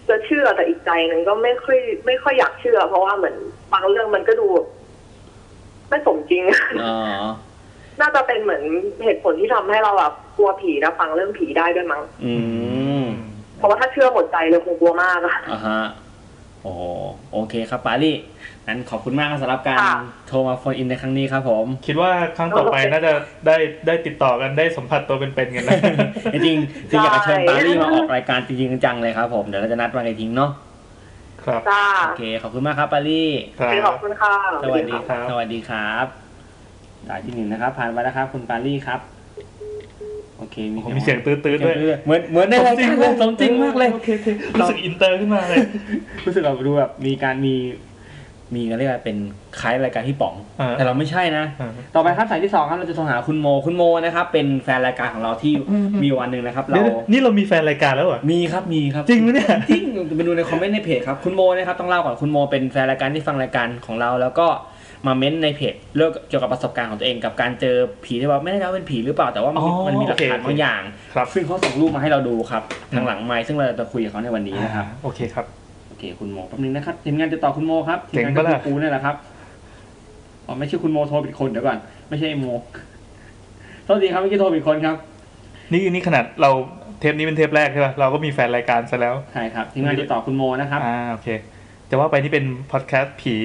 จะเชื่อแต่อีกใจหนึ่งก็ไม่ค่อยไม่ค่อยอยากเชื่อ เพราะว่าเหมือนบางเรื่องมันก็ดู ไม่สมจริง
อ๋อ
น่าจะเป็นเหมือนเหตุผลที่ทำให้เราแบบกลัวผีนะฟังเรื่องผีได้ด้วยมั้ง
อืม
เพราะว่าถ้าเชื่อหมดใจเลยคงกลัวมากอะ
อ่าฮะโอ้โหโอเคครับปาลี่นั้นขอบคุณมากครับสำหรับการ
ค่ะ
โทรมาโฟนอินในครั้งนี้ครับผม
คิดว่าครั้งต่อไปน่าจะได้ได้ติดต่อกันได้สัมผัสตัวเป็นๆกันนะ
จริงๆคืออยากจะเชิญปาลี่มาออกรายการจริงๆจังๆเลยครับผมเดี๋ยวเราจะนัดวันอีกทีเนาะ
ครับ
จ้า
โอเคขอบคุณมากครับปาลี่
ครั
ขอบบ คุณค่ะ
สวัสดีค
ครั
รับ
บ
สวัสดีครับสายที่หนึ่งนะครับ ผ่านไปแล้วครับ คุณปาลี่ครับ โอเค มี
ผมมีเสียงตื้อๆด้วย
เสีงตื้อเหมือนเหมือนในรายการเลยสมจริงมากเลย
โอคโอครู้สึกอินเตอร์ขึ้นมาเลย
รู้สึกเราดูแบบมีการมี มีกันเรียกว่าเป็นคล้ายรายการที่ป๋อง
อ่า
แต่เราไม่ใช่นะ
อ่า
ต่อไปครับสายที่สองครับ เราจะโทรหาคุณโม คุณโมนะครับ เป็นแฟนรายการของเราที่
อืม
มีวันหนึ่งนะครับ
เดี๋
เรา
ยวนี่เรามีแฟนรายการแล้วเหรอ
มีครับ มีครับ
จริงปะเนี่ย
จริงไปดูในคอมเมนต์ในเพจครับ คุณโมนะครับต้องเล่าก่อนคุณโมเป็นแฟนรายการที่ฟังรายการของเรา แล้วก็มาเม้นต์ในเพจเรื่องเกี่ยวกับประสบการณ์ของตัวเองกับการเจอผีที่ว่าไม่ได้เล่าเป็นผีหรือเปล่าแต่ว่ามันมี
อ๋อ
มันมีหลักฐาน
โอเค
บางอย่าง
ครับ
ซึ่งเขาส่งรูปมาให้เราดูครับ
อืม
ทางหลังไมค์ซึ่งเราจะคุยกับเขาในวันนี้นะครับ
โอเคครับ
โอเคคุณโมแป๊บนึงนะครับทีมงานจะต่อคุณโมครับทีมงาน
เจ๋งปะ
ก็
ล่ะ
คือกูเนี่ยแหละครับอ๋อไม่ใช่คุณโมโทรผิดคนเดี๋ยวก่อนไม่ใช่ไอ้โมโทษทีครับเมื่อกี้โทรผิดคนครับ
นี่นี่ขนาดเราเทปนี้เป็นเทปแรกใช่ป่ะเราก็มีแฟนรายการซะแล้ว
ใช่ครับทีมงานจะต่อคุณโมนะครับ
อ่าโอเคจะว่าไปนี่เป็นพอดแคสต์ผี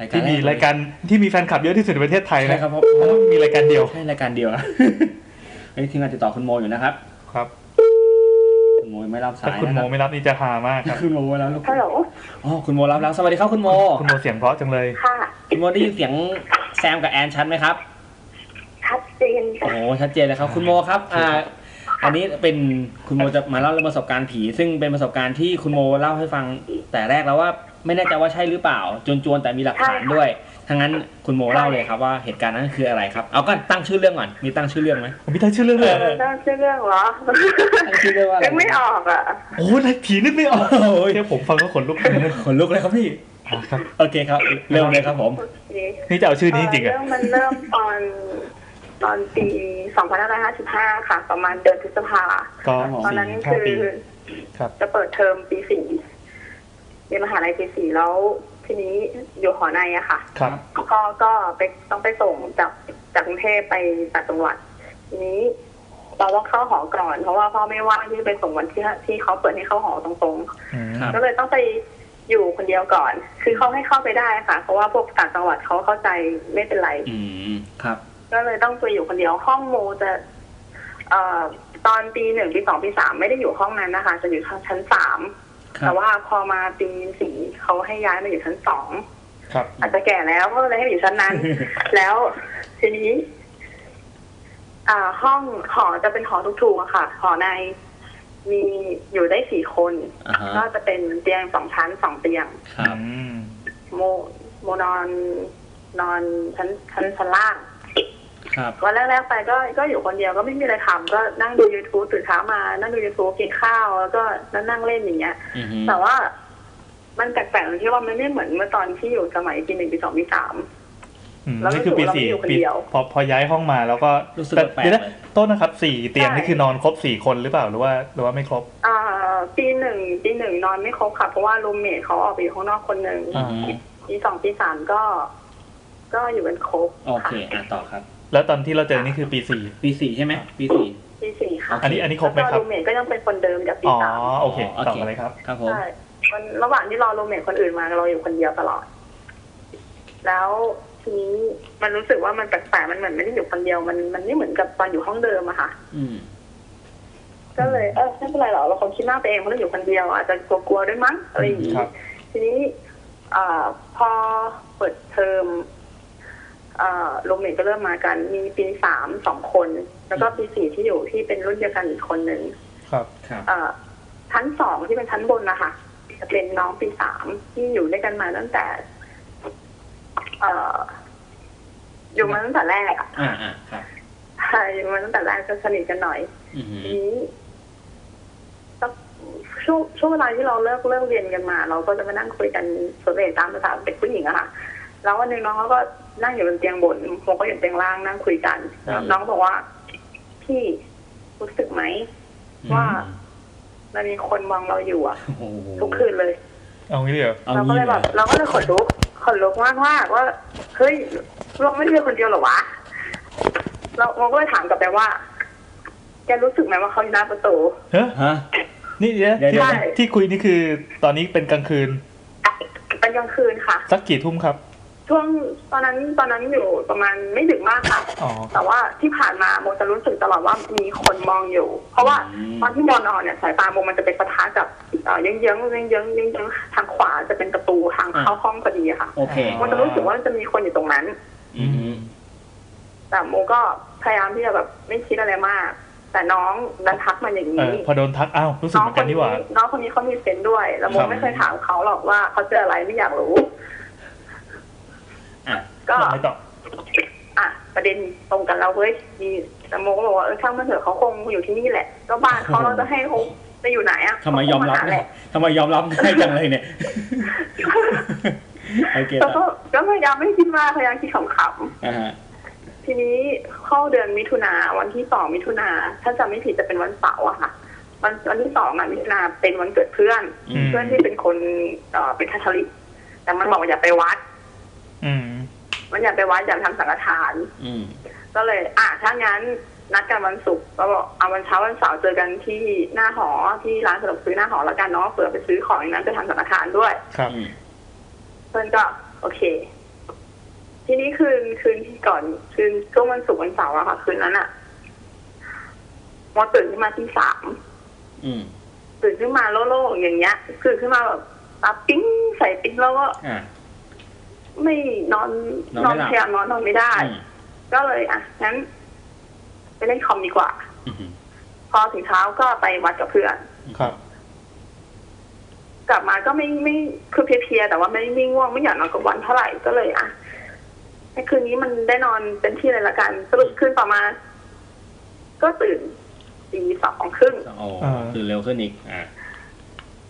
รายการ
ที่มี
แรกเลย
รายการที่มีแฟนคลับเยอะที่สุดในประเทศไทย
ใช่
นะครับ
เพราะเพราะว่า
มีรายการเดียว
ใช่รายการเดียว อะเฮ้ยทีมงานติดต่อคุณโมอยู่นะครับ
ครับ
คุณโมยังไม่รับสา
ถ้าย คุณ
นะ
โม
ครับ
ไม่รับนี่จะหามากครับ
คุณโมแล้วลูก
ฮัลโหล
อ๋อคุณโมรับแล้วสวัสดีครับคุณโม
คุณโมเสียงเพราะจังเลย
ค่ะ
คุณโมได้ยินเสียงแซมกับแอนชัดไหมครับ
ชัดเจน
โอ้โหชัดเจนเลยครับ คุณโมครับ อ่า อันนี้เป็นคุณโมจะมาเล่าเรื่องประสบการณ์ผี ซึ่งเป็นประสบการณ์ที่คุณโมเล่าให้ฟังแต่แรกแล้วว่าไม่แน่ใจว่าใช่หรือเปล่า จวนๆแต่มีหลักฐานด้วยทั้างนั้นคุณโมเล่าเลยครับว่าเหตุการณ์นั้นคืออะไรครับ เอาก็ตั้งชื่อเรื่องก่อน มีตั้งชื่อเรื่องไหม
พี่ทายชื่อเรื่องเลย
เจ้าชื่อเรื่องเหรอ
ตั้งชื่อเรื่องว่าอะไร
ยังไม่ออกอ่ะ
โอ้ยผีนึกไม่ออกเดี๋ยวผมฟังก็ขนลุกเลยนะ
ขนลุกเลยครับพี่
อ่ะครับ
โอเคครับ เร็วเลยครับผม
โอเค
นี่จะเอาชื่อนี้จริงๆ
เอ่
อ่ะ
อเรื่องมันเริ่มตอนตอนปี 2555 ค่ะ ประมาณเดือนพฤษภา
ก็
ครับผม
ตอนนั้น
สี่ห้า
คื
ปี
อ
ครับ
จะเปิดเทอมปีสี่เรียนมหาลัยปีสี่แล้ว ทีนี้อยู่หอในอะค่ะ
ครับ
ก็ก็ไปต้องไปส่งจากจากกรุงเทพไปต่างจังหวัด ทีนี้ เราต้องเข้าหอก่อน เพราะว่าพ่อไม่ว่างที่จะไปส่งวันที่ที่เขาเปิดให้เข้าหอตรงๆ
อืม
ครับ
ก็เลยต้องไปอยู่คนเดียวก่อน คือเขาให้เข้าไปได้ค่ะ เพราะว่าพวกต่างจังหวัดเขาเข้าใจไม่เป็นไร
อืมครับ
ก็เลยต้องไปอยู่คนเดียว ห้องโมจะ เอ่อ ตอนปีหนึ่งปีสองปีสามไม่ได้อยู่ห้องนั้นนะคะ จะอยู่ชั้นสาม
ครับ
แต่ว่าพอมาปีสี่เขาให้ย้ายมาอยู่ชั้นสอง
ครับ
อาจจะแก่แล้วก็เลยให้ไปอยู่ชั้น นั้น แล้วทีนี้ อ่า ห้องหอจะเป็นหอถูกๆอะค่ะ หอในมีอยู่ได้สี่คน
อ่าฮะ
ก็จะเป็นเตียงสองชั้นสองเตียง
ครับ
อืม
โมโมนอนนอนชั้นชั้นชั้นล่าง
ครับ
วันแรกๆไปก็ก็อยู่คนเดียวก็ไม่มีอะไรทำก็นั่งดู YouTube ตื่นเช้ามา นั่งดู YouTube กินข้าวแล้วก็นั่งนั่งเล่นอย่างเงี้ย
อือฮึ
แต่ว่า มันแปลกๆตรงที่ว่ามันไม่เหมือนเมื่อตอนที่อยู่สมัยปีหนึ่งปีสองปีสาม
อืม
แล้ว
นี่คือปี
เราไม่
สี่
อยู่คน
ปี
เดียว
พอพอย้ายห้องมาแล้วก็
รู้สึก
แต่
แปลก
เดี๋ยว
ๆ
นะ
เลย
โทษนะครับสี่เตียงนี่คือนอนครบสี่คนหรือเปล่าหรือว่าหรือว่าไม่ครบ
อ่าปีหนึ่งปีหนึ่งนอนไม่ครบค่ะ เพราะว่ารูมเมทเขาออกไปอยู่ข้างนอกคนหนึ่ง
อื
อ่า
อฮึ
ปีสองปีสามก็ ก็อยู่กันครบ
โอเค
ะ
อ่ะต่อครับ
แล้วตอนที่เราเจอนี่คือปีสี่
ปีสี่ใช่ไหมปีสี่
ปีสี่ค่ะ
อันนี้อันนี้ครบไหมครับ
แล้วก็รูมเมทก็ยังเป็นคนเดิมจากปี
อ๋อ
สาม
โอเค
อ๋อโอเค
ต่อกันเลยครับ
ครับผม
ใช่มันระหว่างที่รอรูมเมทคนอื่นมาเราอยู่คนเดียวตลอด แล้วทีนี้มันรู้สึกว่ามันแปลกๆ มันเหมือนไม่ได้อยู่คนเดียว มันมันไม่เหมือนกับตอนอยู่ห้องเดิมอะค่ะ
อืม
ก็เลยเออไม่เป็นไรหรอกเราคงคิดมากไปเองเพราะเราอยู่คนเดียว อาจจะกลัวๆด้วยมั้งอะไรอย่างนี้
ครับ
ทีนี้เอ่อพอเปิดเทอมเอ่อรูมเมทก็เริ่มมากัน มีปีสามสองคน แล้วก็ปีสี่ที่อยู่ที่เป็นรุ่นเดียวกันอีกคนหนึ่ง
ครับ
ครับ
เอ่อชั้นสองที่เป็นชั้นบนนะคะจะเป็นน้องปีสามที่อยู่ด้วยกันมาตั้งแต่ เอ่อ อยู่มาตั้งแต่แรกอะ
อ่าอ่าครับ
ใช่อยู่มาตั้งแต่แรกก็สนิทกันหน่อย
อือฮึ
ทีนี้สักช่วงช่วงเวลาที่เราเลิกเลิกเรียนกันมา เราก็จะมานั่งคุยกันสวนเดตามภาษาเด็กผู้หญิงอะค่ะ แล้ววันหนึ่งน้องเขาก็นั่งอยู่บนเตียงบนผมก็อยู่เตียงล่างนั่งคุยกันแล้วน้องก็บอกว่า พี่รู้สึกไหม ว่า
อืม
มันมีคนมองเราอยู่อะ
โอ้โห
ทุกคืนเลย
เอางี้เลยเหรอ
เอา
เราก็
งี้
เลย
เล
แบ
ย
บเราก็เลยขนลุกขนลุกมากมากๆว่า เฮ้ยเราไม่ได้เป็นคนเดียวเหรอวะ เราเราก็เลยถามกลับไปว่า แกรู้สึกไหมว่าเขาอยู่หน้าประตู
เฮะ
ฮะ
นี่เดี๋ยว
เดี๋ยว
ที่
ใช่
ที่คุยนี่คือตอนนี้เป็นกลางคืน
เป็นกลางคืนค่ะ
สักกี่ทุ่มครับ
ช่วงตอนนั้นตอนนั้นอยู่ประมาณไม่ดึกมากค่ะ
อ๋อ
แต่ว่าที่ผ่านมาโมจะรู้สึกตลอดว่ามีคนมองอยู่ เพราะว่า
อืม
ตอนที่โมนอนเนี่ยสายตาโมมันจะไปปะทะกับเอ่อเยื้องๆเยื้องๆเยื้องๆเยื้องๆทางขวาจะเป็นประตูทางเข้าห้องพอดีค่ะ
โอเค
โมจะรู้สึกว่ามันจะมีคนอยู่ตรงนั้น
อืม
แต่โมก็พยายามที่จะแบบไม่คิดอะไรมาก แต่น้องดันทักมาอย่าง
เอ
นี้
อพอโดนทักอ้าวรู้สึก
น้อ
เหมือน
งค
กัน
น
นี่
นี้
หว่า
น้องคนนี้เขามีเซนส์ด้วยแล้วโม
ครับ
ไม่เคยถามเขาหรอกว่าเขาเจออะไรไม่อยากรู้
อ่ะ
ก็
ยังไม่ตอบ
อ่ะประเด็นตรงกันแล้วเว้ยมีแต่โมก็บอกว่าเออช่างมันเถอะเขาคงอยู่ที่นี่แหละ ก็บ้านเขาเราจะให้เขาจะอยู่ไหนอ่ะ
ทำไมยอมรับ
เขาคงาหาแห
เนี่ย
ละ
ทำไมยอมรับได้จังเลย เนี่ยโอเคต่
แต่ก็
อ
ก็พยายามไม่คิดมากพยายามคิดขำ
อ่าฮะ
ๆทีนี้เข้าเดือนมิถุนาวันที่สองมิถุนาถ้าจำไม่ผิดจะเป็นวันเสาร์อะค่ะวันวันที่สองอะมิถุนาเป็นวันเกิดเพื่อน
อืม
เพื่อนที่เป็นคนเอ่อเป็นคาทอลิกแต่มันบอกว่าอย่าไปวัด
อืม
มันอยากไปวัดอยากทำสังฆทาน
อืม
ก็เลย อ่ะถ้างั้นนัดกันวันศุกร์ก็บอกเอาวันเช้าวันเสาร์เจอกันที่หน้าหอที่ร้านสะดวกซื้อหน้าหอแล้วกันเนาะเผื่อไปซื้อของในนั้นจะทำสังฆทานด้วย
ครับ
อืม
เพื่อนก็โอเค ทีนี้คืนคืนที่ก่อนคืนช่วงวันศุกร์วันเสาร์อะค่ะ คืนนั้นอะมอตื่นขึ้นมาที่สาม
อืม
ตื่นขึ้นมาโล่งๆอย่างเงี้ยตื่นขึ้นมาแบบตาปิ้งใส่ปิ้งแล้วก็
อ่า
ไม่นอน
นอนไม่หลับ
พยายามนอนนอนไม่ได้
อืม
ก็เลยอ่ะงั้นไปเล่นคอมดีกว่า
อืม
พอถึงเช้าก็ไปวัดกับเพื่อน
ครับ
กลับมาก็ไม่ไม่คือเพลียๆแต่ว่าไม่ไม่ง่วงไม่อยากนอนกลางวันเท่าไหร่ก็เลยอ่ะในคืนนี้มันได้นอนเต็มที่เลยละกันสรุปคืนต่อมา ก็ตื่นตีสองครึ่ง
โอ้
อ่า
คือเร็วขึ้นอีกอ่า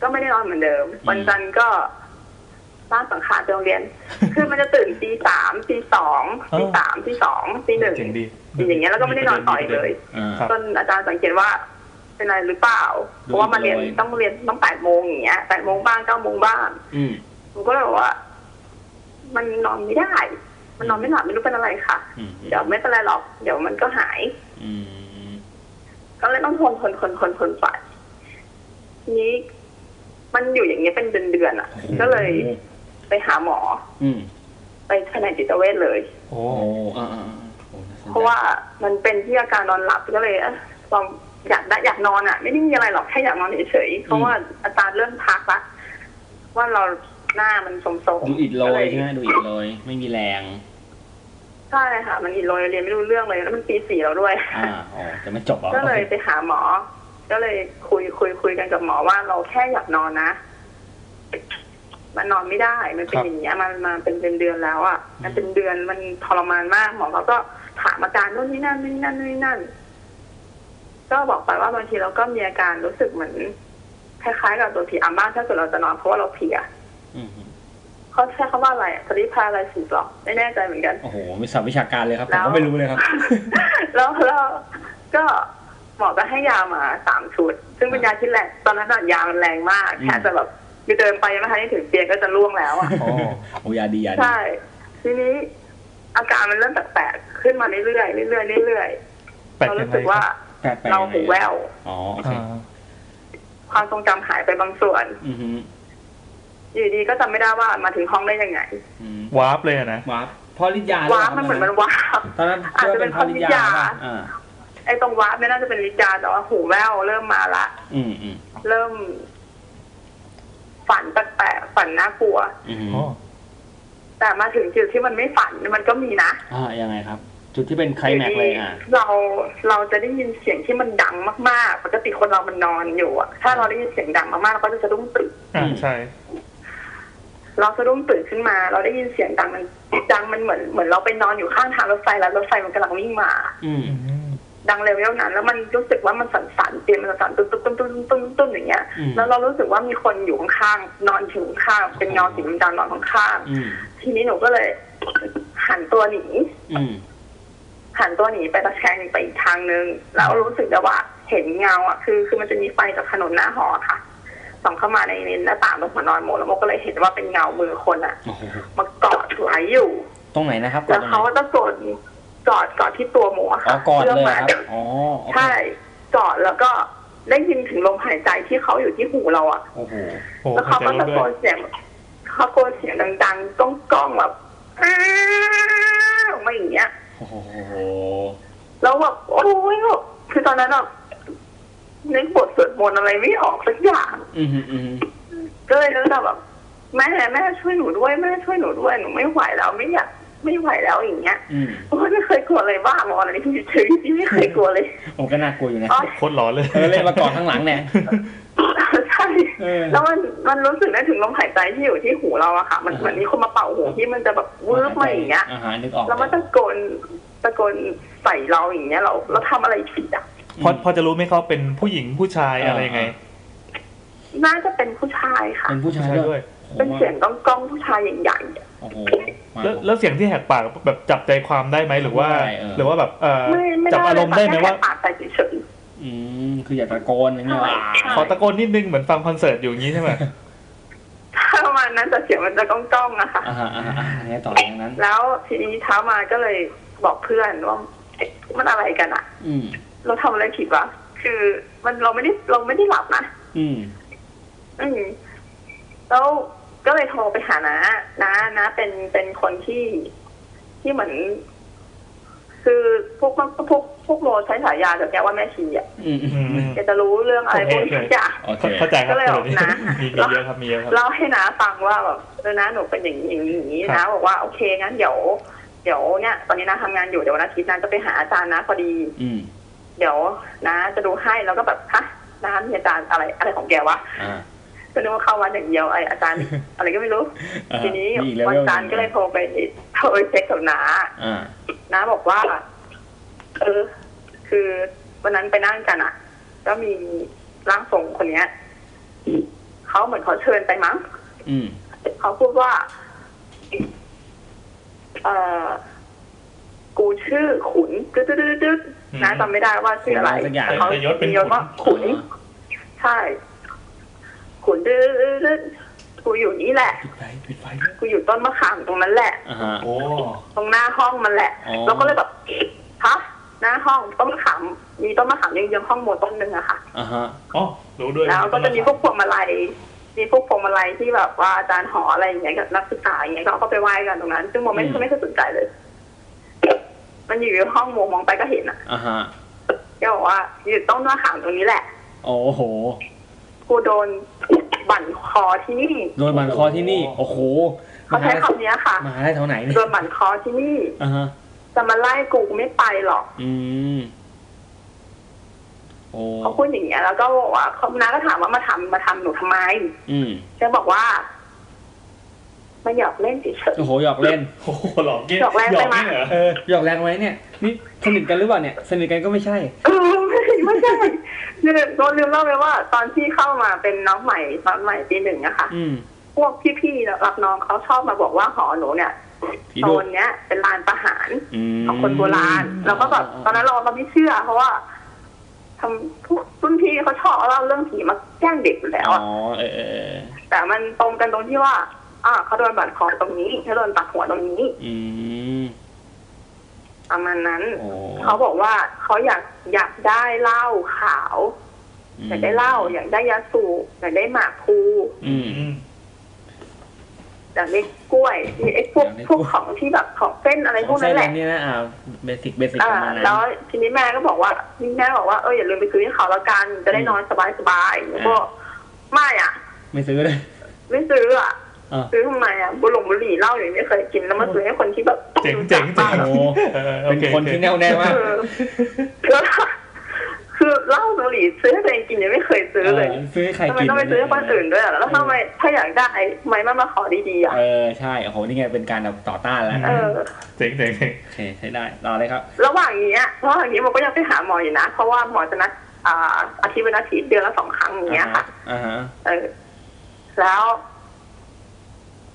ก็ไม่ได้นอนเหมือนเดิม วันจันทร์ก็บ้านสังขารไปโรงเรียน คือมันจะตื่นตีสามตีสองตีสามตีสองตีหนึ่ง
เจ๋งดี
ตีอย่างเงี้ยแล้วก็ไม่ได้นอนต่ออีกเลย
อ่า
ครับ
จนอาจารย์สังเกตว่าเป็นอะไรหรือเปล่า
ดู
เพราะว่ามาเรียน
เลย
ต้องเรียนต้องแปดโมงอย่างเงี้ยแปดโมงบ้างเก้าโมงบ้าง
อืม
ผมก็เลยบอกว่า มันนอนไม่ได้ มันนอนไม่หลับไม่รู้เป็นอะไรค่ะ
อืม
เดี๋ยวไม่เป็นไรหรอก เดี๋ยวมันก็หาย
อืม
ก็เลยต้องทนทนทนทนทนไปทีนี้ มันอยู่อย่างเงี้ยเป็นเดือนเดือนๆอ่ะ ก็เลยไปหาหมอ
อืม
ไปแผนกจิตเวชเลย
โอ้
โอ้อ่าอ่าอ่าโอ้น่สนใจ
เพราะว่ามันเป็นที่อาการนอนหลับก็เลยเอ้ยเราอยากได้อยากนอนอ่ะ ไม่ได้มีอะไรหรอกแค่อยากนอนเฉยๆเพราะว่าอาจารย์เริ่มทักละว่าเราหน้ามันสมๆ
ดูอิดโร
ก็เลย
ใช่ไหมดูอิดโรยไม่มีแรง
ใช่ค่ะ มันอิดโรยเรียนไม่รู้เรื่องเลยแล้วมันปีสี่แล้วด้วย
อ่าอ๋อจะไม่จบหรอ
ก็เลยไปหาหมอ ก็เลยคุยคุยคุยกันกับหมอว่าเราแค่อยากนอนนะ มันนอนไม่ได้ มันเป็น
ครับ
อย่างเงี้ยมันมาเป็นเป็นเดือนแล้วอ่ะ มันเป็นเดือนมันทรมานมาก หมอเขาก็ถามอาการนู่นนี่นั่นนู่นนี่นั่นนู่นนี่นั่น ก็บอกไปว่าบางทีเราก็มีอาการรู้สึกเหมือนคล้ายๆ กับตัวผีอำบ้างถ้าเกิดเราจะนอนเพราะว่าเราเพลีย
อืม
เขาใช้คำว่าอะไรสลิพาอะไรสิหรอไม่แน่ใจเหมือนกัน
โอ้โหมีศัพท์วิชาการเลยครับผ
แล้
ม
ว
ก็ไม่รู้เลยครับ
แล้วแล้วก็หมอก็ให้ยามาสามชุด ซึ่งเป็นยาที่แรงตอนนั้นอะยามันแรงมาก
อืม
แค่จะแบบคือเดินไปยังไม่ทันได้ถึงเตียงก็จะล่วงแล้วอ่ะ
โอ้โอ้ยาดียาดี
ใช่ ทีนี้อาการมันเริ่มแปลกๆขึ้นมาเรื่อยๆเรื่อยๆเรื่อยๆ
แปลก
เรา
ยัง
รู้
ไง
สึก
ค
ว่า
รับ
แปลกๆ
เราหูแว่ว
อ๋อโอเค
อ่า
ความทรงจำหายไปบางส่วน
อืมฮึ
อยู่ดีก็จำไม่ได้ว่ามาถึงห้องได้ยังไง
อืม
วาร์ปเลยอะนะ
วาร์ปพอลิยา
ว้าบมันเหมือนมันว้าบ
ตอนนั้น
อาจจะเป็น
พอลิยา
พอลิยา
ป่ะอ่า
ไอ้ตรงว้าบไม่น่าจะเป็นวิจารณ์แต่ว่าหูแว่วเริ่มมาละ
อืมอืม
เริ่ม ฝันแปลกๆฝันน่ากลัว
อืม
อ๋อ
แต่มาถึงจุดที่มันไม่ฝันมันก็มีนะ
อ่ายังไงครับ จุดที่เป็นไคลแม็กซ์เลยอ่า
เราเราจะได้ยินเสียงที่มันดังมาก ๆ ปกติคนเรามันนอนอยู่อะถ้าเราได้ยินเสียงดังมากๆเราก็จะสะดุ้งตื่น
อ่าใช่
เราสะดุ้งตื่นขึ้นมา เราได้ยินเสียงดังมันดังมันเหมือนเหมือนเราไปนอนอยู่ข้างทางรถไฟแล้วรถไฟมันกำลังวิ่งมา
อืม
อืม
ดังเร็วๆนั้น แล้วมันรู้สึกว่ามันสั่นๆเตียงมันสั่นๆตุ้มตุ้มตุ้มตุ้มตุ้มตุ้มอย่างเงี้ย
อืม
แล้วเรารู้สึกว่ามีคนอยู่ข้างๆนอนอยู่ข้างๆเป็นเงาสีดำๆนอนข้าง
อืม
ๆทีนี้หนูก็เลย หันตัวหนี
อืม
หันตัวหนีไปตะแคงไปอีกทางนึง แล้วรู้สึกได้ว่าเห็นเงาอ่ะคือคือมันจะมีไฟจากถนนหน้าหอค่ะส่องเข้ามาในหน้าต่างตรงหัวนอนโมแล้วโมก็เลยเห็นว่าเป็นเงามือคนอ่ะ
โอ้โห
มาเกาะไหลอยู่
ตรงไหนนะครับก่อ
แล้
น
ว
ตรงไหน
เขาก็ตะโกน กอดกอดที่ตัวหมูอะ
อ๋อ
ค่ะ
ก่อนเลย
ง
เหร
มา
อครับอ๋อโอเค
ใช่กอดแล้วก็ได้ยินถึงลมหายใจที่เขาอยู่ที่หูเราอะ
โอ้โห
โอ้
แล้ว
เข้า
เขา
ใจเรา
ก็ตะ
ด้
โก
วย
นเสียงเขาตะโกนเสียงดังๆก้องก้องๆแบบอ้าวออกมาอย่างเงี้ย
โอ้โห
แล้วแบบโอ้ยแบบคือตอนนั้นแบบนึกบทสวดมนต์อะไรไม่ออกสักอย่าง
อืมฮึอืมฮึ
ก็เลยรู้สึกแบบแม่แม่ช่วยหนูด้วยแม่ช่วยหนูด้วยหนูไม่ไหวแล้วไม่อยากไม่ไหวแล้วอย่างเงี้ย
อืม
โอ้ยไม่เคยกลัวอะไรบ้าบออะไรที่ชีวิตที่ไม่เคยกลัว เลย
ผมก็น่ากลัวอยู่นะ
อ๋อ
โคตรร้อนเลย
เออเล่นมาก่อนข้างหลังเนี่ย
ใช่
เออ
แล้วมันมันรู้สึกได้ถึงลมหายใจที่อยู่ที่หูเราอะค่ะ มันเหมือนมีคนมาเป่าหูที่มันจะแบบวืบมาอย่างเงี้ย
หรนึกออก
แล้วมันตะโกนตะโกนใส่เราอย่างเงี้ยเราเราทำอะไรผิดอะ
พอพอจะรู้ไหมเขาเป็นผู้หญิงผู้ชายอะไรยังไง
น่าจะเป็นผู้ชายค่ะ
เป็นผู้ชายด้วย
เป็นเสียงก้องก้องๆผู้ชายใหญ่ๆอะ
โอ้โห
แล้วแล้วเสียงที่แหกปากแบบจับใจความได้ไหมหรือว่า
ไม่ได้เออ
หรือว่าแบบเออ
ไม่ไม่
จับ
ได้
อารมณ์ได้ไหมว่า
ปากใส่เฉย
อืมคืออยากตะโกนอย่างเงี้ย
ใช่
ขอตะโกนนิดนึงเหมือนฟังคอนเสิร์ตอยู่อย่างนี้ใช่ไหม
ๆถ้าประมาณนั้นจะเสียงมันจะก้องก้องๆอะค่ะ
อ่าฮะอ่าฮะอ่าฮะไงต่ออย่างนั้น
แล้วทีนี้เช้ามาก็เลยบอกเพื่อนว่าเอ๊ะมันอะไรกันอะ
อืม
เราทำอะไรผิดวะคือมันเราไม่ได้เราไม่ได้หลับนะ
อืม
อืมแล้วก็เลยโทรไปหานะนะนะเป็นเป็นคนที่ที่เหมือน คือพวกพวกพวกโลใช้ฉายาแบบเนี้ยว่าแม่ชีอะ
อืมอืมอืม
แกจะรู้เรื่องอะไรพวกนี้ทุกอย่าง
โอเค
เข้าใจครับ
ก็เลยออกนะ
มีมีเยอะครับมีเยอะครับ
เล่าให้น้าฟังว่าแบบเออน้าหนูเป็นอย่างนี้อย่างนี้อย่างนี้
ครั
น้า
บ
บอกว่าโอเคงั้นเดี๋ยวเดี๋ยวเนี่ยตอนนี้น้าทำงานอยู่เดี๋ยววันอาทิตย์น้าจะไปหาอาจารย์นะพอดี
อืม
เดี๋ยวน้าจะดูให้แล้วก็แบบฮะน้ามีอาจารย์อะไรอะไรของแกวะ
อ่า
ก็นึกว่าเข้าวันอย่างเดียวไออาจารย์ อะไรก็ไม่รู้
อ่า
ทีนี้
มีอีเล
วัน
เวลห
จันทร์ก็เลยโทรไปโทรไปเช็คกับน้า
อ่า
น้าบอกว่าเออคือวันนั้นไปนั่งกันอ่ะ ก็มีร่างทรงคนเนี้ยเขาเหมือนเขาเชิญไปมั้ง
อืม
เขาพูดว่า เออกูชื่อขุนตึ๊ดตึ๊ดตึ๊ดตึ๊ด
อืม
นะจำไม่ได้ว่าชื่ออะไร
ขุนอะไรสักอย่าง
แต่เขา
แต่ยศเป็น
มียศว่า
ขุ
ขุ
น
น ใช่ ขุนตึ๊ดตึ๊ดตึ๊ดกูอยู่นี่แหละ
ปิดไฟปิดไฟ
กูอยู่ต้นมะขามตรงนั้นแหละ
อ่าฮะ
โอ้
ตรงหน้าห้องมันแหละ
อ๋อ
แล้วก็เลยแบบฮะหน้าห้องต้นมะขาม มีต้นมะขามเยังๆห้องโมต้นหนึ่งอะค่ะ
อ่าฮะ
อ๋อรู้ด้วย
แล้วก็จะมีพวกพวงมาลัย มีพวกพวงมาลัยที่แบบว่าอาจารย์หออะไรอย่างเงี้ยกับนักศึกษาอย่างเงี้ยก็เขาก็ไปไหว้กันตรงนั้น ซึ่งโมไม่
อืม
ไม่เคยสนใจเลย มันอยู่ในห้องโมมองไปก็เห็นอ่ะ
อ่าฮะ
แกบอกว่าอยู่ต้องหน้าขามตรงนี้แหละ
โอ้โห
กูโดนบั่นคอที่นี่
โดนบันคอที่นี่ โอ้โห
เขาใช้คำเนี้ยค่ะ
มาได้เท่าไหนเนี่ย
โดนบั่นคอที่นี่
อ่าฮะ
จะมาไล่กูกูไม่ไปหรอก
อืม โอ้
เขาพูดอย่างเงี้ย แล้วก็บอกว่าเขาน้าก็ถามว่ามาทำมาทำหนูทำไม
อืม
แกบอกว่ามาหยอกเล่นเฉย
โอ้โห หยอกเล่น
โอ้โหหลอกเกี้ย
หลอกแรงไปมั้ย
หนี่เหรอ
เออหยอกแรงไว้เนี่ย นี่สนิทกันหรือเปล่าเนี่ย สนิทกันก็ไม่ใช่
เออไม่ใช่ลืมโดนลืมเล่าไปว่า ตอนที่เข้ามาเป็นน้องใหม่ตอนใหม่ปีหนึ่งอะค่ะ
อืม
พวกพี่ๆรับน้องเขาชอบมาบอกว่าหอหนูเนี่ย
ผี
โซ
ดุ
นเนี้ยเป็นลานประหาร
อืม
ของคนโบราณเราก็แบบตอนนั้นเราเราไม่เชื่อ เพราะว่าทำพวกรุ่นพี่เขาชอบเล่าเรื่องผีมาแกล้งเด็กอยู่แล้ว
อ๋อ
อะ
เออเออเออ
แต่มันตรงกันตรงที่ว่าอ่าเขาโดนบาดคอตรงนี้เขาโดนตัดหัวตรงนี้
อืม
ประมาณนั้น
โอ้
เขาบอกว่าเขาอยากอยากได้เหล้าขาว
ม
อยากได้เหล้าอยากได้ยาสูบอยากได้หมากพลู
อืม
อืม
อยากได้กล้วยมีไอ้พวก
อยากได้ก
พ
ล้ว วย
กของที่แบบของเส้นอะไรพวกนั้นแหละ
ของเส้นี่นะอ่าเบสิกเบสิก
อ่า
ประมาณนั้น
แล้วทีนี้แม่ก็บอกว่าแม่บอกว่าเอออย่าลืมไปซื้อให้เขาแล้วกันจะได้นอนสบายสบายๆหนูก็
อ่า
ไม่อ่ะ
ไม่ซื้อเลย
ไม่ซื้ออ่ะ
อ่า
ซื้อทำไมอ่ะบุหรี่บุหรี่เหล้าอย่างนี้ไม่เคยกินแล้วมาซื้อให้คนที่แบบ
เจ๋งเจ๋งเจ๋ง
โอ้
ออโอ
เป็น
โอ
คนที่แน่วแน่มาก
เออแล้วคือเหล้าบุหรี่ซื้อให้ตัวเองกินยังไม่เคยซื้อเลย
เออซื้อให้ใคร
ทำไม
กิน
ต้องไปซื้อให้คนอื่นด้วยอ่ะแล้วทำไมถ้าอยากได้ทำไมไม่มาขอดีๆอ่ะ
เออใช่โอ้โหนี่ไงเป็นการแบบต่อต้านแล้ว
เออ
เจ๋งเจ๋งเจ๋ง
โอเคใช้ได้ต่อเลยครับ
ระหว่างนี้อะระหว่างนี้โมก็ยังไปหาหมออยู่นะ เพราะว่าหมอจะนัดอ่าอาทิตย์เป็นอาทิตย์เดือนละสองครั้งอย่างเงี้ยค่ะ
อ่าฮะ
เออ แล้ว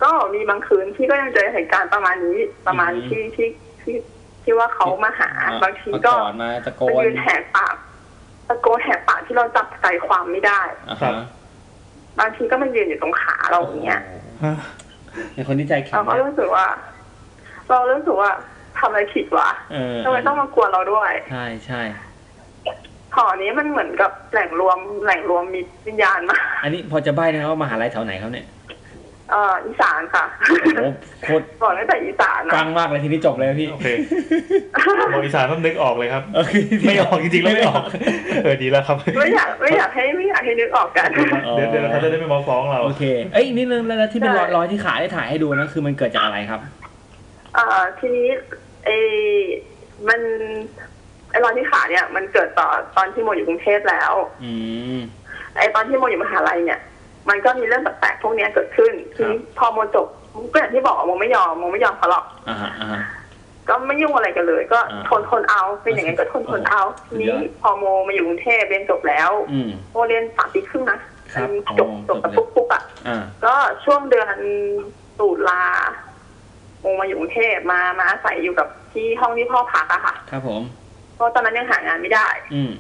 ก็มีบางคืนที่ก็ยังเจอเหตุการณ์ประมาณนี้ ประมาณที่ที่ที่ที่ว่าเขามาหา
อ่าฮะ
บางทีก็
มาอนมาตะโก
ไป
น
ยืนแหกปากตะโกนแหกปากที่เราจับใจความไม่ได้
อ่าฮะ
บางทีก็มันยืนอยู่ตรงขาเราอย่างเงี้ย
เป็นคนที่ใจแข็
เรา
ง
ก็รู้สึกว่า เรารู้สึกว่า ทำอะไรผิดวะ
เออ
ทำไมต้องมากลัวนเราด้วย
ใช่ใช่
หอนี้มันเหมือนกับแหล่งรวมแหล่งรวมมิตรวิญญาณมาก
อันนี้พอจะใบ้นะครับว่ามหาลัยแถวไหนครับเนี่ย
เอ่ออีสานค่ะ
โอ้โหโคตร
บอกตั้งแต่อีสาน
กว้า
นะ
งมากเลยทีนี้จบเลยพี่
โอเคบอกอีสานก็นึกออกเลยครับ
โอเค
ไม่ออกจริงๆแล้วไม่ออก เออดีแล้วครับ
ไม่อยากไม่อยากให้ไม่อยากให้นึกออกกัน
เดี๋ยวเดี๋ยวเขาจะได้ไม่มาฟ้องเรา
โอเค เอ้ยนี่เรื่องแล้วที่เป็นรอย
ได้
รอยที่ขาได้ถ่ายให้ดูนะคือมันเกิดจากอะไรครับ
เอ่อทีนี้ไอ้มันไอ้รอยที่ขาเนี่ย มันเกิดต่อตอนที่โมอยู่กรุงเทพแล้ว
อืม
ไอ้ตอนที่โมอยู่มหาลัยเนี่ย มันก็มีเรื่องแปลกๆพวกเนี้ยเกิดขึ้นทีนี้พอโมจบก็อย่างที่บอกอะโมไม่ยอมโมไม่ยอมเขาหรอก
อ่าฮะอ่าฮะ
ก็ไม่ยุ่งอะไรกันเลย ก็
อ่า
ทนทนเอาเป็นอย่างนั้นก็ทนทนเอา
สุ
ที
ดยอด
นี้พอโมมาอยู่กรุงเทพเรียนจบแล้ว
อืม
โมเรียนสามปีครึ่งนะครับ จบ
อ๋อ
จบกับ
จบเลย
ปุ๊บปุ๊บอ่ะ
อ่า
ก็ช่วงเดือนตุลาโมมาอยู่กรุงเทพมามาอาศัยอยู่กับที่ห้องที่พ่อพักอะค่ะ
ครับผม
เพราะตอนนั้นยังหางานไม่ได้
อืม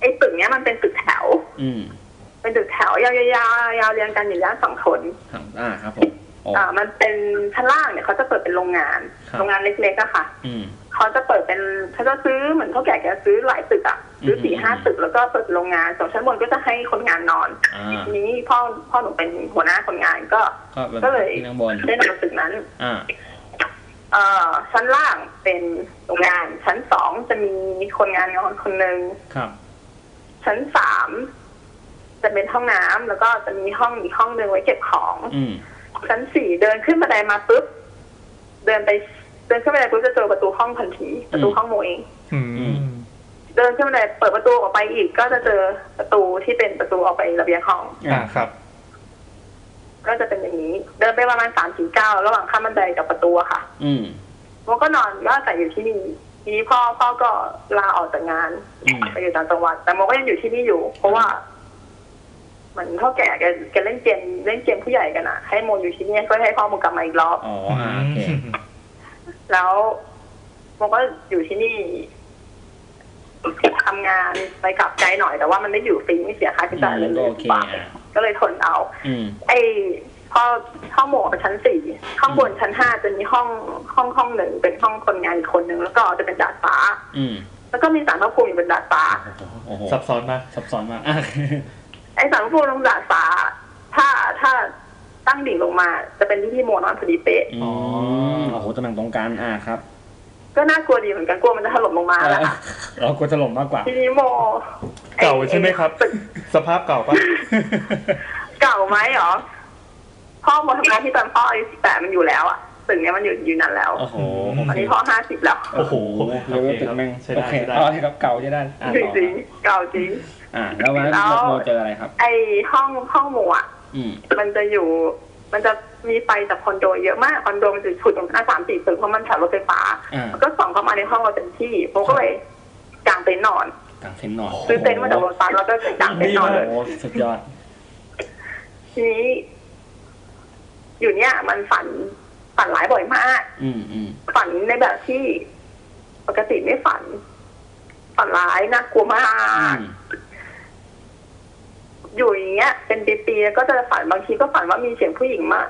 ไอ้ตึกเนี้ยมันเป็นตึกแถว
อืม
เป็นตึกแถวยาวยาวๆยาวเรียงกันอยู่ย่านฝั่งทน
ครับอ่าครับผมโอ้
อ่า มันเป็นชั้นล่างเนี่ยเขาจะเปิดเป็นโรงงาน
ครับ
โรงงานเล็กๆอะค่ะ
อืม
เขาจะเปิดเป็นเขาจะซื้อเหมือนเขาแก่แกซื้อหลายตึกอะซื้อ
ม
สี่ห้า
อืม
ตึกแล้วก็เปิดโรงงานสองชั้นบนก็จะให้คนงานนอน
อ่า
ทีนี้พ่อพ่อหนูเป็นหัวหน้าคนงานก็
ก็แบบ
ก็เลย
ที่ข้างบน
ได้นำตึกนั้น
อ่า
เอ่อชั้นล่างเป็นโรงงาน ชั้นสองจะมีคนงานนอนคนหนึ่ง
ครับ
ชั้นสามจะเป็นห้องน้ำแล้วก็จะมีห้องอีกห้องหนึ่งไว้เก็บของ
อืม
ชั้นสี่เดินขึ้นบันไดมาปุ๊บเดินไปเดินขึ้นบันไดปุ๊บจะเจอประตูห้องทันทีประตูห้องโมเอง
อืม
เดินขึ้นบันไดเปิดประตูออกไปอีก ก็จะเจอประตูที่เป็นประตูออกไประเบียงห้อง
อ่าครับ
ก็จะเป็นอย่างนี้ เดินไปประมาณสามถึงเก้าวระหว่างข้ามบันไดกับประตูอะค่ะ
อืม
ผมก็นอนก็อาศัยอยู่ที่นี่ทีนี้พ่อพ่อก็ลาออกจากงาน
อืม
ไปอยู่ต่างจังหวัด แต่โมก็ยังอยู่ที่นี่อยู่ เพราะว่าเหมือนเท่าแก่แกแกเล่นเกมเล่นเกมผู้ใหญ่กันอะให้โมอยู่ที่นี่ก็ให้พ่อโมกลับมาอีกรอบ
อ๋ออ่าโอเค
แล้วโมก็อยู่ที่นี่ทำงานไปกลับไกลหน่อยแต่ว่ามันไม่อยู่ฟรีไม่เสียค่าใช้จ่ายอะไรเลย
อืมก็โอเคอ่ะ
ก็เลยทนเอา
อืม
ไอ้พอห้องหมอชั้นสี่ข้างบนชั้นห้าจะมีห้องห้องห้องหนึ่งเป็นห้องคนงานอีกคนหนึ่งแล้วก็จะเป็นดาดฟ้า
อืม
แล้วก็มีสารพระภูมิอยู่บนดาดฟ้า
โอ้โห
ซับซ้อนมาก
ซับซ้อนมากอ่ะ
ไอ้สารพระภูมิตรงดาดฟ้า ถ้าถ้าตั้งดิ่งลงมา จะเป็นที่ที่โมนอนพอดีเป๊ะ
อืมโอ้โหตำแหน่งตรงกลางอ่าครับ
ก็น่ากลัวดีเหมือนกันกลัวมันจะถล่มลงมาแหละค่ะ
เออเรากลัวจะหล่มมากกว่า
ทีนี้โม
เก่าใช่ไหมครับ สภาพเก่าปะ
เก่าไหมเหรอพ่อโมทำงานที่ตอนพ่ออายุสิบแปดมันอยู่แล้วอะตึกเนี้ยมันอยู่อยู่นั้นแล้ว
โอ้โห
ตอนนี้พ่อห้าสิบแล้ว
โอ้โห
เลเวลตึกแม่ง
ใช่
โอ
ได้
เค
ใช่ได้
เอาเลยครับเก่าใช่ได้อ่ะ
จ
ต่อ
ริงๆเก่าจริง
อ่า แล้ววันนั้น
แล้ว
เราเจออะไรครับ
ไอ้ห้องห้องหมวอะ
อืม
มันจะอยู่ มันจะมีไฟจากคอนโดเยอะมาก คอนโดมันจะฉุดตรงหน้าสามสี่ตึกเพราะมันแถวรถไฟฟ้า
อ่า
มันก็ส่องเข้ามาในห้องเราเต็มที่โมก็เลยกางเต็นท์นอน
กลางเต็นท์นอน
ซื้อเต็นท์มาจากโรงพยาบาลแล้วก็กางเต็นท์นอนเลย
โอ้โหสุดยอด
ทีนี้ อยู่เนี่ยมันฝันฝันหลายบ่อยมาก
อืมอืม
ฝันในแบบที่ปกติไม่ฝัน ฝันร้ายน่ากลัวมา
อื
ก
ม
อยู่อย่างเงี้ย เป็นปีๆแล้วก็จะฝันบางทีก็ฝันว่ามีเสียงผู้หญิงมา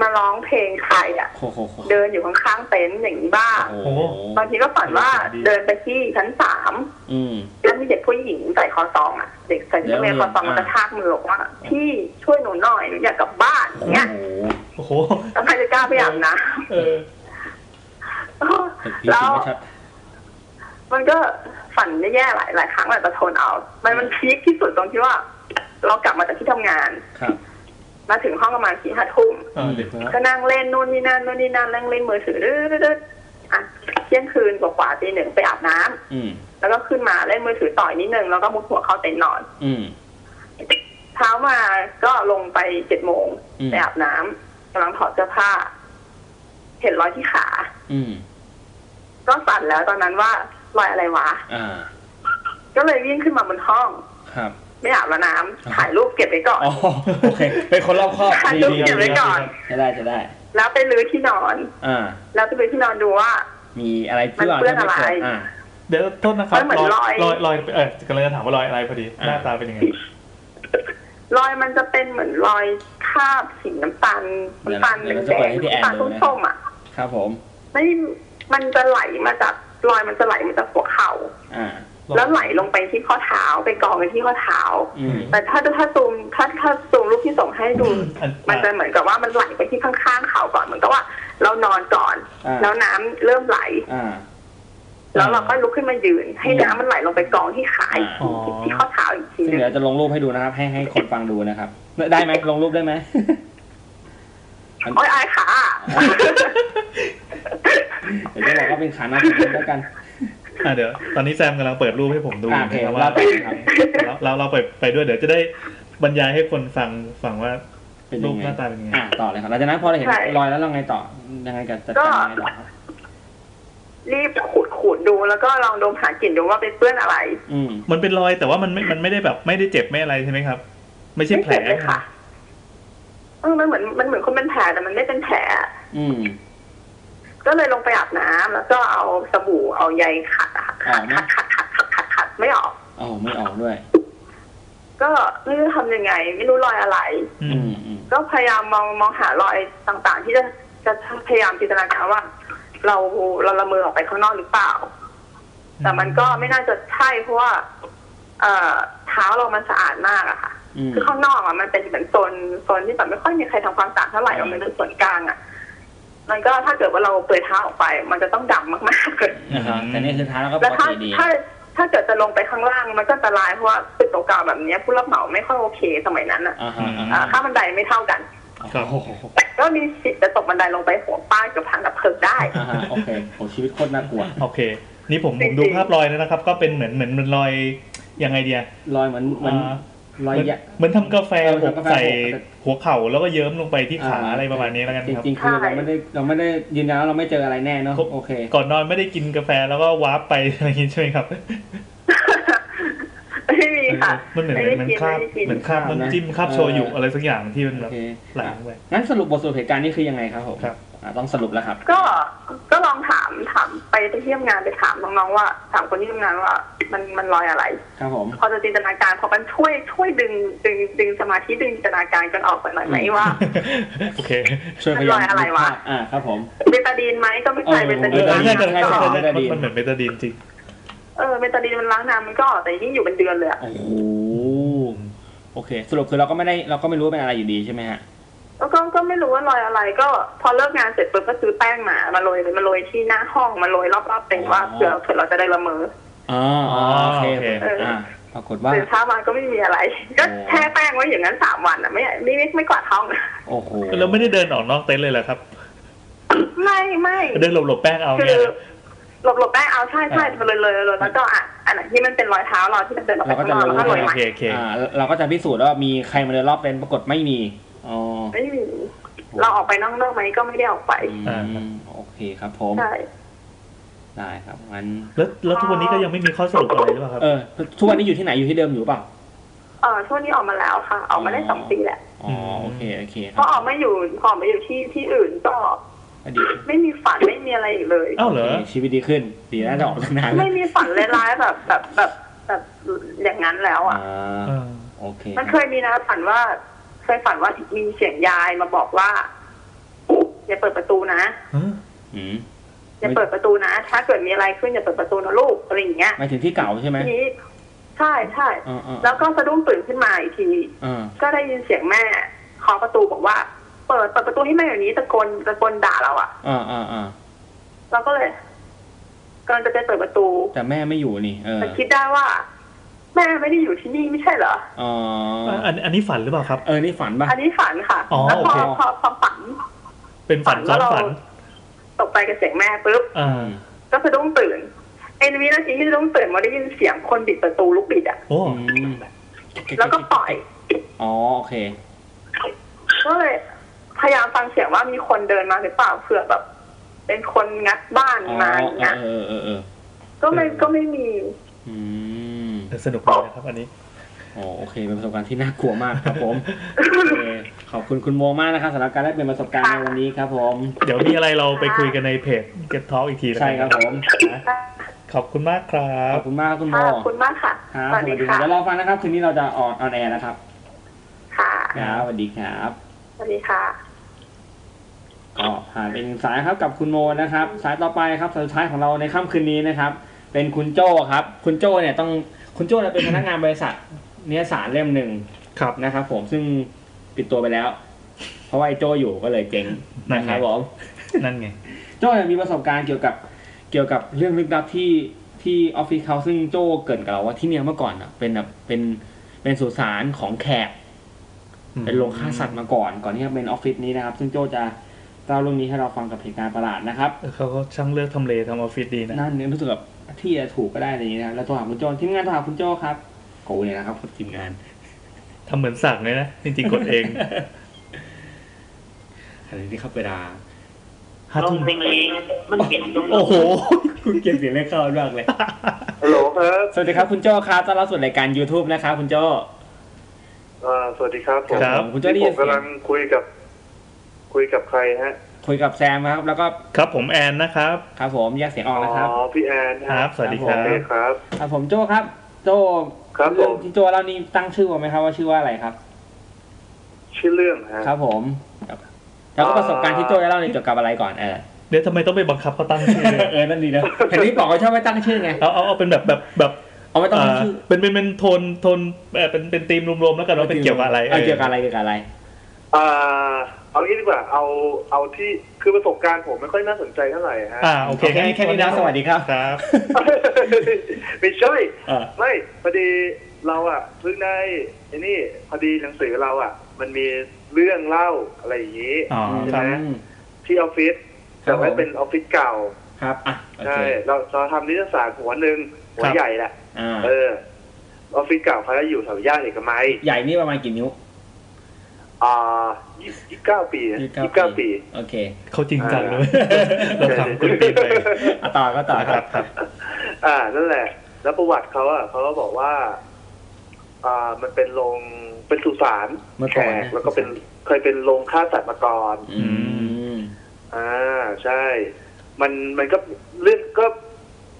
มาร้องเพลงใครอ่ะ
โอ้โหโอ้โห
เดินอยู่ข้างๆเต็นท์อย่างนี้บ้าง
โอ้โห
บางทีก็ฝันว่าเดินไปที่ชั้นสาม
อืม
แล้วมีเด็กผู้หญิงใส่คอซองอ่ะ เด็กใส่ชุดเมย์คอซองมันกระชากมือบอกว่าพี่ช่วยหนูหน่อยหนูอยากกลับบ้านอย่างเงี้ย
โอ้โห
โอ้โห
แล้วใครจะกล้าไปอาบน้
เออ
ตึกพี่จริงไม่ชัด
ำมันก็ฝันแย่ๆหลายหลายครั้งหลายประทนเอา มันมันพีคที่สุดตรงที่ว่า เรากลับมาจากที่ทำงาน
ครับ
มาถึงห้องประมาณสี่ห้าทุ่ม
เออเด็กนะ
ก็นั่งเล่นนู่นนี่นั่นนู่นนี่นั่นนั่งเล่นมือถือเรื่อยๆอ่ะเที่ยงคืนกว่าๆตีหนึ่งไปอาบน้ำ
อืม
แล้วก็ขึ้นมาเล่นมือถือต่อยนิดนึงแล้วก็มุดหัวเข้าเต็นท์นอน
อืม
เช้ามาก็ลงไปเจ็ดโมง
อืม
ไปอาบน้ำกำลังถอดเสื้อผ้า เห็นรอยที่ขา
อืม
ก็สั่นแล้วตอนนั้นว่ารอยอะไรวะ
อ่า
ก็เลยวิ่งขึ้นมาบนห้อง
ครับ
ไม่อาบแล้วน้ำถ่ายรูปเก็บไว้ก่อน
อ๋อ โอเค เป็นคนรอบคอบ
ถ่าย
ดี
รูป
ดี
เก็บไว้ก่อน
จะได้จะได้
แล้วไปรื้อที่นอน
อ่า
แล้วไปรื้อที่นอนดูว่า
มีอะไรที่ว่า
มันเปื้อนอะไร
ม่คยอ่า
เดี๋ยวโทษนะครับ
มันเหมือน
รอยร
ร
อ
อย ย
รอยเออกำลังจะถามว่ารอยอะไรพอดี
อ่า
หน้าตาเป็นยังไง
รอยมันจะเป็นเหมือนรอยคราบสีน้ำตาลน้ำตาล
เดี๋ยวนะเดี๋ยวเราจะเปิดให้
แดง
พี่
ๆ
แอน
น้ำตาล
ดูนะ
ส้มๆอ่ะ
ครับผม
ไม่มันจะไหลมาจากรอยมันจะไหลมาจากหัวเข่า
อ่า
แล้วไหลลงไปที่ข้อเท้าไปกองไปที่ข้อเท้า
อืม
แต่ถ้าถ้าซูมถ้าถ้าซูมรูปที่ส่งให้ดู
อัน
มันจะเหมือนกับว่ามันไหลไปที่ข้างๆเขาก่อนเหมือนกับว่าเรานอนก่อน
อ่า
แล้วน้ำเริ่มไหล
อ่า
แล้วเราก็ลุกขึ้นมายืน ให้
อืม
น้ำมันไหลลงไปกองที่ขาอีก
อ๋อ
ทีที่ข้อเท้าอีกที
ซึ่ง
นึง
เดี๋ยวจะลงรูปให้ดูนะครับ ให้ให้คนฟังดูนะครับ ได้ไหมลงรูป ได้ไหม
โอ้ยอายขา
เดี๋ยวจะบอกว่าเป็นขาหน้าผมแล้วกัน
อ่ะเดี๋ยวตอนนี้แซมกำลังเปิดรูปให้ผมดู
อ่า
นะ
โอเค
ครับ
เรา
ว่า
ไปครับ
เราเราเราไปไปด้วยเดี๋ยวจะได้บรรยายให้คนฟังฟังว่า
เป็น
รู
ยั
ป
งไง
หน้าตาเป็นยังไง
อ่าต่อเลยครับหลังจากนั้นพอเราเห็นรอยแล้วเราไงต่อยังไงกันจัดการยังไงต่อครับ
รีบขูดขูดดูแล้วก็ลองดมหากลิ่นดูว่าเป็นเปื้อนอะไร
อืม
มันเป็นรอยแต่ว่ามันไม่มันไม่ได้แบบไม่ได้เจ็บไม่อะไรใช่ไหมครับ ไม่ใช่
ไม่
แผล
เจ็บเลยค่ะเออมันเหมือนมันเหมือนคนเป็นแผลแต่มันไม่เป็นแผล
อืม
ก็เลยลงไปอาบน้ำแล้วก็เอาสบู่เอาใยขัดอะค่ะ
ออกไหม
ขัดขัดขัดขัดขัดขัดไม่ออก
เอาไม่ออกด้วย
ก็ไม่รู้จะทำยังไง ไม่รู้รอยอะไร
อื
อื
ม
มอืม
ก็พยายามมองมองหารอยต่างๆ ที่จะจะพยายามจินตนาการว่า เราเราละเมอออกไปข้างนอกหรือเปล่า แต่มันก็ไม่น่าจะใช่เพราะว่า เอ่อเท้าเรามันสะอาดมากอะค่ะ
อืม
คือข้างนอกอะมันเป็นเหมือนโซนโซนที่แบบไม่ค่อยมีใครทำความสะอาดเท่าไหร่มันเป็นส่วนกลางอะมันก็ถ้าเกิดว่าเราเปิดเท้าออกไป มันจะต้องดำมากๆเลย
นะครับแต่นี่คือท้าแล้วก็ป
แล้ว
ก
ถ้า
ติดี
ถ้าถ้าเกิดจะลงไปข้างล่างมันก็อันตรายเพราะว่าตึกเก่าๆแบบเนี้ยผู้รับเหมาไม่ค่อยโอเคสมัยนั้นอ่ะ
อ่าฮะอ่า
อ่า
ฮะ
ค่าบันไดไม่เท่ากัน
ครับ
แต่ก็มีสิทธิ์จะตกบันไดลงไปหัวป้ายกับทางดับเพลิงได้
อ่าฮะโอเคโอ้ชีวิตโคตรน่ากลัว
โอเค นี่ผมผมดูภาพรอยแล้วนะครับ ก็เป็นเหมือนเหมือนเหมันรอยยังไงเดีย
รอยเหมือนเหมือน
อ่าร
อย
เหมือน
ยะ
เหมือนทำกาแฟ
เออ
หก
ทำกาแฟ
ใส่
หก
หัวเข่าแล้วก็เยิ้มลงไปที่ขาอะไรประมาณนี้แล้วกัน
จ
ครับ
ริงๆคือเราไม่ได้เราไม่ได้ยืนยันว่าเราไม่เจออะไรแน่เนาะ
ครับ
โอเค
ก่อนนอนไม่ได้กินกาแฟแล้วก็วาร์ปไปอะไรอย่างงี้ใช่ไหมครับ
ไม่มีค่ะ
มันเหมือน
ไม่ได้
เหมือน
กิน
คราบ
ไม่ได้กิน
เหมือนคราบ
ไม่ได้กิน
น้ำจิ้มคราบ
เออ
โชยุอะไรสักอย่างที่มัน
โอ
แบบ
เค
ไหล
อ่ะ
ลงไป
งั้นสรุปบทสรุปเหตุการณ์นี้คือยังไงครับผม
ครับ
อ่ะต้องสรุปแล้วครับ
ก็ก็ลองถามถามไปไปเที่ยมงานไปถามน้องๆว่าถามคนที่ทำงานว่า มันมันรอยอะไร
ครับผม
พอจะจินตนาการพอมันช่วยช่วยดึงดึงดึงสมาธิดึงจินตนาการกันออกไปหน่อยไหมว่า
โอเค
ช่วยพยายาม
มันรอยอะไร
นึ
วะ
กภาพอ่าครับผม
เบตาดีนไหมก็ไม่ใช่เบตา
เอ
ดีน
อ
ล้าง
ใช่ใช่
น้ำ
ใช่
ก็
ใช่
ออก
ใช่
เบตาดีน
มันเหมือนเบตาดีนจริง
เออเบตาดีนมันล้างน้ำมันก็ออกแต่นี่อยู่เป็นเดือนเลยอะ
โอ้โหโอเค สรุปคือเราก็ไม่ได้เราก็ไม่รู้ว่าเป็นอะไรอยู่ดีใช่ไหมฮะ
แล้วก็ก็ไม่รู้ว่ารอยอะไร ก็พอเลิกงานเสร็จปุ๊บก็ซื้อแป้งมามาโรยมาโรยที่หน้าห้องมาโรยรอบๆเต็มว่า
อ๋อ
เผื่อเผื่อเราจะได้ละเมอ
อ๋ออ๋อโอเค
โอเค
เอออ่าปรากฏว่า
ตื่นเช้ามาก็ไม่มีอะไร ก็
โอ้
แช่แป้งไว้อย่างนั้นสามวันอ่ะไม่ไม่ไม่ไม่กวาดห้องนะ
โอ้โห
แล้วไม่ได้เดินออกนอกเต็นท์เลยเหรอครับ
ไม่ไม่
เดินหลบหลบๆแป้งเอา
คื
เนี่ย
อ
เหรอ
หลบหลบแป้งเอาใช่ใช่เลยเลยเลยแล้วก็อ่ะอันไหนที่มันเป็นรอยเท้าเราที่มันเดินออกไปข้างนอกแล้วก็โรย
โอ
ใหม่
เคโอเค
อ่าเราก็จะพิสูจน์ว่ามีใครมาเดินรอบเป็นปรากฏไม่มีอ๋อ
ไม่มีเราออกไปนอกเรื่องไหมก็ไม่ได้ออกไป
อืมโอเคครับผม
ใช่
ได้ครับงั้น
แล้วแล้วทุกวันนี้ก็ยังไม่มีข้อสรุปอะไรหรือเปล่าครับ
เออทุกวันนี้อยู่ที่ไหนอยู่ที่เดิมอยู่เปล่า
เออช่วงนี้ออกมาแล้วค่ะ ออกมาได้สองปีแหละ
อ๋อโอเคโอเคค
เพ
รับ
ราะออกมาอยู่พอออกมาอยู่ที่ที่อื่นก็
ก็ดี
ไม่มีฝันไม่มีอะไรอีกเลย
เอ้าเหรอ
โคชีวิตดีขึ้น ดีน่าจะออกตั้งนานแล้ว
ไม่มีฝันร้ายๆแบบแบบแบบแบบอย่างนั้นแล้ว
อ่า
อ่ะ
โอเค
มันเคยมีนะฝันว่าเคยฝันว่ามีเสียงยายมาบอกว่าอย่าเปิดประตูนะ
อืม
อย่าเปิดประตูนะ ถ้าเกิดมีอะไรขึ้นอย่าเปิดประตูนะลูกอะไรอย่างเงี้ย
หมายถึงที่เก่าใช่ไหม
ทีนี้ใช่ใช่
อ่าอ่า
แล้วก็สะดุ้งตื่นขึ้นมาอีกที
อ่า
ก็ได้ยินเสียงแม่เคาะประตูบอกว่า เปิดเปิดประตูให้แม่อย่างนี้ตะโกนตะโกนด่าเราอะ
อ่าอ่าอ่า
เราก็เลยกำลังจะไปเปิดประตู
แต่แม่ไม่อยู่นี่เออ
แต่คิดได้ว่า แม่ไม่ได้อยู่ที่นี่ไม่ใช่เหรอ
อ๋อ
อันอันนี้ฝันหรือเปล่าครับ
เออนี่ฝันป่ะ
อันนี้ฝันค่ะ
อ๋อ
แล้วพอ
โอเค
พอพอฝัน
เป็นฝันซ้อนฝัน
ตกใจกับเสียงแม่ปุ๊บ
อ่า
ก็สะดุ้งตื่นไอ้นวินาทีที่สะดุ้งตื่นมาได้ยินเสียงคนบิดประตูลูกบิดอะ
โอ้
อืม
แล้วก็ปล่อย
อ๋อโอเค
ก็เลยพยายามฟังเสียงว่ามีคนเดินมาหรือเปล่าเผื่อแบบ เป็นคนงัดบ้าน
อ๋อ
มาอย่างเงี้ย
เออเออเออเออ
ก็ไม่ก็ไม่มี
อืม
สนุกดีนะครับ อันนี้
อ๋อโอเค เป็นประสบการณ์ที่น่ากลัวมากครับ ผมโอเคขอบคุณคุณโมมากนะครับสำหรับการแลกเปลี่ยนประสบการณ์ในวันนี้ครับผม
เดี๋ยวมีอะไรเราไปคุยกันในเพจ Get Talk อีกทีแล้ว
ใช่
กัน
ครับผมนะ
ขอบคุณมากครั
ข
บ
อบคุณมากครับคุณโม
ค่ะขอบคุณมากค่ะ
ครับ
ส
ส
วัส
วัส
ดี
ดีครับ
ค่ะ
เดี๋ยวรอฟังนะครับ คืนนี้เราจะออนออนแอร์นะครับ
ค่ะ
ครับสวัสดีครับ
สวัสดีค่ะ
ก็ ผ่านเป็นสายครับกับคุณโมนะครับ สายต่อไปครับสายสุดท้ายของเราในค่ำคืนนี้นะครับ เป็นคุณโจ้ครับ คุณโจ้เนี่ยต้องคุณโจ้เนี่ยเป็นพนักงานบริษัทนิยสารเล่มหนึ่ง
ครับ
นะครับ ผมซึ่งปิดตัวไปแล้ว เพราะว่าไอ้โจ้อยู่ก็เลยเจ๊ง
นั่น
นะ
ไง
ครับผม
นั่นไง
โจ้เนี่ยมีประสบการณ์เกี่ยวกับเกี่ยวกับเรื่องลึกลับที่ที่ออฟฟิศเขาซึ่งโจ้เกรินกับเราว่าที่เนี่ยเมื่อก่อนอ่ะเป็นแบบเป็นเป็นสุสานของแขก เป็นโรงฆ่าสัตว์มาก่อนก่อนที่จะเป็นออฟฟิศนี้นะครับ ซึ่งโจ้จะเล่าเรื่องนี้ให้เราฟังกับเหตุการณ์ประหลาดนะครับ
เออเขาก็ช่างเลือกทำเลทำออฟฟิศดีนะ
นั่นเนี่ยรู้สึกแบบที่จะถูกก็ได้อะไรอย่างเงี้ยนะครับแล้วโทรหาคุณโจ้ทีมงานโทรหาคุณโจ้ครับกูเนี่ยนะครับทีมงาน
ทำเหมือนสั่งเลยนะ จริงๆกดเอง
อันนี้ครับเวลา
ห้า
ล
ทุ่
ง
ม
เพลงเลงมันเปลี่ยน
โอ้โห
Oh, คุณเก็บเสียงเล็กเข้ามากเลย
ฮัลโหลครับ
สวัสดีครับคุณโจ้ครับต้อนรับสู่รายการ YouTube นะครับคุณโจ้
อ่าสวัสดีครับผม
ครับ
คุณโจ้ได้
ผ
ยิน
ม
เสีย
กำลั
ง
งคุยกับ คุยกับใครฮะ
คุยกับแซมครับ แล้วก็
ครับผมแอนนะครับ
ครับผมแยกเสียงออกนะครับ
อ๋อพี่แอน
ครับ สวัสดีค
โอ
รับ
เคครับ
ครับผมโจ้ครับ โจ้
ครับผม
เรื่องที่โจ้เล่านี่ตั้งชื่อไว้ไหมครับว่าชื่อว่าอะไรครับ
ชื่อเรื่องฮะ
ครับผมแล้วก็ประสบการณ์ที่โจ้ได้เล่าในเกี่ยวกับอะไรก่อนเออ
เดี๋ยวทำไมต้องไปบังคับเขาตั้งชื่อ
เออ นั่นดีนะเห็นที่บอกว่าชอบไม่ตั้งชื่อไง
เอาเอาเอาเป็นแบบแบบแบบ
เอาไม่ต้อง
อ่า
ตั้งชื่อ
เป็นเป็นเป็นโทนโทนเอ่อเป็นเป็นธีมรวมๆแล้วกันว่าเป็นเกี่ยวกับอะไร
เออเกี่ยวกับอะไรเกี่ยวกับอะไร
อ่าเอางี้ดีกว่าเอาเอาที่คือประสบการณ์ผมไม่ค่อยน่าสนใจเท่าไหร่ฮะ
อ่าโอเค
โอเคแค่นี้นะสวัสดีครับ
ครับ
ไม่ใช่
เออ
ไม่พอดีเราอ่ะเพิ่งได้ไอ้นี่พอดีหนังสือเราอ่ะ มันมีเรื่องเล่าอะไรอย่างนี้
อ๋อครั
ใช่ไห
บ
ม ที่ออฟฟิศแต่ว่า
ผม
เป็นออฟฟิศเก่า
ครับ อ่ะ โอเค
ใช่เราเราทำนิตยสารหัวหนึ่ง
ค
หั
ว รับ
ใหญ่แหละ
อ่า
เออออฟฟิศเก่าเขาจะอยู่แถวย่านเอกมัย
ใหญ่นี่ประมาณกี่นิ้ว
อ่ายี่สิบเก้าปียี่สิบเก้าปี
โอเค
เขาจริงจังเลย
อ่า
เราถามคุณปีนไป
อ่ะต่อก็ต่อ
นะครับครับ
อ่านั่นแหละ แล้วประวัติเขาอ่ะเขาก็บอกว่า อ่ามันเป็นโรงเป็นสุสาน
เมื่อ
แข
ก่อ
ก
นะ
แล้วก็เป็นเคยเป็นโรงฆ่าสัตว์มาก่อน
อืม
อ่าใช่ มันมันก็เรื่องก็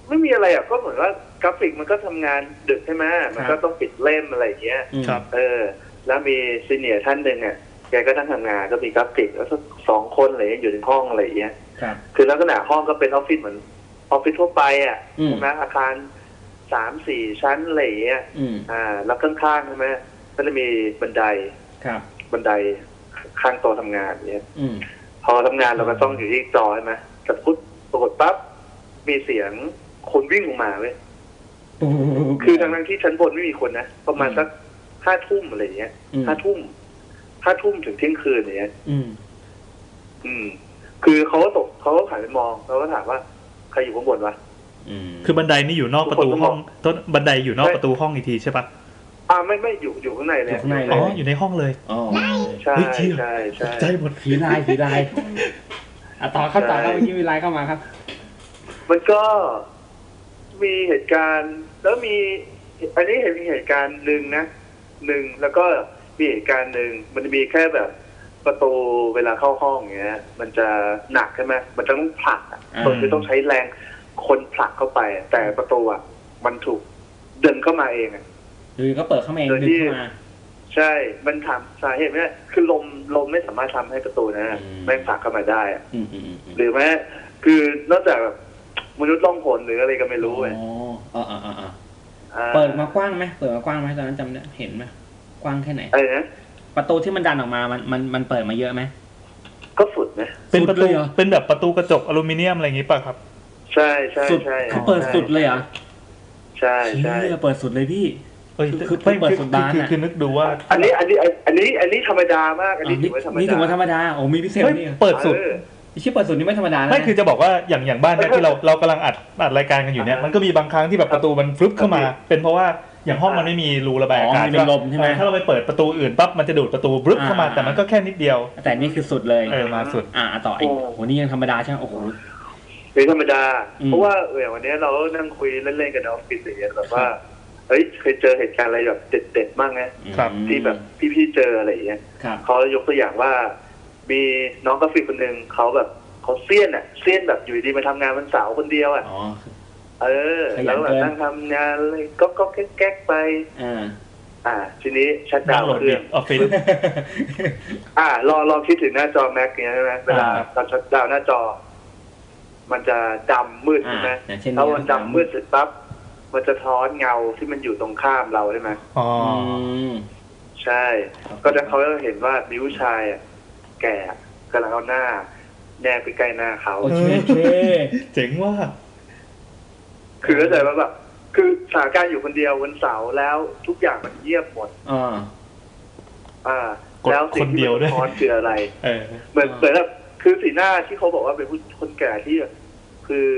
ไม่มีอะไรอ่ะก็เหมือนว่ากราฟิกมันก็ทำงานดึกใช่ไหมมัน
ค
ก็
รับ
ต้องปิดเล่มอะไรอย่างเงี้ย
ครับ
เออ แล้วมีซีเนียร์ท่านหนึ่งอ่ะแกก็นั่งทำงานก็มีกราฟิกแล้วสักสองคนอะไรอย่างเงี้ยอยู่ในห้องอะไรอย่างเงี้ย
ครับ
คือลักษณะห้องก็เป็นออฟฟิศเหมือนออฟฟิศทั่วไปอ่ะ
อืม
ใช่ไหมอาคารสามสี่ชั้นอะไรอย่างเงี้ย
อืม
อ่า แล้วข้างๆใช่ไหมก็จะมีบันได
ครับ
บันไดข้างโต๊ะทำงานเนี่ย
อืม
พอทำงานเราก็ต้องอยู่ที่จอใช่ไหมแต่พุทปรากฏปั๊บมีเสียงคนวิ่งออกมาเว้ยคือทั้งนั้นที่ชั้นบนไม่มีคนนะประมาณ
อืม
สักห้าทุ่มอะไรอย่างเงี้ย
อืม
ห้าทุ่มห้าทุ่มถึงเที่ยงคืนอย่างเงี้ย
อืม
อืม คือเขาก็ตกเขาก็หันไปมองแล้วก็ถามว่าใครอยู่ข้างบนวะ
อืม
คือบันไดนี่อยู่นอกประตูห้องต้นบันไดอยู่นอกประตูห้องอีกทีใช่ปะ
อ่าไม่ไม่อยู่อยู่ข้างใน
อ
เลย
ยู่ข้างในเล
อ๋
ย
ออยู่ในห้องเลย
อ๋อ
ใช่
เฮ้ยเชี่ย
ใช่
ต
ใช่
กใจหมด
ผีลายผีลายอ่ะต่อครับต่อครับเมื่อกี้มีลายเข้ามาครับ
มันก็มีเหตุการณ์ แล้วมี อันนี้เห็นมีเหตุการณ์หนึ่งนะหนึ่งแล้วก็มีเหตุการณ์หนึ่งมันจะมีแค่แบบประตูเวลาเข้าห้องอย่างเงี้ย มันจะหนักใช่ไหมมันจะต้องผลักอะ
อ่า
คนคือต้องใช้แรงคนผลักเข้าไปอะแต่ประตูอ่ะมันถูกดึงเข้ามาเองอะ
หรือก็เปิดเข้ามาเอง
โดย
ดึ
ที่
งเข้ามา
ใช่ มันถามสาเหตุไม่ได้คือลมลมไม่สามารถทำให้ประตูนะ
อืม
แม่งผลักเข้ามาได้อะ
อืมอืมอืมอืม
หรือแม้คือนอกจากแบบมนุษย์ล่องหนหรืออะไรก็ไม่รู้
อ๋อ
เว้ย
เออเออเออเออ
อ่
เปิดมากว้างไหมเปิดมากว้างไหมตอนนั้นจำได้เห็นไหมกว้างแค่ไหน
อะไรนะ
ประตูที่มันดันออกมา มันมันมันเปิดมาเยอะไหม
ก็สุดนะ
เป็นประตู
สุดเลยเหรอ
เป็นแบบประตูกระจกอลูมิเนียมอะไรอย่างงี้ป่ะครับ
ใช่ใช่
สุด
ใช่
เขาเปิดสุดเลยเหรอ
ใช่ใช่
เชี่ยเปิดสุดเลยพี่
เอ้ย
คือ
คือ
คือ
ไม่
เปิด
คือ
สุดบาน
คือ
อะ
คือนึกดูว่า
อันนี้อันนี้อันนี้อันนี้ธรรมดามากอันนี้
อ๋อ
ถือว่าธรรม
นี่ถือว่าธร
ดาร
มดาโอ้มีพิเศษ
เฮ้ย
นี่
เปิดสุด
เออ
ไอ้เชี่ยเปิดสุดนี่ไม่ธรรมดานะ
ไม่คือจะบอกว่าอย่างอย่างบ้านเนี่ยที่เราเรากำลังอัดอัดรายการกันอยู่เนี่ย
อ่ามั
มันก็มีบางครั้งที่แบบประตูมันฟลุปเข้ามา
ครับ
เป็นเพราะว่าอย่างห้องมันไม่มีรูระบาย
อ๋อก
อาาศ
มันเป็นลมใช่ไหม
เออถ้าเราไปเปิดประตูอื่นปั๊บมันจะดูดประตูฟลุปเข้ามา
อ่า
แต่มันก็แค่นิดเดียว
แต่นี่คือสุดเลย
เออมาสุด
อ่าต่ออีก
โอ้
โอ้โหนี่ยังธรรมดาใช่ไหมโอ้โห
หรือธรรมดา
อืม
เพราะว่าเออวันนี้เรานั่งคุยเล่นๆกันในออฟฟิศอย่างเงี้ยแบบว่าเฮ้ยเคยเจอเหตุการณ์อะไรแบบเด็ดๆบ้างไหม
ครับ
อืม
ที่แบบพี่ๆเจออะไรอย่างเงี้ย
ครับ
เขายกตัวอย่างว่า มีน้องกราฟิกคนหนึ่งเขาแบบเขาเสี้ยนอ่ะเสี้ยนแบบอยู่ดีมาทำงานวันเสาร์คนเดียวอ่ะ
อ๋อ
เออ
ขยัน
แล้วแบบ
เกิน
นั่งทำงานเลยก็ก็แก๊กๆไป
อ่า
อ่า ทีนี้ชัด
ดา
ดาว ว
น์
น์
โหลด
เค
ดิ
รื่อง
ออฟฟิศ
อ่าลองลองคิดถึงหน้าจอแม็กอย่างเงี้ยใช่ไหมเวลา
อ่า
เราชัดดาวน์หน้าจอ มันจะดำมืดใช่ไหม
อ่าอย่างเช่น
แล้วมันดำมืดเสร็จปั๊บมันจะท้อนเงาที่มันอยู่ตรงข้ามเราใช่ไหม
อ๋อ
อ๋อ
ใช่ ก็จะเขาเห็นว่ามีผู้ชายอะแก่กำลังเอาหน้า แนบไปใกล้หน้าเขา
โอเคโอเค
เจ๋งว่า
คือเข้าใจว่าแบบคือสถานการณ์อยู่คนเดียววันเสาร์แล้วทุกอย่างมันเงียบหมด
อ่า
อ่าก
ด
แล้วสิ่ง
คนเดี
ที่
ยว
มัน
ด้วย
สะท้อนคืออะไร
เออ
เหมือน
อ่า
เหมือนแบบคือสีหน้าที่เขาบอกว่าเป็นผู้คนแก่ที่คือ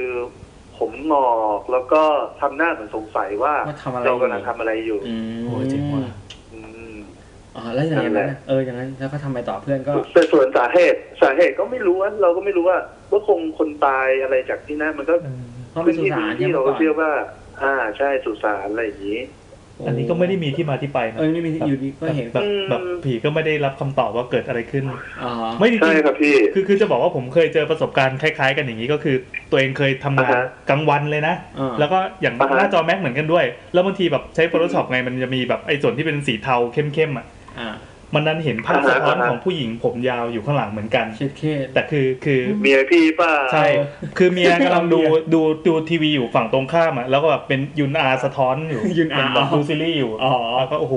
ผมงอกแล้วก็ทำหน้าเหมือนสงสัยว่า
ว่าทำอะไร
เรากำลังทำอะไรอยู่
อืม
โอ้ยเจ๋งว่ะ
อืม
อ๋อแล้วอย่างนั้นน่ะเอออย่างนั้นแล้วก็ทำไปต่อเพื่อนก็
แต่ส่วนสาเหตุสาเหตุก็ไม่รู้ว่าเราก็ไม่รู้ว่าว่าคงคนตายอะไรจากที่นั่นมันก็
เออ
ต้องไปสุสาน
ที่
เมื่
เรา
อก่
ก็
อน
เชื่อว่า อ่าใช่สุสานอะไรอย่าง นี้
อันนี้ก็ไม่ได้มีที่มาที่ไปนะ
เออไม่มีที่อยู่ดีก็เห็น
แบบแบบ
อืม
ผีก็ไม่ได้รับคำตอบว่าเกิดอะไรขึ้น
อ๋อ
ไม่จริ
ใช่
งๆ
ครับพี่
คือคือจะบอกว่าผมเคยเจอประสบการณ์คล้ายๆ กันอย่างนี้ก็คือตัวเองเคยทำงาน
อ่าฮะ
กลางวันเลยนะ
อ่า
แล้วก็อย่าง
อ่าฮะ
หน้าจอแม็กเหมือนกันด้วย แล้วบางทีแบบใช้ Photoshop ไงมันจะมีแบบไอ้ส่วนที่เป็นสีเทาเข้มๆอ่ะ
อ่า
มันนั้นเห็นภาพสะท้อน
อ่าฮะ
ของผู้หญิงผมยาวอยู่ข้างหลังเหมือนกัน
เช็ดเคส
แต่คือคือ
เมียพี่ป่ะ
ใช่ คือเมียกำลังดู
เมีย
ดูดูทีวีอยู่ฝั่งตรงข้ามอ่ะแล้วก็แบบเป็นยุนอาสะท้อนอยู่
ยุนอา
เป็แบบดูซีรีส์อยู่
อ๋อ
แล้วก็โอ้โห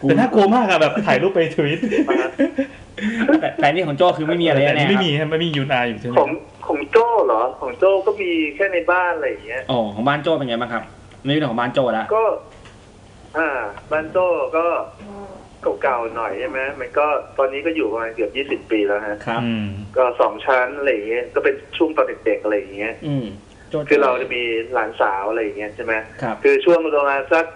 กู
แต่น่ากลัวมากอะแบบถ่ายรูปไปทวิต
แต่แต่นี่ของโจ้คือไม่มีอะไร
แต่
แน่
นี่
ๆ
ไม่มีฮะไม่มียุนอาอยู่ใช่ไหม
ของของโจ้เหรอ ของโจ้ก็มีแค่ในบ้านอะไรอย่างเงี้ย
อ๋อของบ้านโจ้เป็นไงบ้างครับนี่เรื่องของบ้านโจ้ละ
ก็ อ่าบันโต้ก็เก่าๆหน่อยใช่ไหมมันก็ตอนนี้ก็อยู่ประมาณเกือบยี่สิบ20 ปีแล้วฮะ
ครับ
อืม
ก็สองชั้นอะไรอย่างเงี้ย ก็เป็นช่วงตอนเด็กๆอะไรอย่างเงี้ย
อืมโจ้
คือเราจะมีหลานสาวอะไรอย่างเงี้ยใช่ไหม
ครับ
คือช่วงประมาณสัก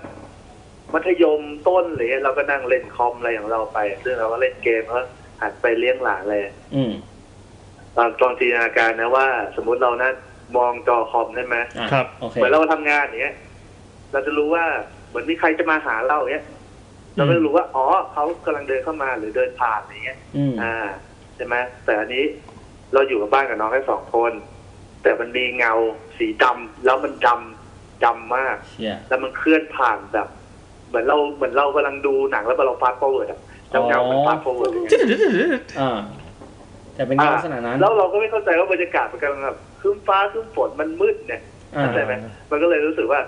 มัธยมต้นอะไรเงี้ยเราก็นั่งเล่นคอมอะไรของเราไป ซึ่งเราก็เล่นเกมแล้วหันไปเลี้ยงหลานเลย
อืม
ตอนตอนจินตนาการนะว่า สมมุติเรานั่นมองจอคอมใช่ไหม
อ่ะ
ครับ
โอเค
เหมือนเราทำงานอย่างเงี้ย เราจะรู้ว่าเหมือนมีใครจะมาหาเราอย่างเงี้ย เราก็จะรู้ว่าอ๋อเขากำลังเดินเข้ามาหรือเดินผ่านอย่างเงี้ย
อืม
อ่าใช่ไหมแต่อันนี้เราอยู่กับบ้านกับน้องแค่สองคน แต่มันมีเงาสีดำแล้วมันดำดำมาก
เชี่ย
แล้วมันเคลื่อนผ่านแบบ เหมือนเราเหมือนเรากำลังดูหนังแล้วเราฟาสต์ฟอร์เวิร์ดอะแล้วเงามัน
อ๋อ
ฟาสต์ฟอร์เวิร์ดอย่างเงี้ย
อ่าแต่เป็นเงาลักษณะนั้น
แล้วเราก็ไม่เข้าใจว่าบรรยากาศมันกำลังแบบครึ้มฟ้าครึ้มฝนมันมืดเนี่ย
อ่า
เข้าใจไหมมันก็เลยรู้สึกว่า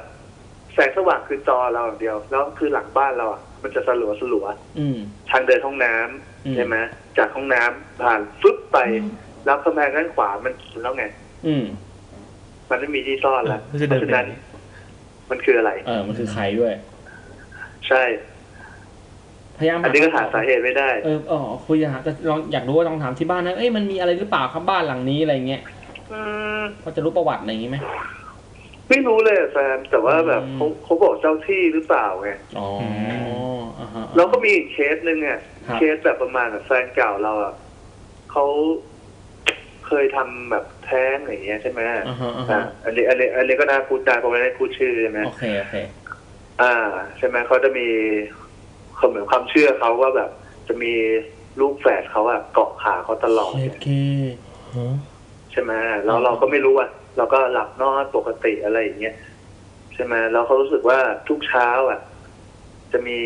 แสงสว่างคือจอเราอย่างเดียว แล้วคือหลังบ้านเราอ่ะมันจะสลัวสลัว
อืม
ทางเดินห้องน้ำ
อืม
ใช่ไหมจากห้องน้ำผ่านฟึบไป แล้วกำแพงด้านขวามันแล้วไง
อืม
มันไม่มีที่ซ่อนละ
เออ
เพ
จะเดิน
ราะ
ไป
ฉะ
ไหน
นั้น มันคืออะไร
เออมันคือใครด้วย
ใช่
พยายาม
อันนี้ก็หาสาเหตุไม่ได้
เอออ๋อคุยอยากหาแต่ลองอยากรู้ว่าลองถามที่บ้านนะเอ้ยมันมีอะไรหรือเปล่าครับบ้านหลังนี้อะไรเงี้ย
ม
พอจะรู้ประวัติอะไรอย่างงี้ไหม
ไม่รู้เลยอะแซมแต่ว่าแบบ
อืม
เขาเขาบอกเจ้าที่หรือเปล่าไง
อ๋ออ่าฮะ
แล้วก็มีอีกเคสหนึ่งอ่ะ
ครับ
เคสแบบประมาณแบบแฟนเก่าเราอ่ะเขาเคยทำแบบแท้งอะไรอย่างเงี้ยใช่ไหม
อ่าฮะอ่า
อ่ะ
ฮะ
อันนี้อันนี้อันนี้ก็น่าพูดได้เพราะไม่ได้พูดชื่อใช่ไหม
โอเคโอเค
อ่า ใช่ไหมเขาจะมีเขาเหมือนความเชื่อเขาว่าแบบ จะมีลูกแฝดเขาอะเกาะขาเขาตลอด
เช็ดเค
ใช่ไหมแล้วเราก็ไม่รู้อะเราก็หลับนอนปกติอะไรอย่างเงี้ยใช่ไหมแล้วเขารู้สึกว่าทุกเช้าอะจะมี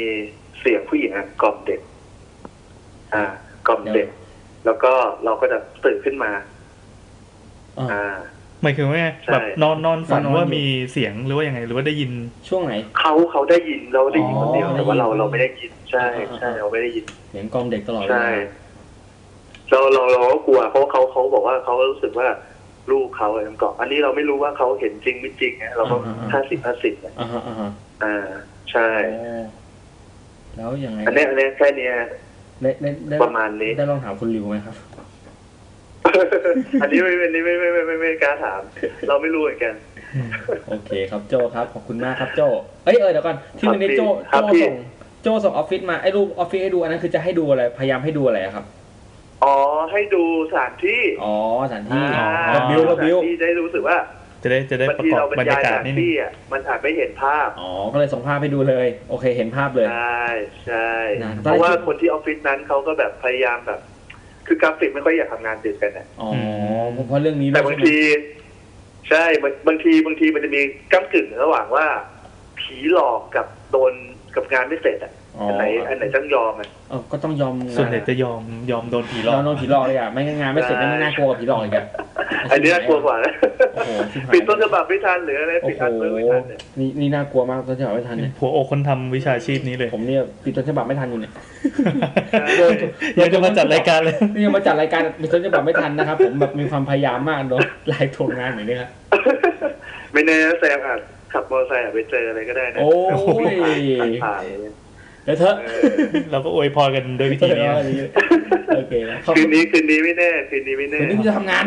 เสียงผู้หญิงอะกล่อมเด็ก อ่ากล่อมเด็ก แล้วก็เราก็จะตื่นขึ้นมา
อ่า
อ่า
หมายถึงว่าไงแบบนอนนอนฝันว่ามีเสียงหรือว่ายังไงหรือว่าได้ยิน
ช่วงไหน
เขาเขาได้ยินเราได้ยินคนเดียว
อ๋อ
แต่ว่าเรา
ได้ยิน
เราไม่ได้ยินใช่
อ่าอ่า
ใช่เราไม่ได้ยิน
เสียงกลอมเด็กตลอดเว
ใช่
ลา
เราเราเราก็กลัวเพราะเขาเขาบอกว่าเขารู้สึกว่าลูกเขาอะไรมันเกาะอันนี้เราไม่รู้ว่าเขาเห็นจริงไม่จริงนะเราก็ห้าสิบห้าสิบ
อ่าฮะอ่าฮะ
อ่า ใช่
โอ้แล้วยังไง
อันเนี้ยอันเนี้ยแค่เนี้ย
ได้ได้ได้
ประมาณนี้
ได้ลองถามคุณริวไหมครับ
อันนี้ไม่อันนี้ไม่ไม่ไม่ไม่ไม่ไม่กล้าถาม เราไม่รู้เหมือนกัน
โอเคครับโจครับขอบคุณมากครับโจเอ้ยเออเดี๋ยวก่อนที่วันนี้โจ
ครั
โจ
บพี่
ส่งโจส่งออฟฟิศมาไอ้รูปออฟฟิศให้ดูอันนั้นคือจะให้ดูอะไรพยายามให้ดูอะไรอะครับ
อ๋อให้ดูสถานที่
อ๋อสถานที่
อ๋อ
ระบิว
ส
ระ
ถาน
บิว
ที่ได้รู้สึกว่า
จะได้จะได้
บาง
ประ
ที
กอบ
เราบร
บรรยาย
ราย
กา
ส
ศ
ถาน
นิดนึง
ที่อ่ะมันอาจไม่เห็นภาพ
อ๋อก็เลยส่งภาพให้ดูเลย โอเคเห็นภาพเลย
ใช่ใช่
นาน
เพราะว่าคนที่ออฟฟิศนั้นเขาก็แบบพยายามแบบ คือกราฟิกไม่ค่อยอยากทำงานดึกกันนะ
อ๋อเพราะเรื่องนี้
แต่บางที ใช่บางบางทีบางทีมันจะมีก้ากึ่งระหว่างว่า ผีหลอกกับโดน กับงานไม่เสร็จอ่ะ
อ๋อ
อันไหนอันไหนต้องยอมอ่ะ
เออก็ต้องยอม
ส่วนใหญ่จะยอมยอมโดนผีหล
ย
อ
อก มโดนผีหลอกเลยอ่ะไม่งั้นงานไม่เสร็จ
ใช่
ไม่น่ากลัวกว่าผีหลอกอีกอ่ะ
อันนี้น่ากลัวกว่านะ
โอ้โหชิบหาย
ปิดต้นฉบับไม่ทันหรืออะไร
โอ้
ปิด
โห
อันเลยไม่ทันเนี่ย
นี่นี่น่ากลัวมากต้นฉบับไม่ทันเนี่ย
หัวอกคนทำวิชาชีพนี้เลย
ผมเนี่ยปิดต้นฉบับไม่ทันอยู่เนี่ย
เอออยากจะมาจัดรายการเลย
นี่ยังมาจัดรายการมีต้นฉบับไม่ทันนะครับ ผมแบบมีความพยายามมากโดนไลายทวงงานอย่างนี้ครับ
ไม่แน่นะแซมอาจขับมอเตอร์ไซค์อาจไปเจออะไรก็ได้นะ
โอ้ย
ผ่านๆ
เดี๋ยวเถอะ
เอ
เราก็อวยพรกันโดวยวิธีนี้
โอเคนะขอ
อบ คื
คุ
น
ณ
นี้คืนนี้ไม่แน่คืนนี้ไม่แน่
เดี๋ยวนี้กูจะทำงาน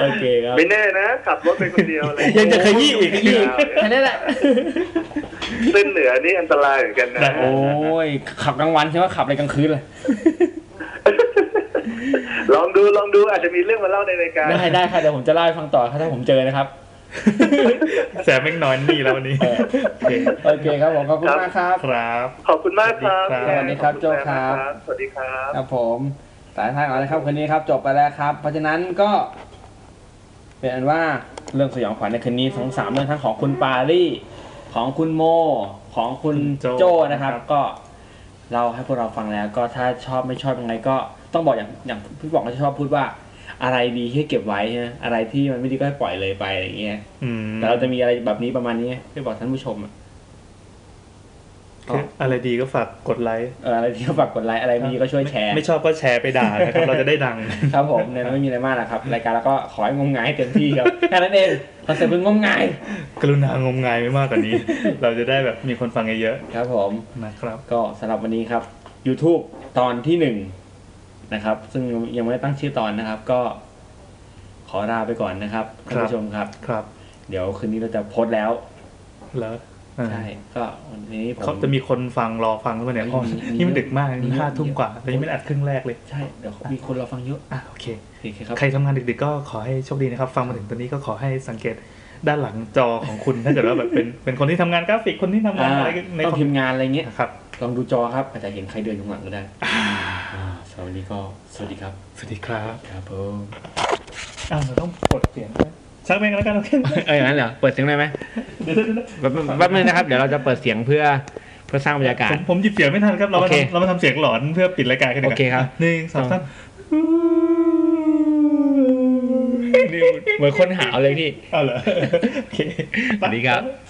โอเคครับ
ไม่แน่นะขับรถไปคนเดียวอะไร
ยังจะขยี้อีก
ขยี้แค่นั้นแหละ
เส้นเหนือนี่อันตรายเหมือนกันนะ
ได้
โอ้ยขับกลางวันใช่ไหมขับอะไรกลางคืนเลย
ลองดูลองดูอาจจะมีเรื่องมาเล่าในรายการ
ได้ได้ค่ะเดี๋ยวผมจะเล่าให้ฟังต่อครับถ้าผมเจอนะครับ
แสบแม่งนอนนี่แล้ววันนี้
เออ
โอเค
โอเคครับผมขอบคุณมากครับ
ครับ
ขอบคุณมากครับ
สวัสดีครับ
สวัสดีครับโจ้ค
ขอณ
รับ
มากสวัสดีครับ
ครับผมสายทางเอาละครับคืนนี้ครับจบไปแล้วครับ เพราะฉะนั้นก็เป็นอันว่าเรื่องสยองขวัญในคืนนี้ทั้งสามเรื่องทั้งของคุณปารี่ของคุณโม ของคุณ
คุณโจ้
โจนะครับ
ครับ
ก็เราให้พวกเราฟังแล้ว ก็ถ้าชอบไม่ชอบยังไงก็ต้องบอกอย่างอย่างพี่บอกก็ชอบพูดว่า อะไรดีให้เก็บไว้ใช่ไหมอะไรที่มันไม่ดีก็ให้ปล่อยเลยไปอะไรอย่างเงี้ย
อืม
แต่เราจะมีอะไรแบบนี้ประมาณนี้ที่บอกท่านผู้ชมอะ
คืออะไรดีก็ฝากกดไลค์
เอออะไรที่ฝากกดไลค์อะไรไม่ดีก็ช่วยแชร์
ไม่ชอบก็แชร์ไปด่านะครับ เราจะได้ ดัง
ครับผมเนี่ยไม่มีอะไรมากนะครับ รายการแล้วก็ขอให้งมงายเต็มที่ครับ แค่นั้นเองคอนเซ็ปต์คืองมงาย
กรุณางมงายไม่มากกว่านี้ เราจะได้แบบมีคนฟังเยอะ
ครับผม
ๆนะครับ
ก็สำหรับวันนี้ครับ YouTube ตอนที่หนึ่งนะครับ ซึ่งยังไม่ได้ตั้งชื่อตอนนะครับ ก็ขอลาไปก่อนนะครับท่านผู้ชมครับ
ครับ
เดี๋ยวคืนนี้เราจะโพสต์แล้ว
แล้วอ่า
ใช่ก็วันนี้ผม
เขาจะมีคนฟังรอฟังกันเนี่ย
มี
อ๋อ
มี
นี่มันดึกมาก
มี
นี่
เยอะ
ห้าทุ่ม
มีเยอะ
กว่าแล้วยังไม่ได้อัดครึ่งแรกเลย
ใช่เดี๋ยวมีคนรอฟังเยอะ
อ่ะโอเค
โอเคครับ
ใครทำงานดึกๆก็ขอให้โชคดีนะครับ ฟังมาถึงตอนนี้ก็ขอให้สังเกตด้านหลังจอของคุณ ถ้าเกิดว่าแบบ เป็นเป็นคนที่ทำงานกราฟิกคนที่ทำงา
อ่าน
อะไรใน
ต้อ
คอม
งพิมพ์งานอะไรเงี้ย
นะครับ
ลองดูจอครับอาจจะเห็นใครเดินอยู่ข้างหลัง ก็ได้อ่าสำหรับวันนี้ก็สวัสดีครับ
สวัสดีครับ
ครับผม
อ้าวเราต้องกดเสียงด้วยชักแม่งแล้วกันโอเค
เอออย่างนั้นเหรอ เปิดเสียงได้ไหม
เดี๋ยวเดี๋ยวเดี๋ยว
แป๊บแป๊บนึงนะครับ เดี๋ยวเราจะเปิดเสียงเพื่อเพื่อสร้างบรรยากา
ผ
ศ
มผมหยิบเสียงไม่ทันครับ เรามา
โอเค
ทำเรามาทำเสียงหลอนเพื่อปิดรายการกันดีกว่า
โอเคครับ
หนึ่งสองสาม
เหมือนคนหาวเลยพี่
เอาเหรอโอเค
สวัสดีครับ
ส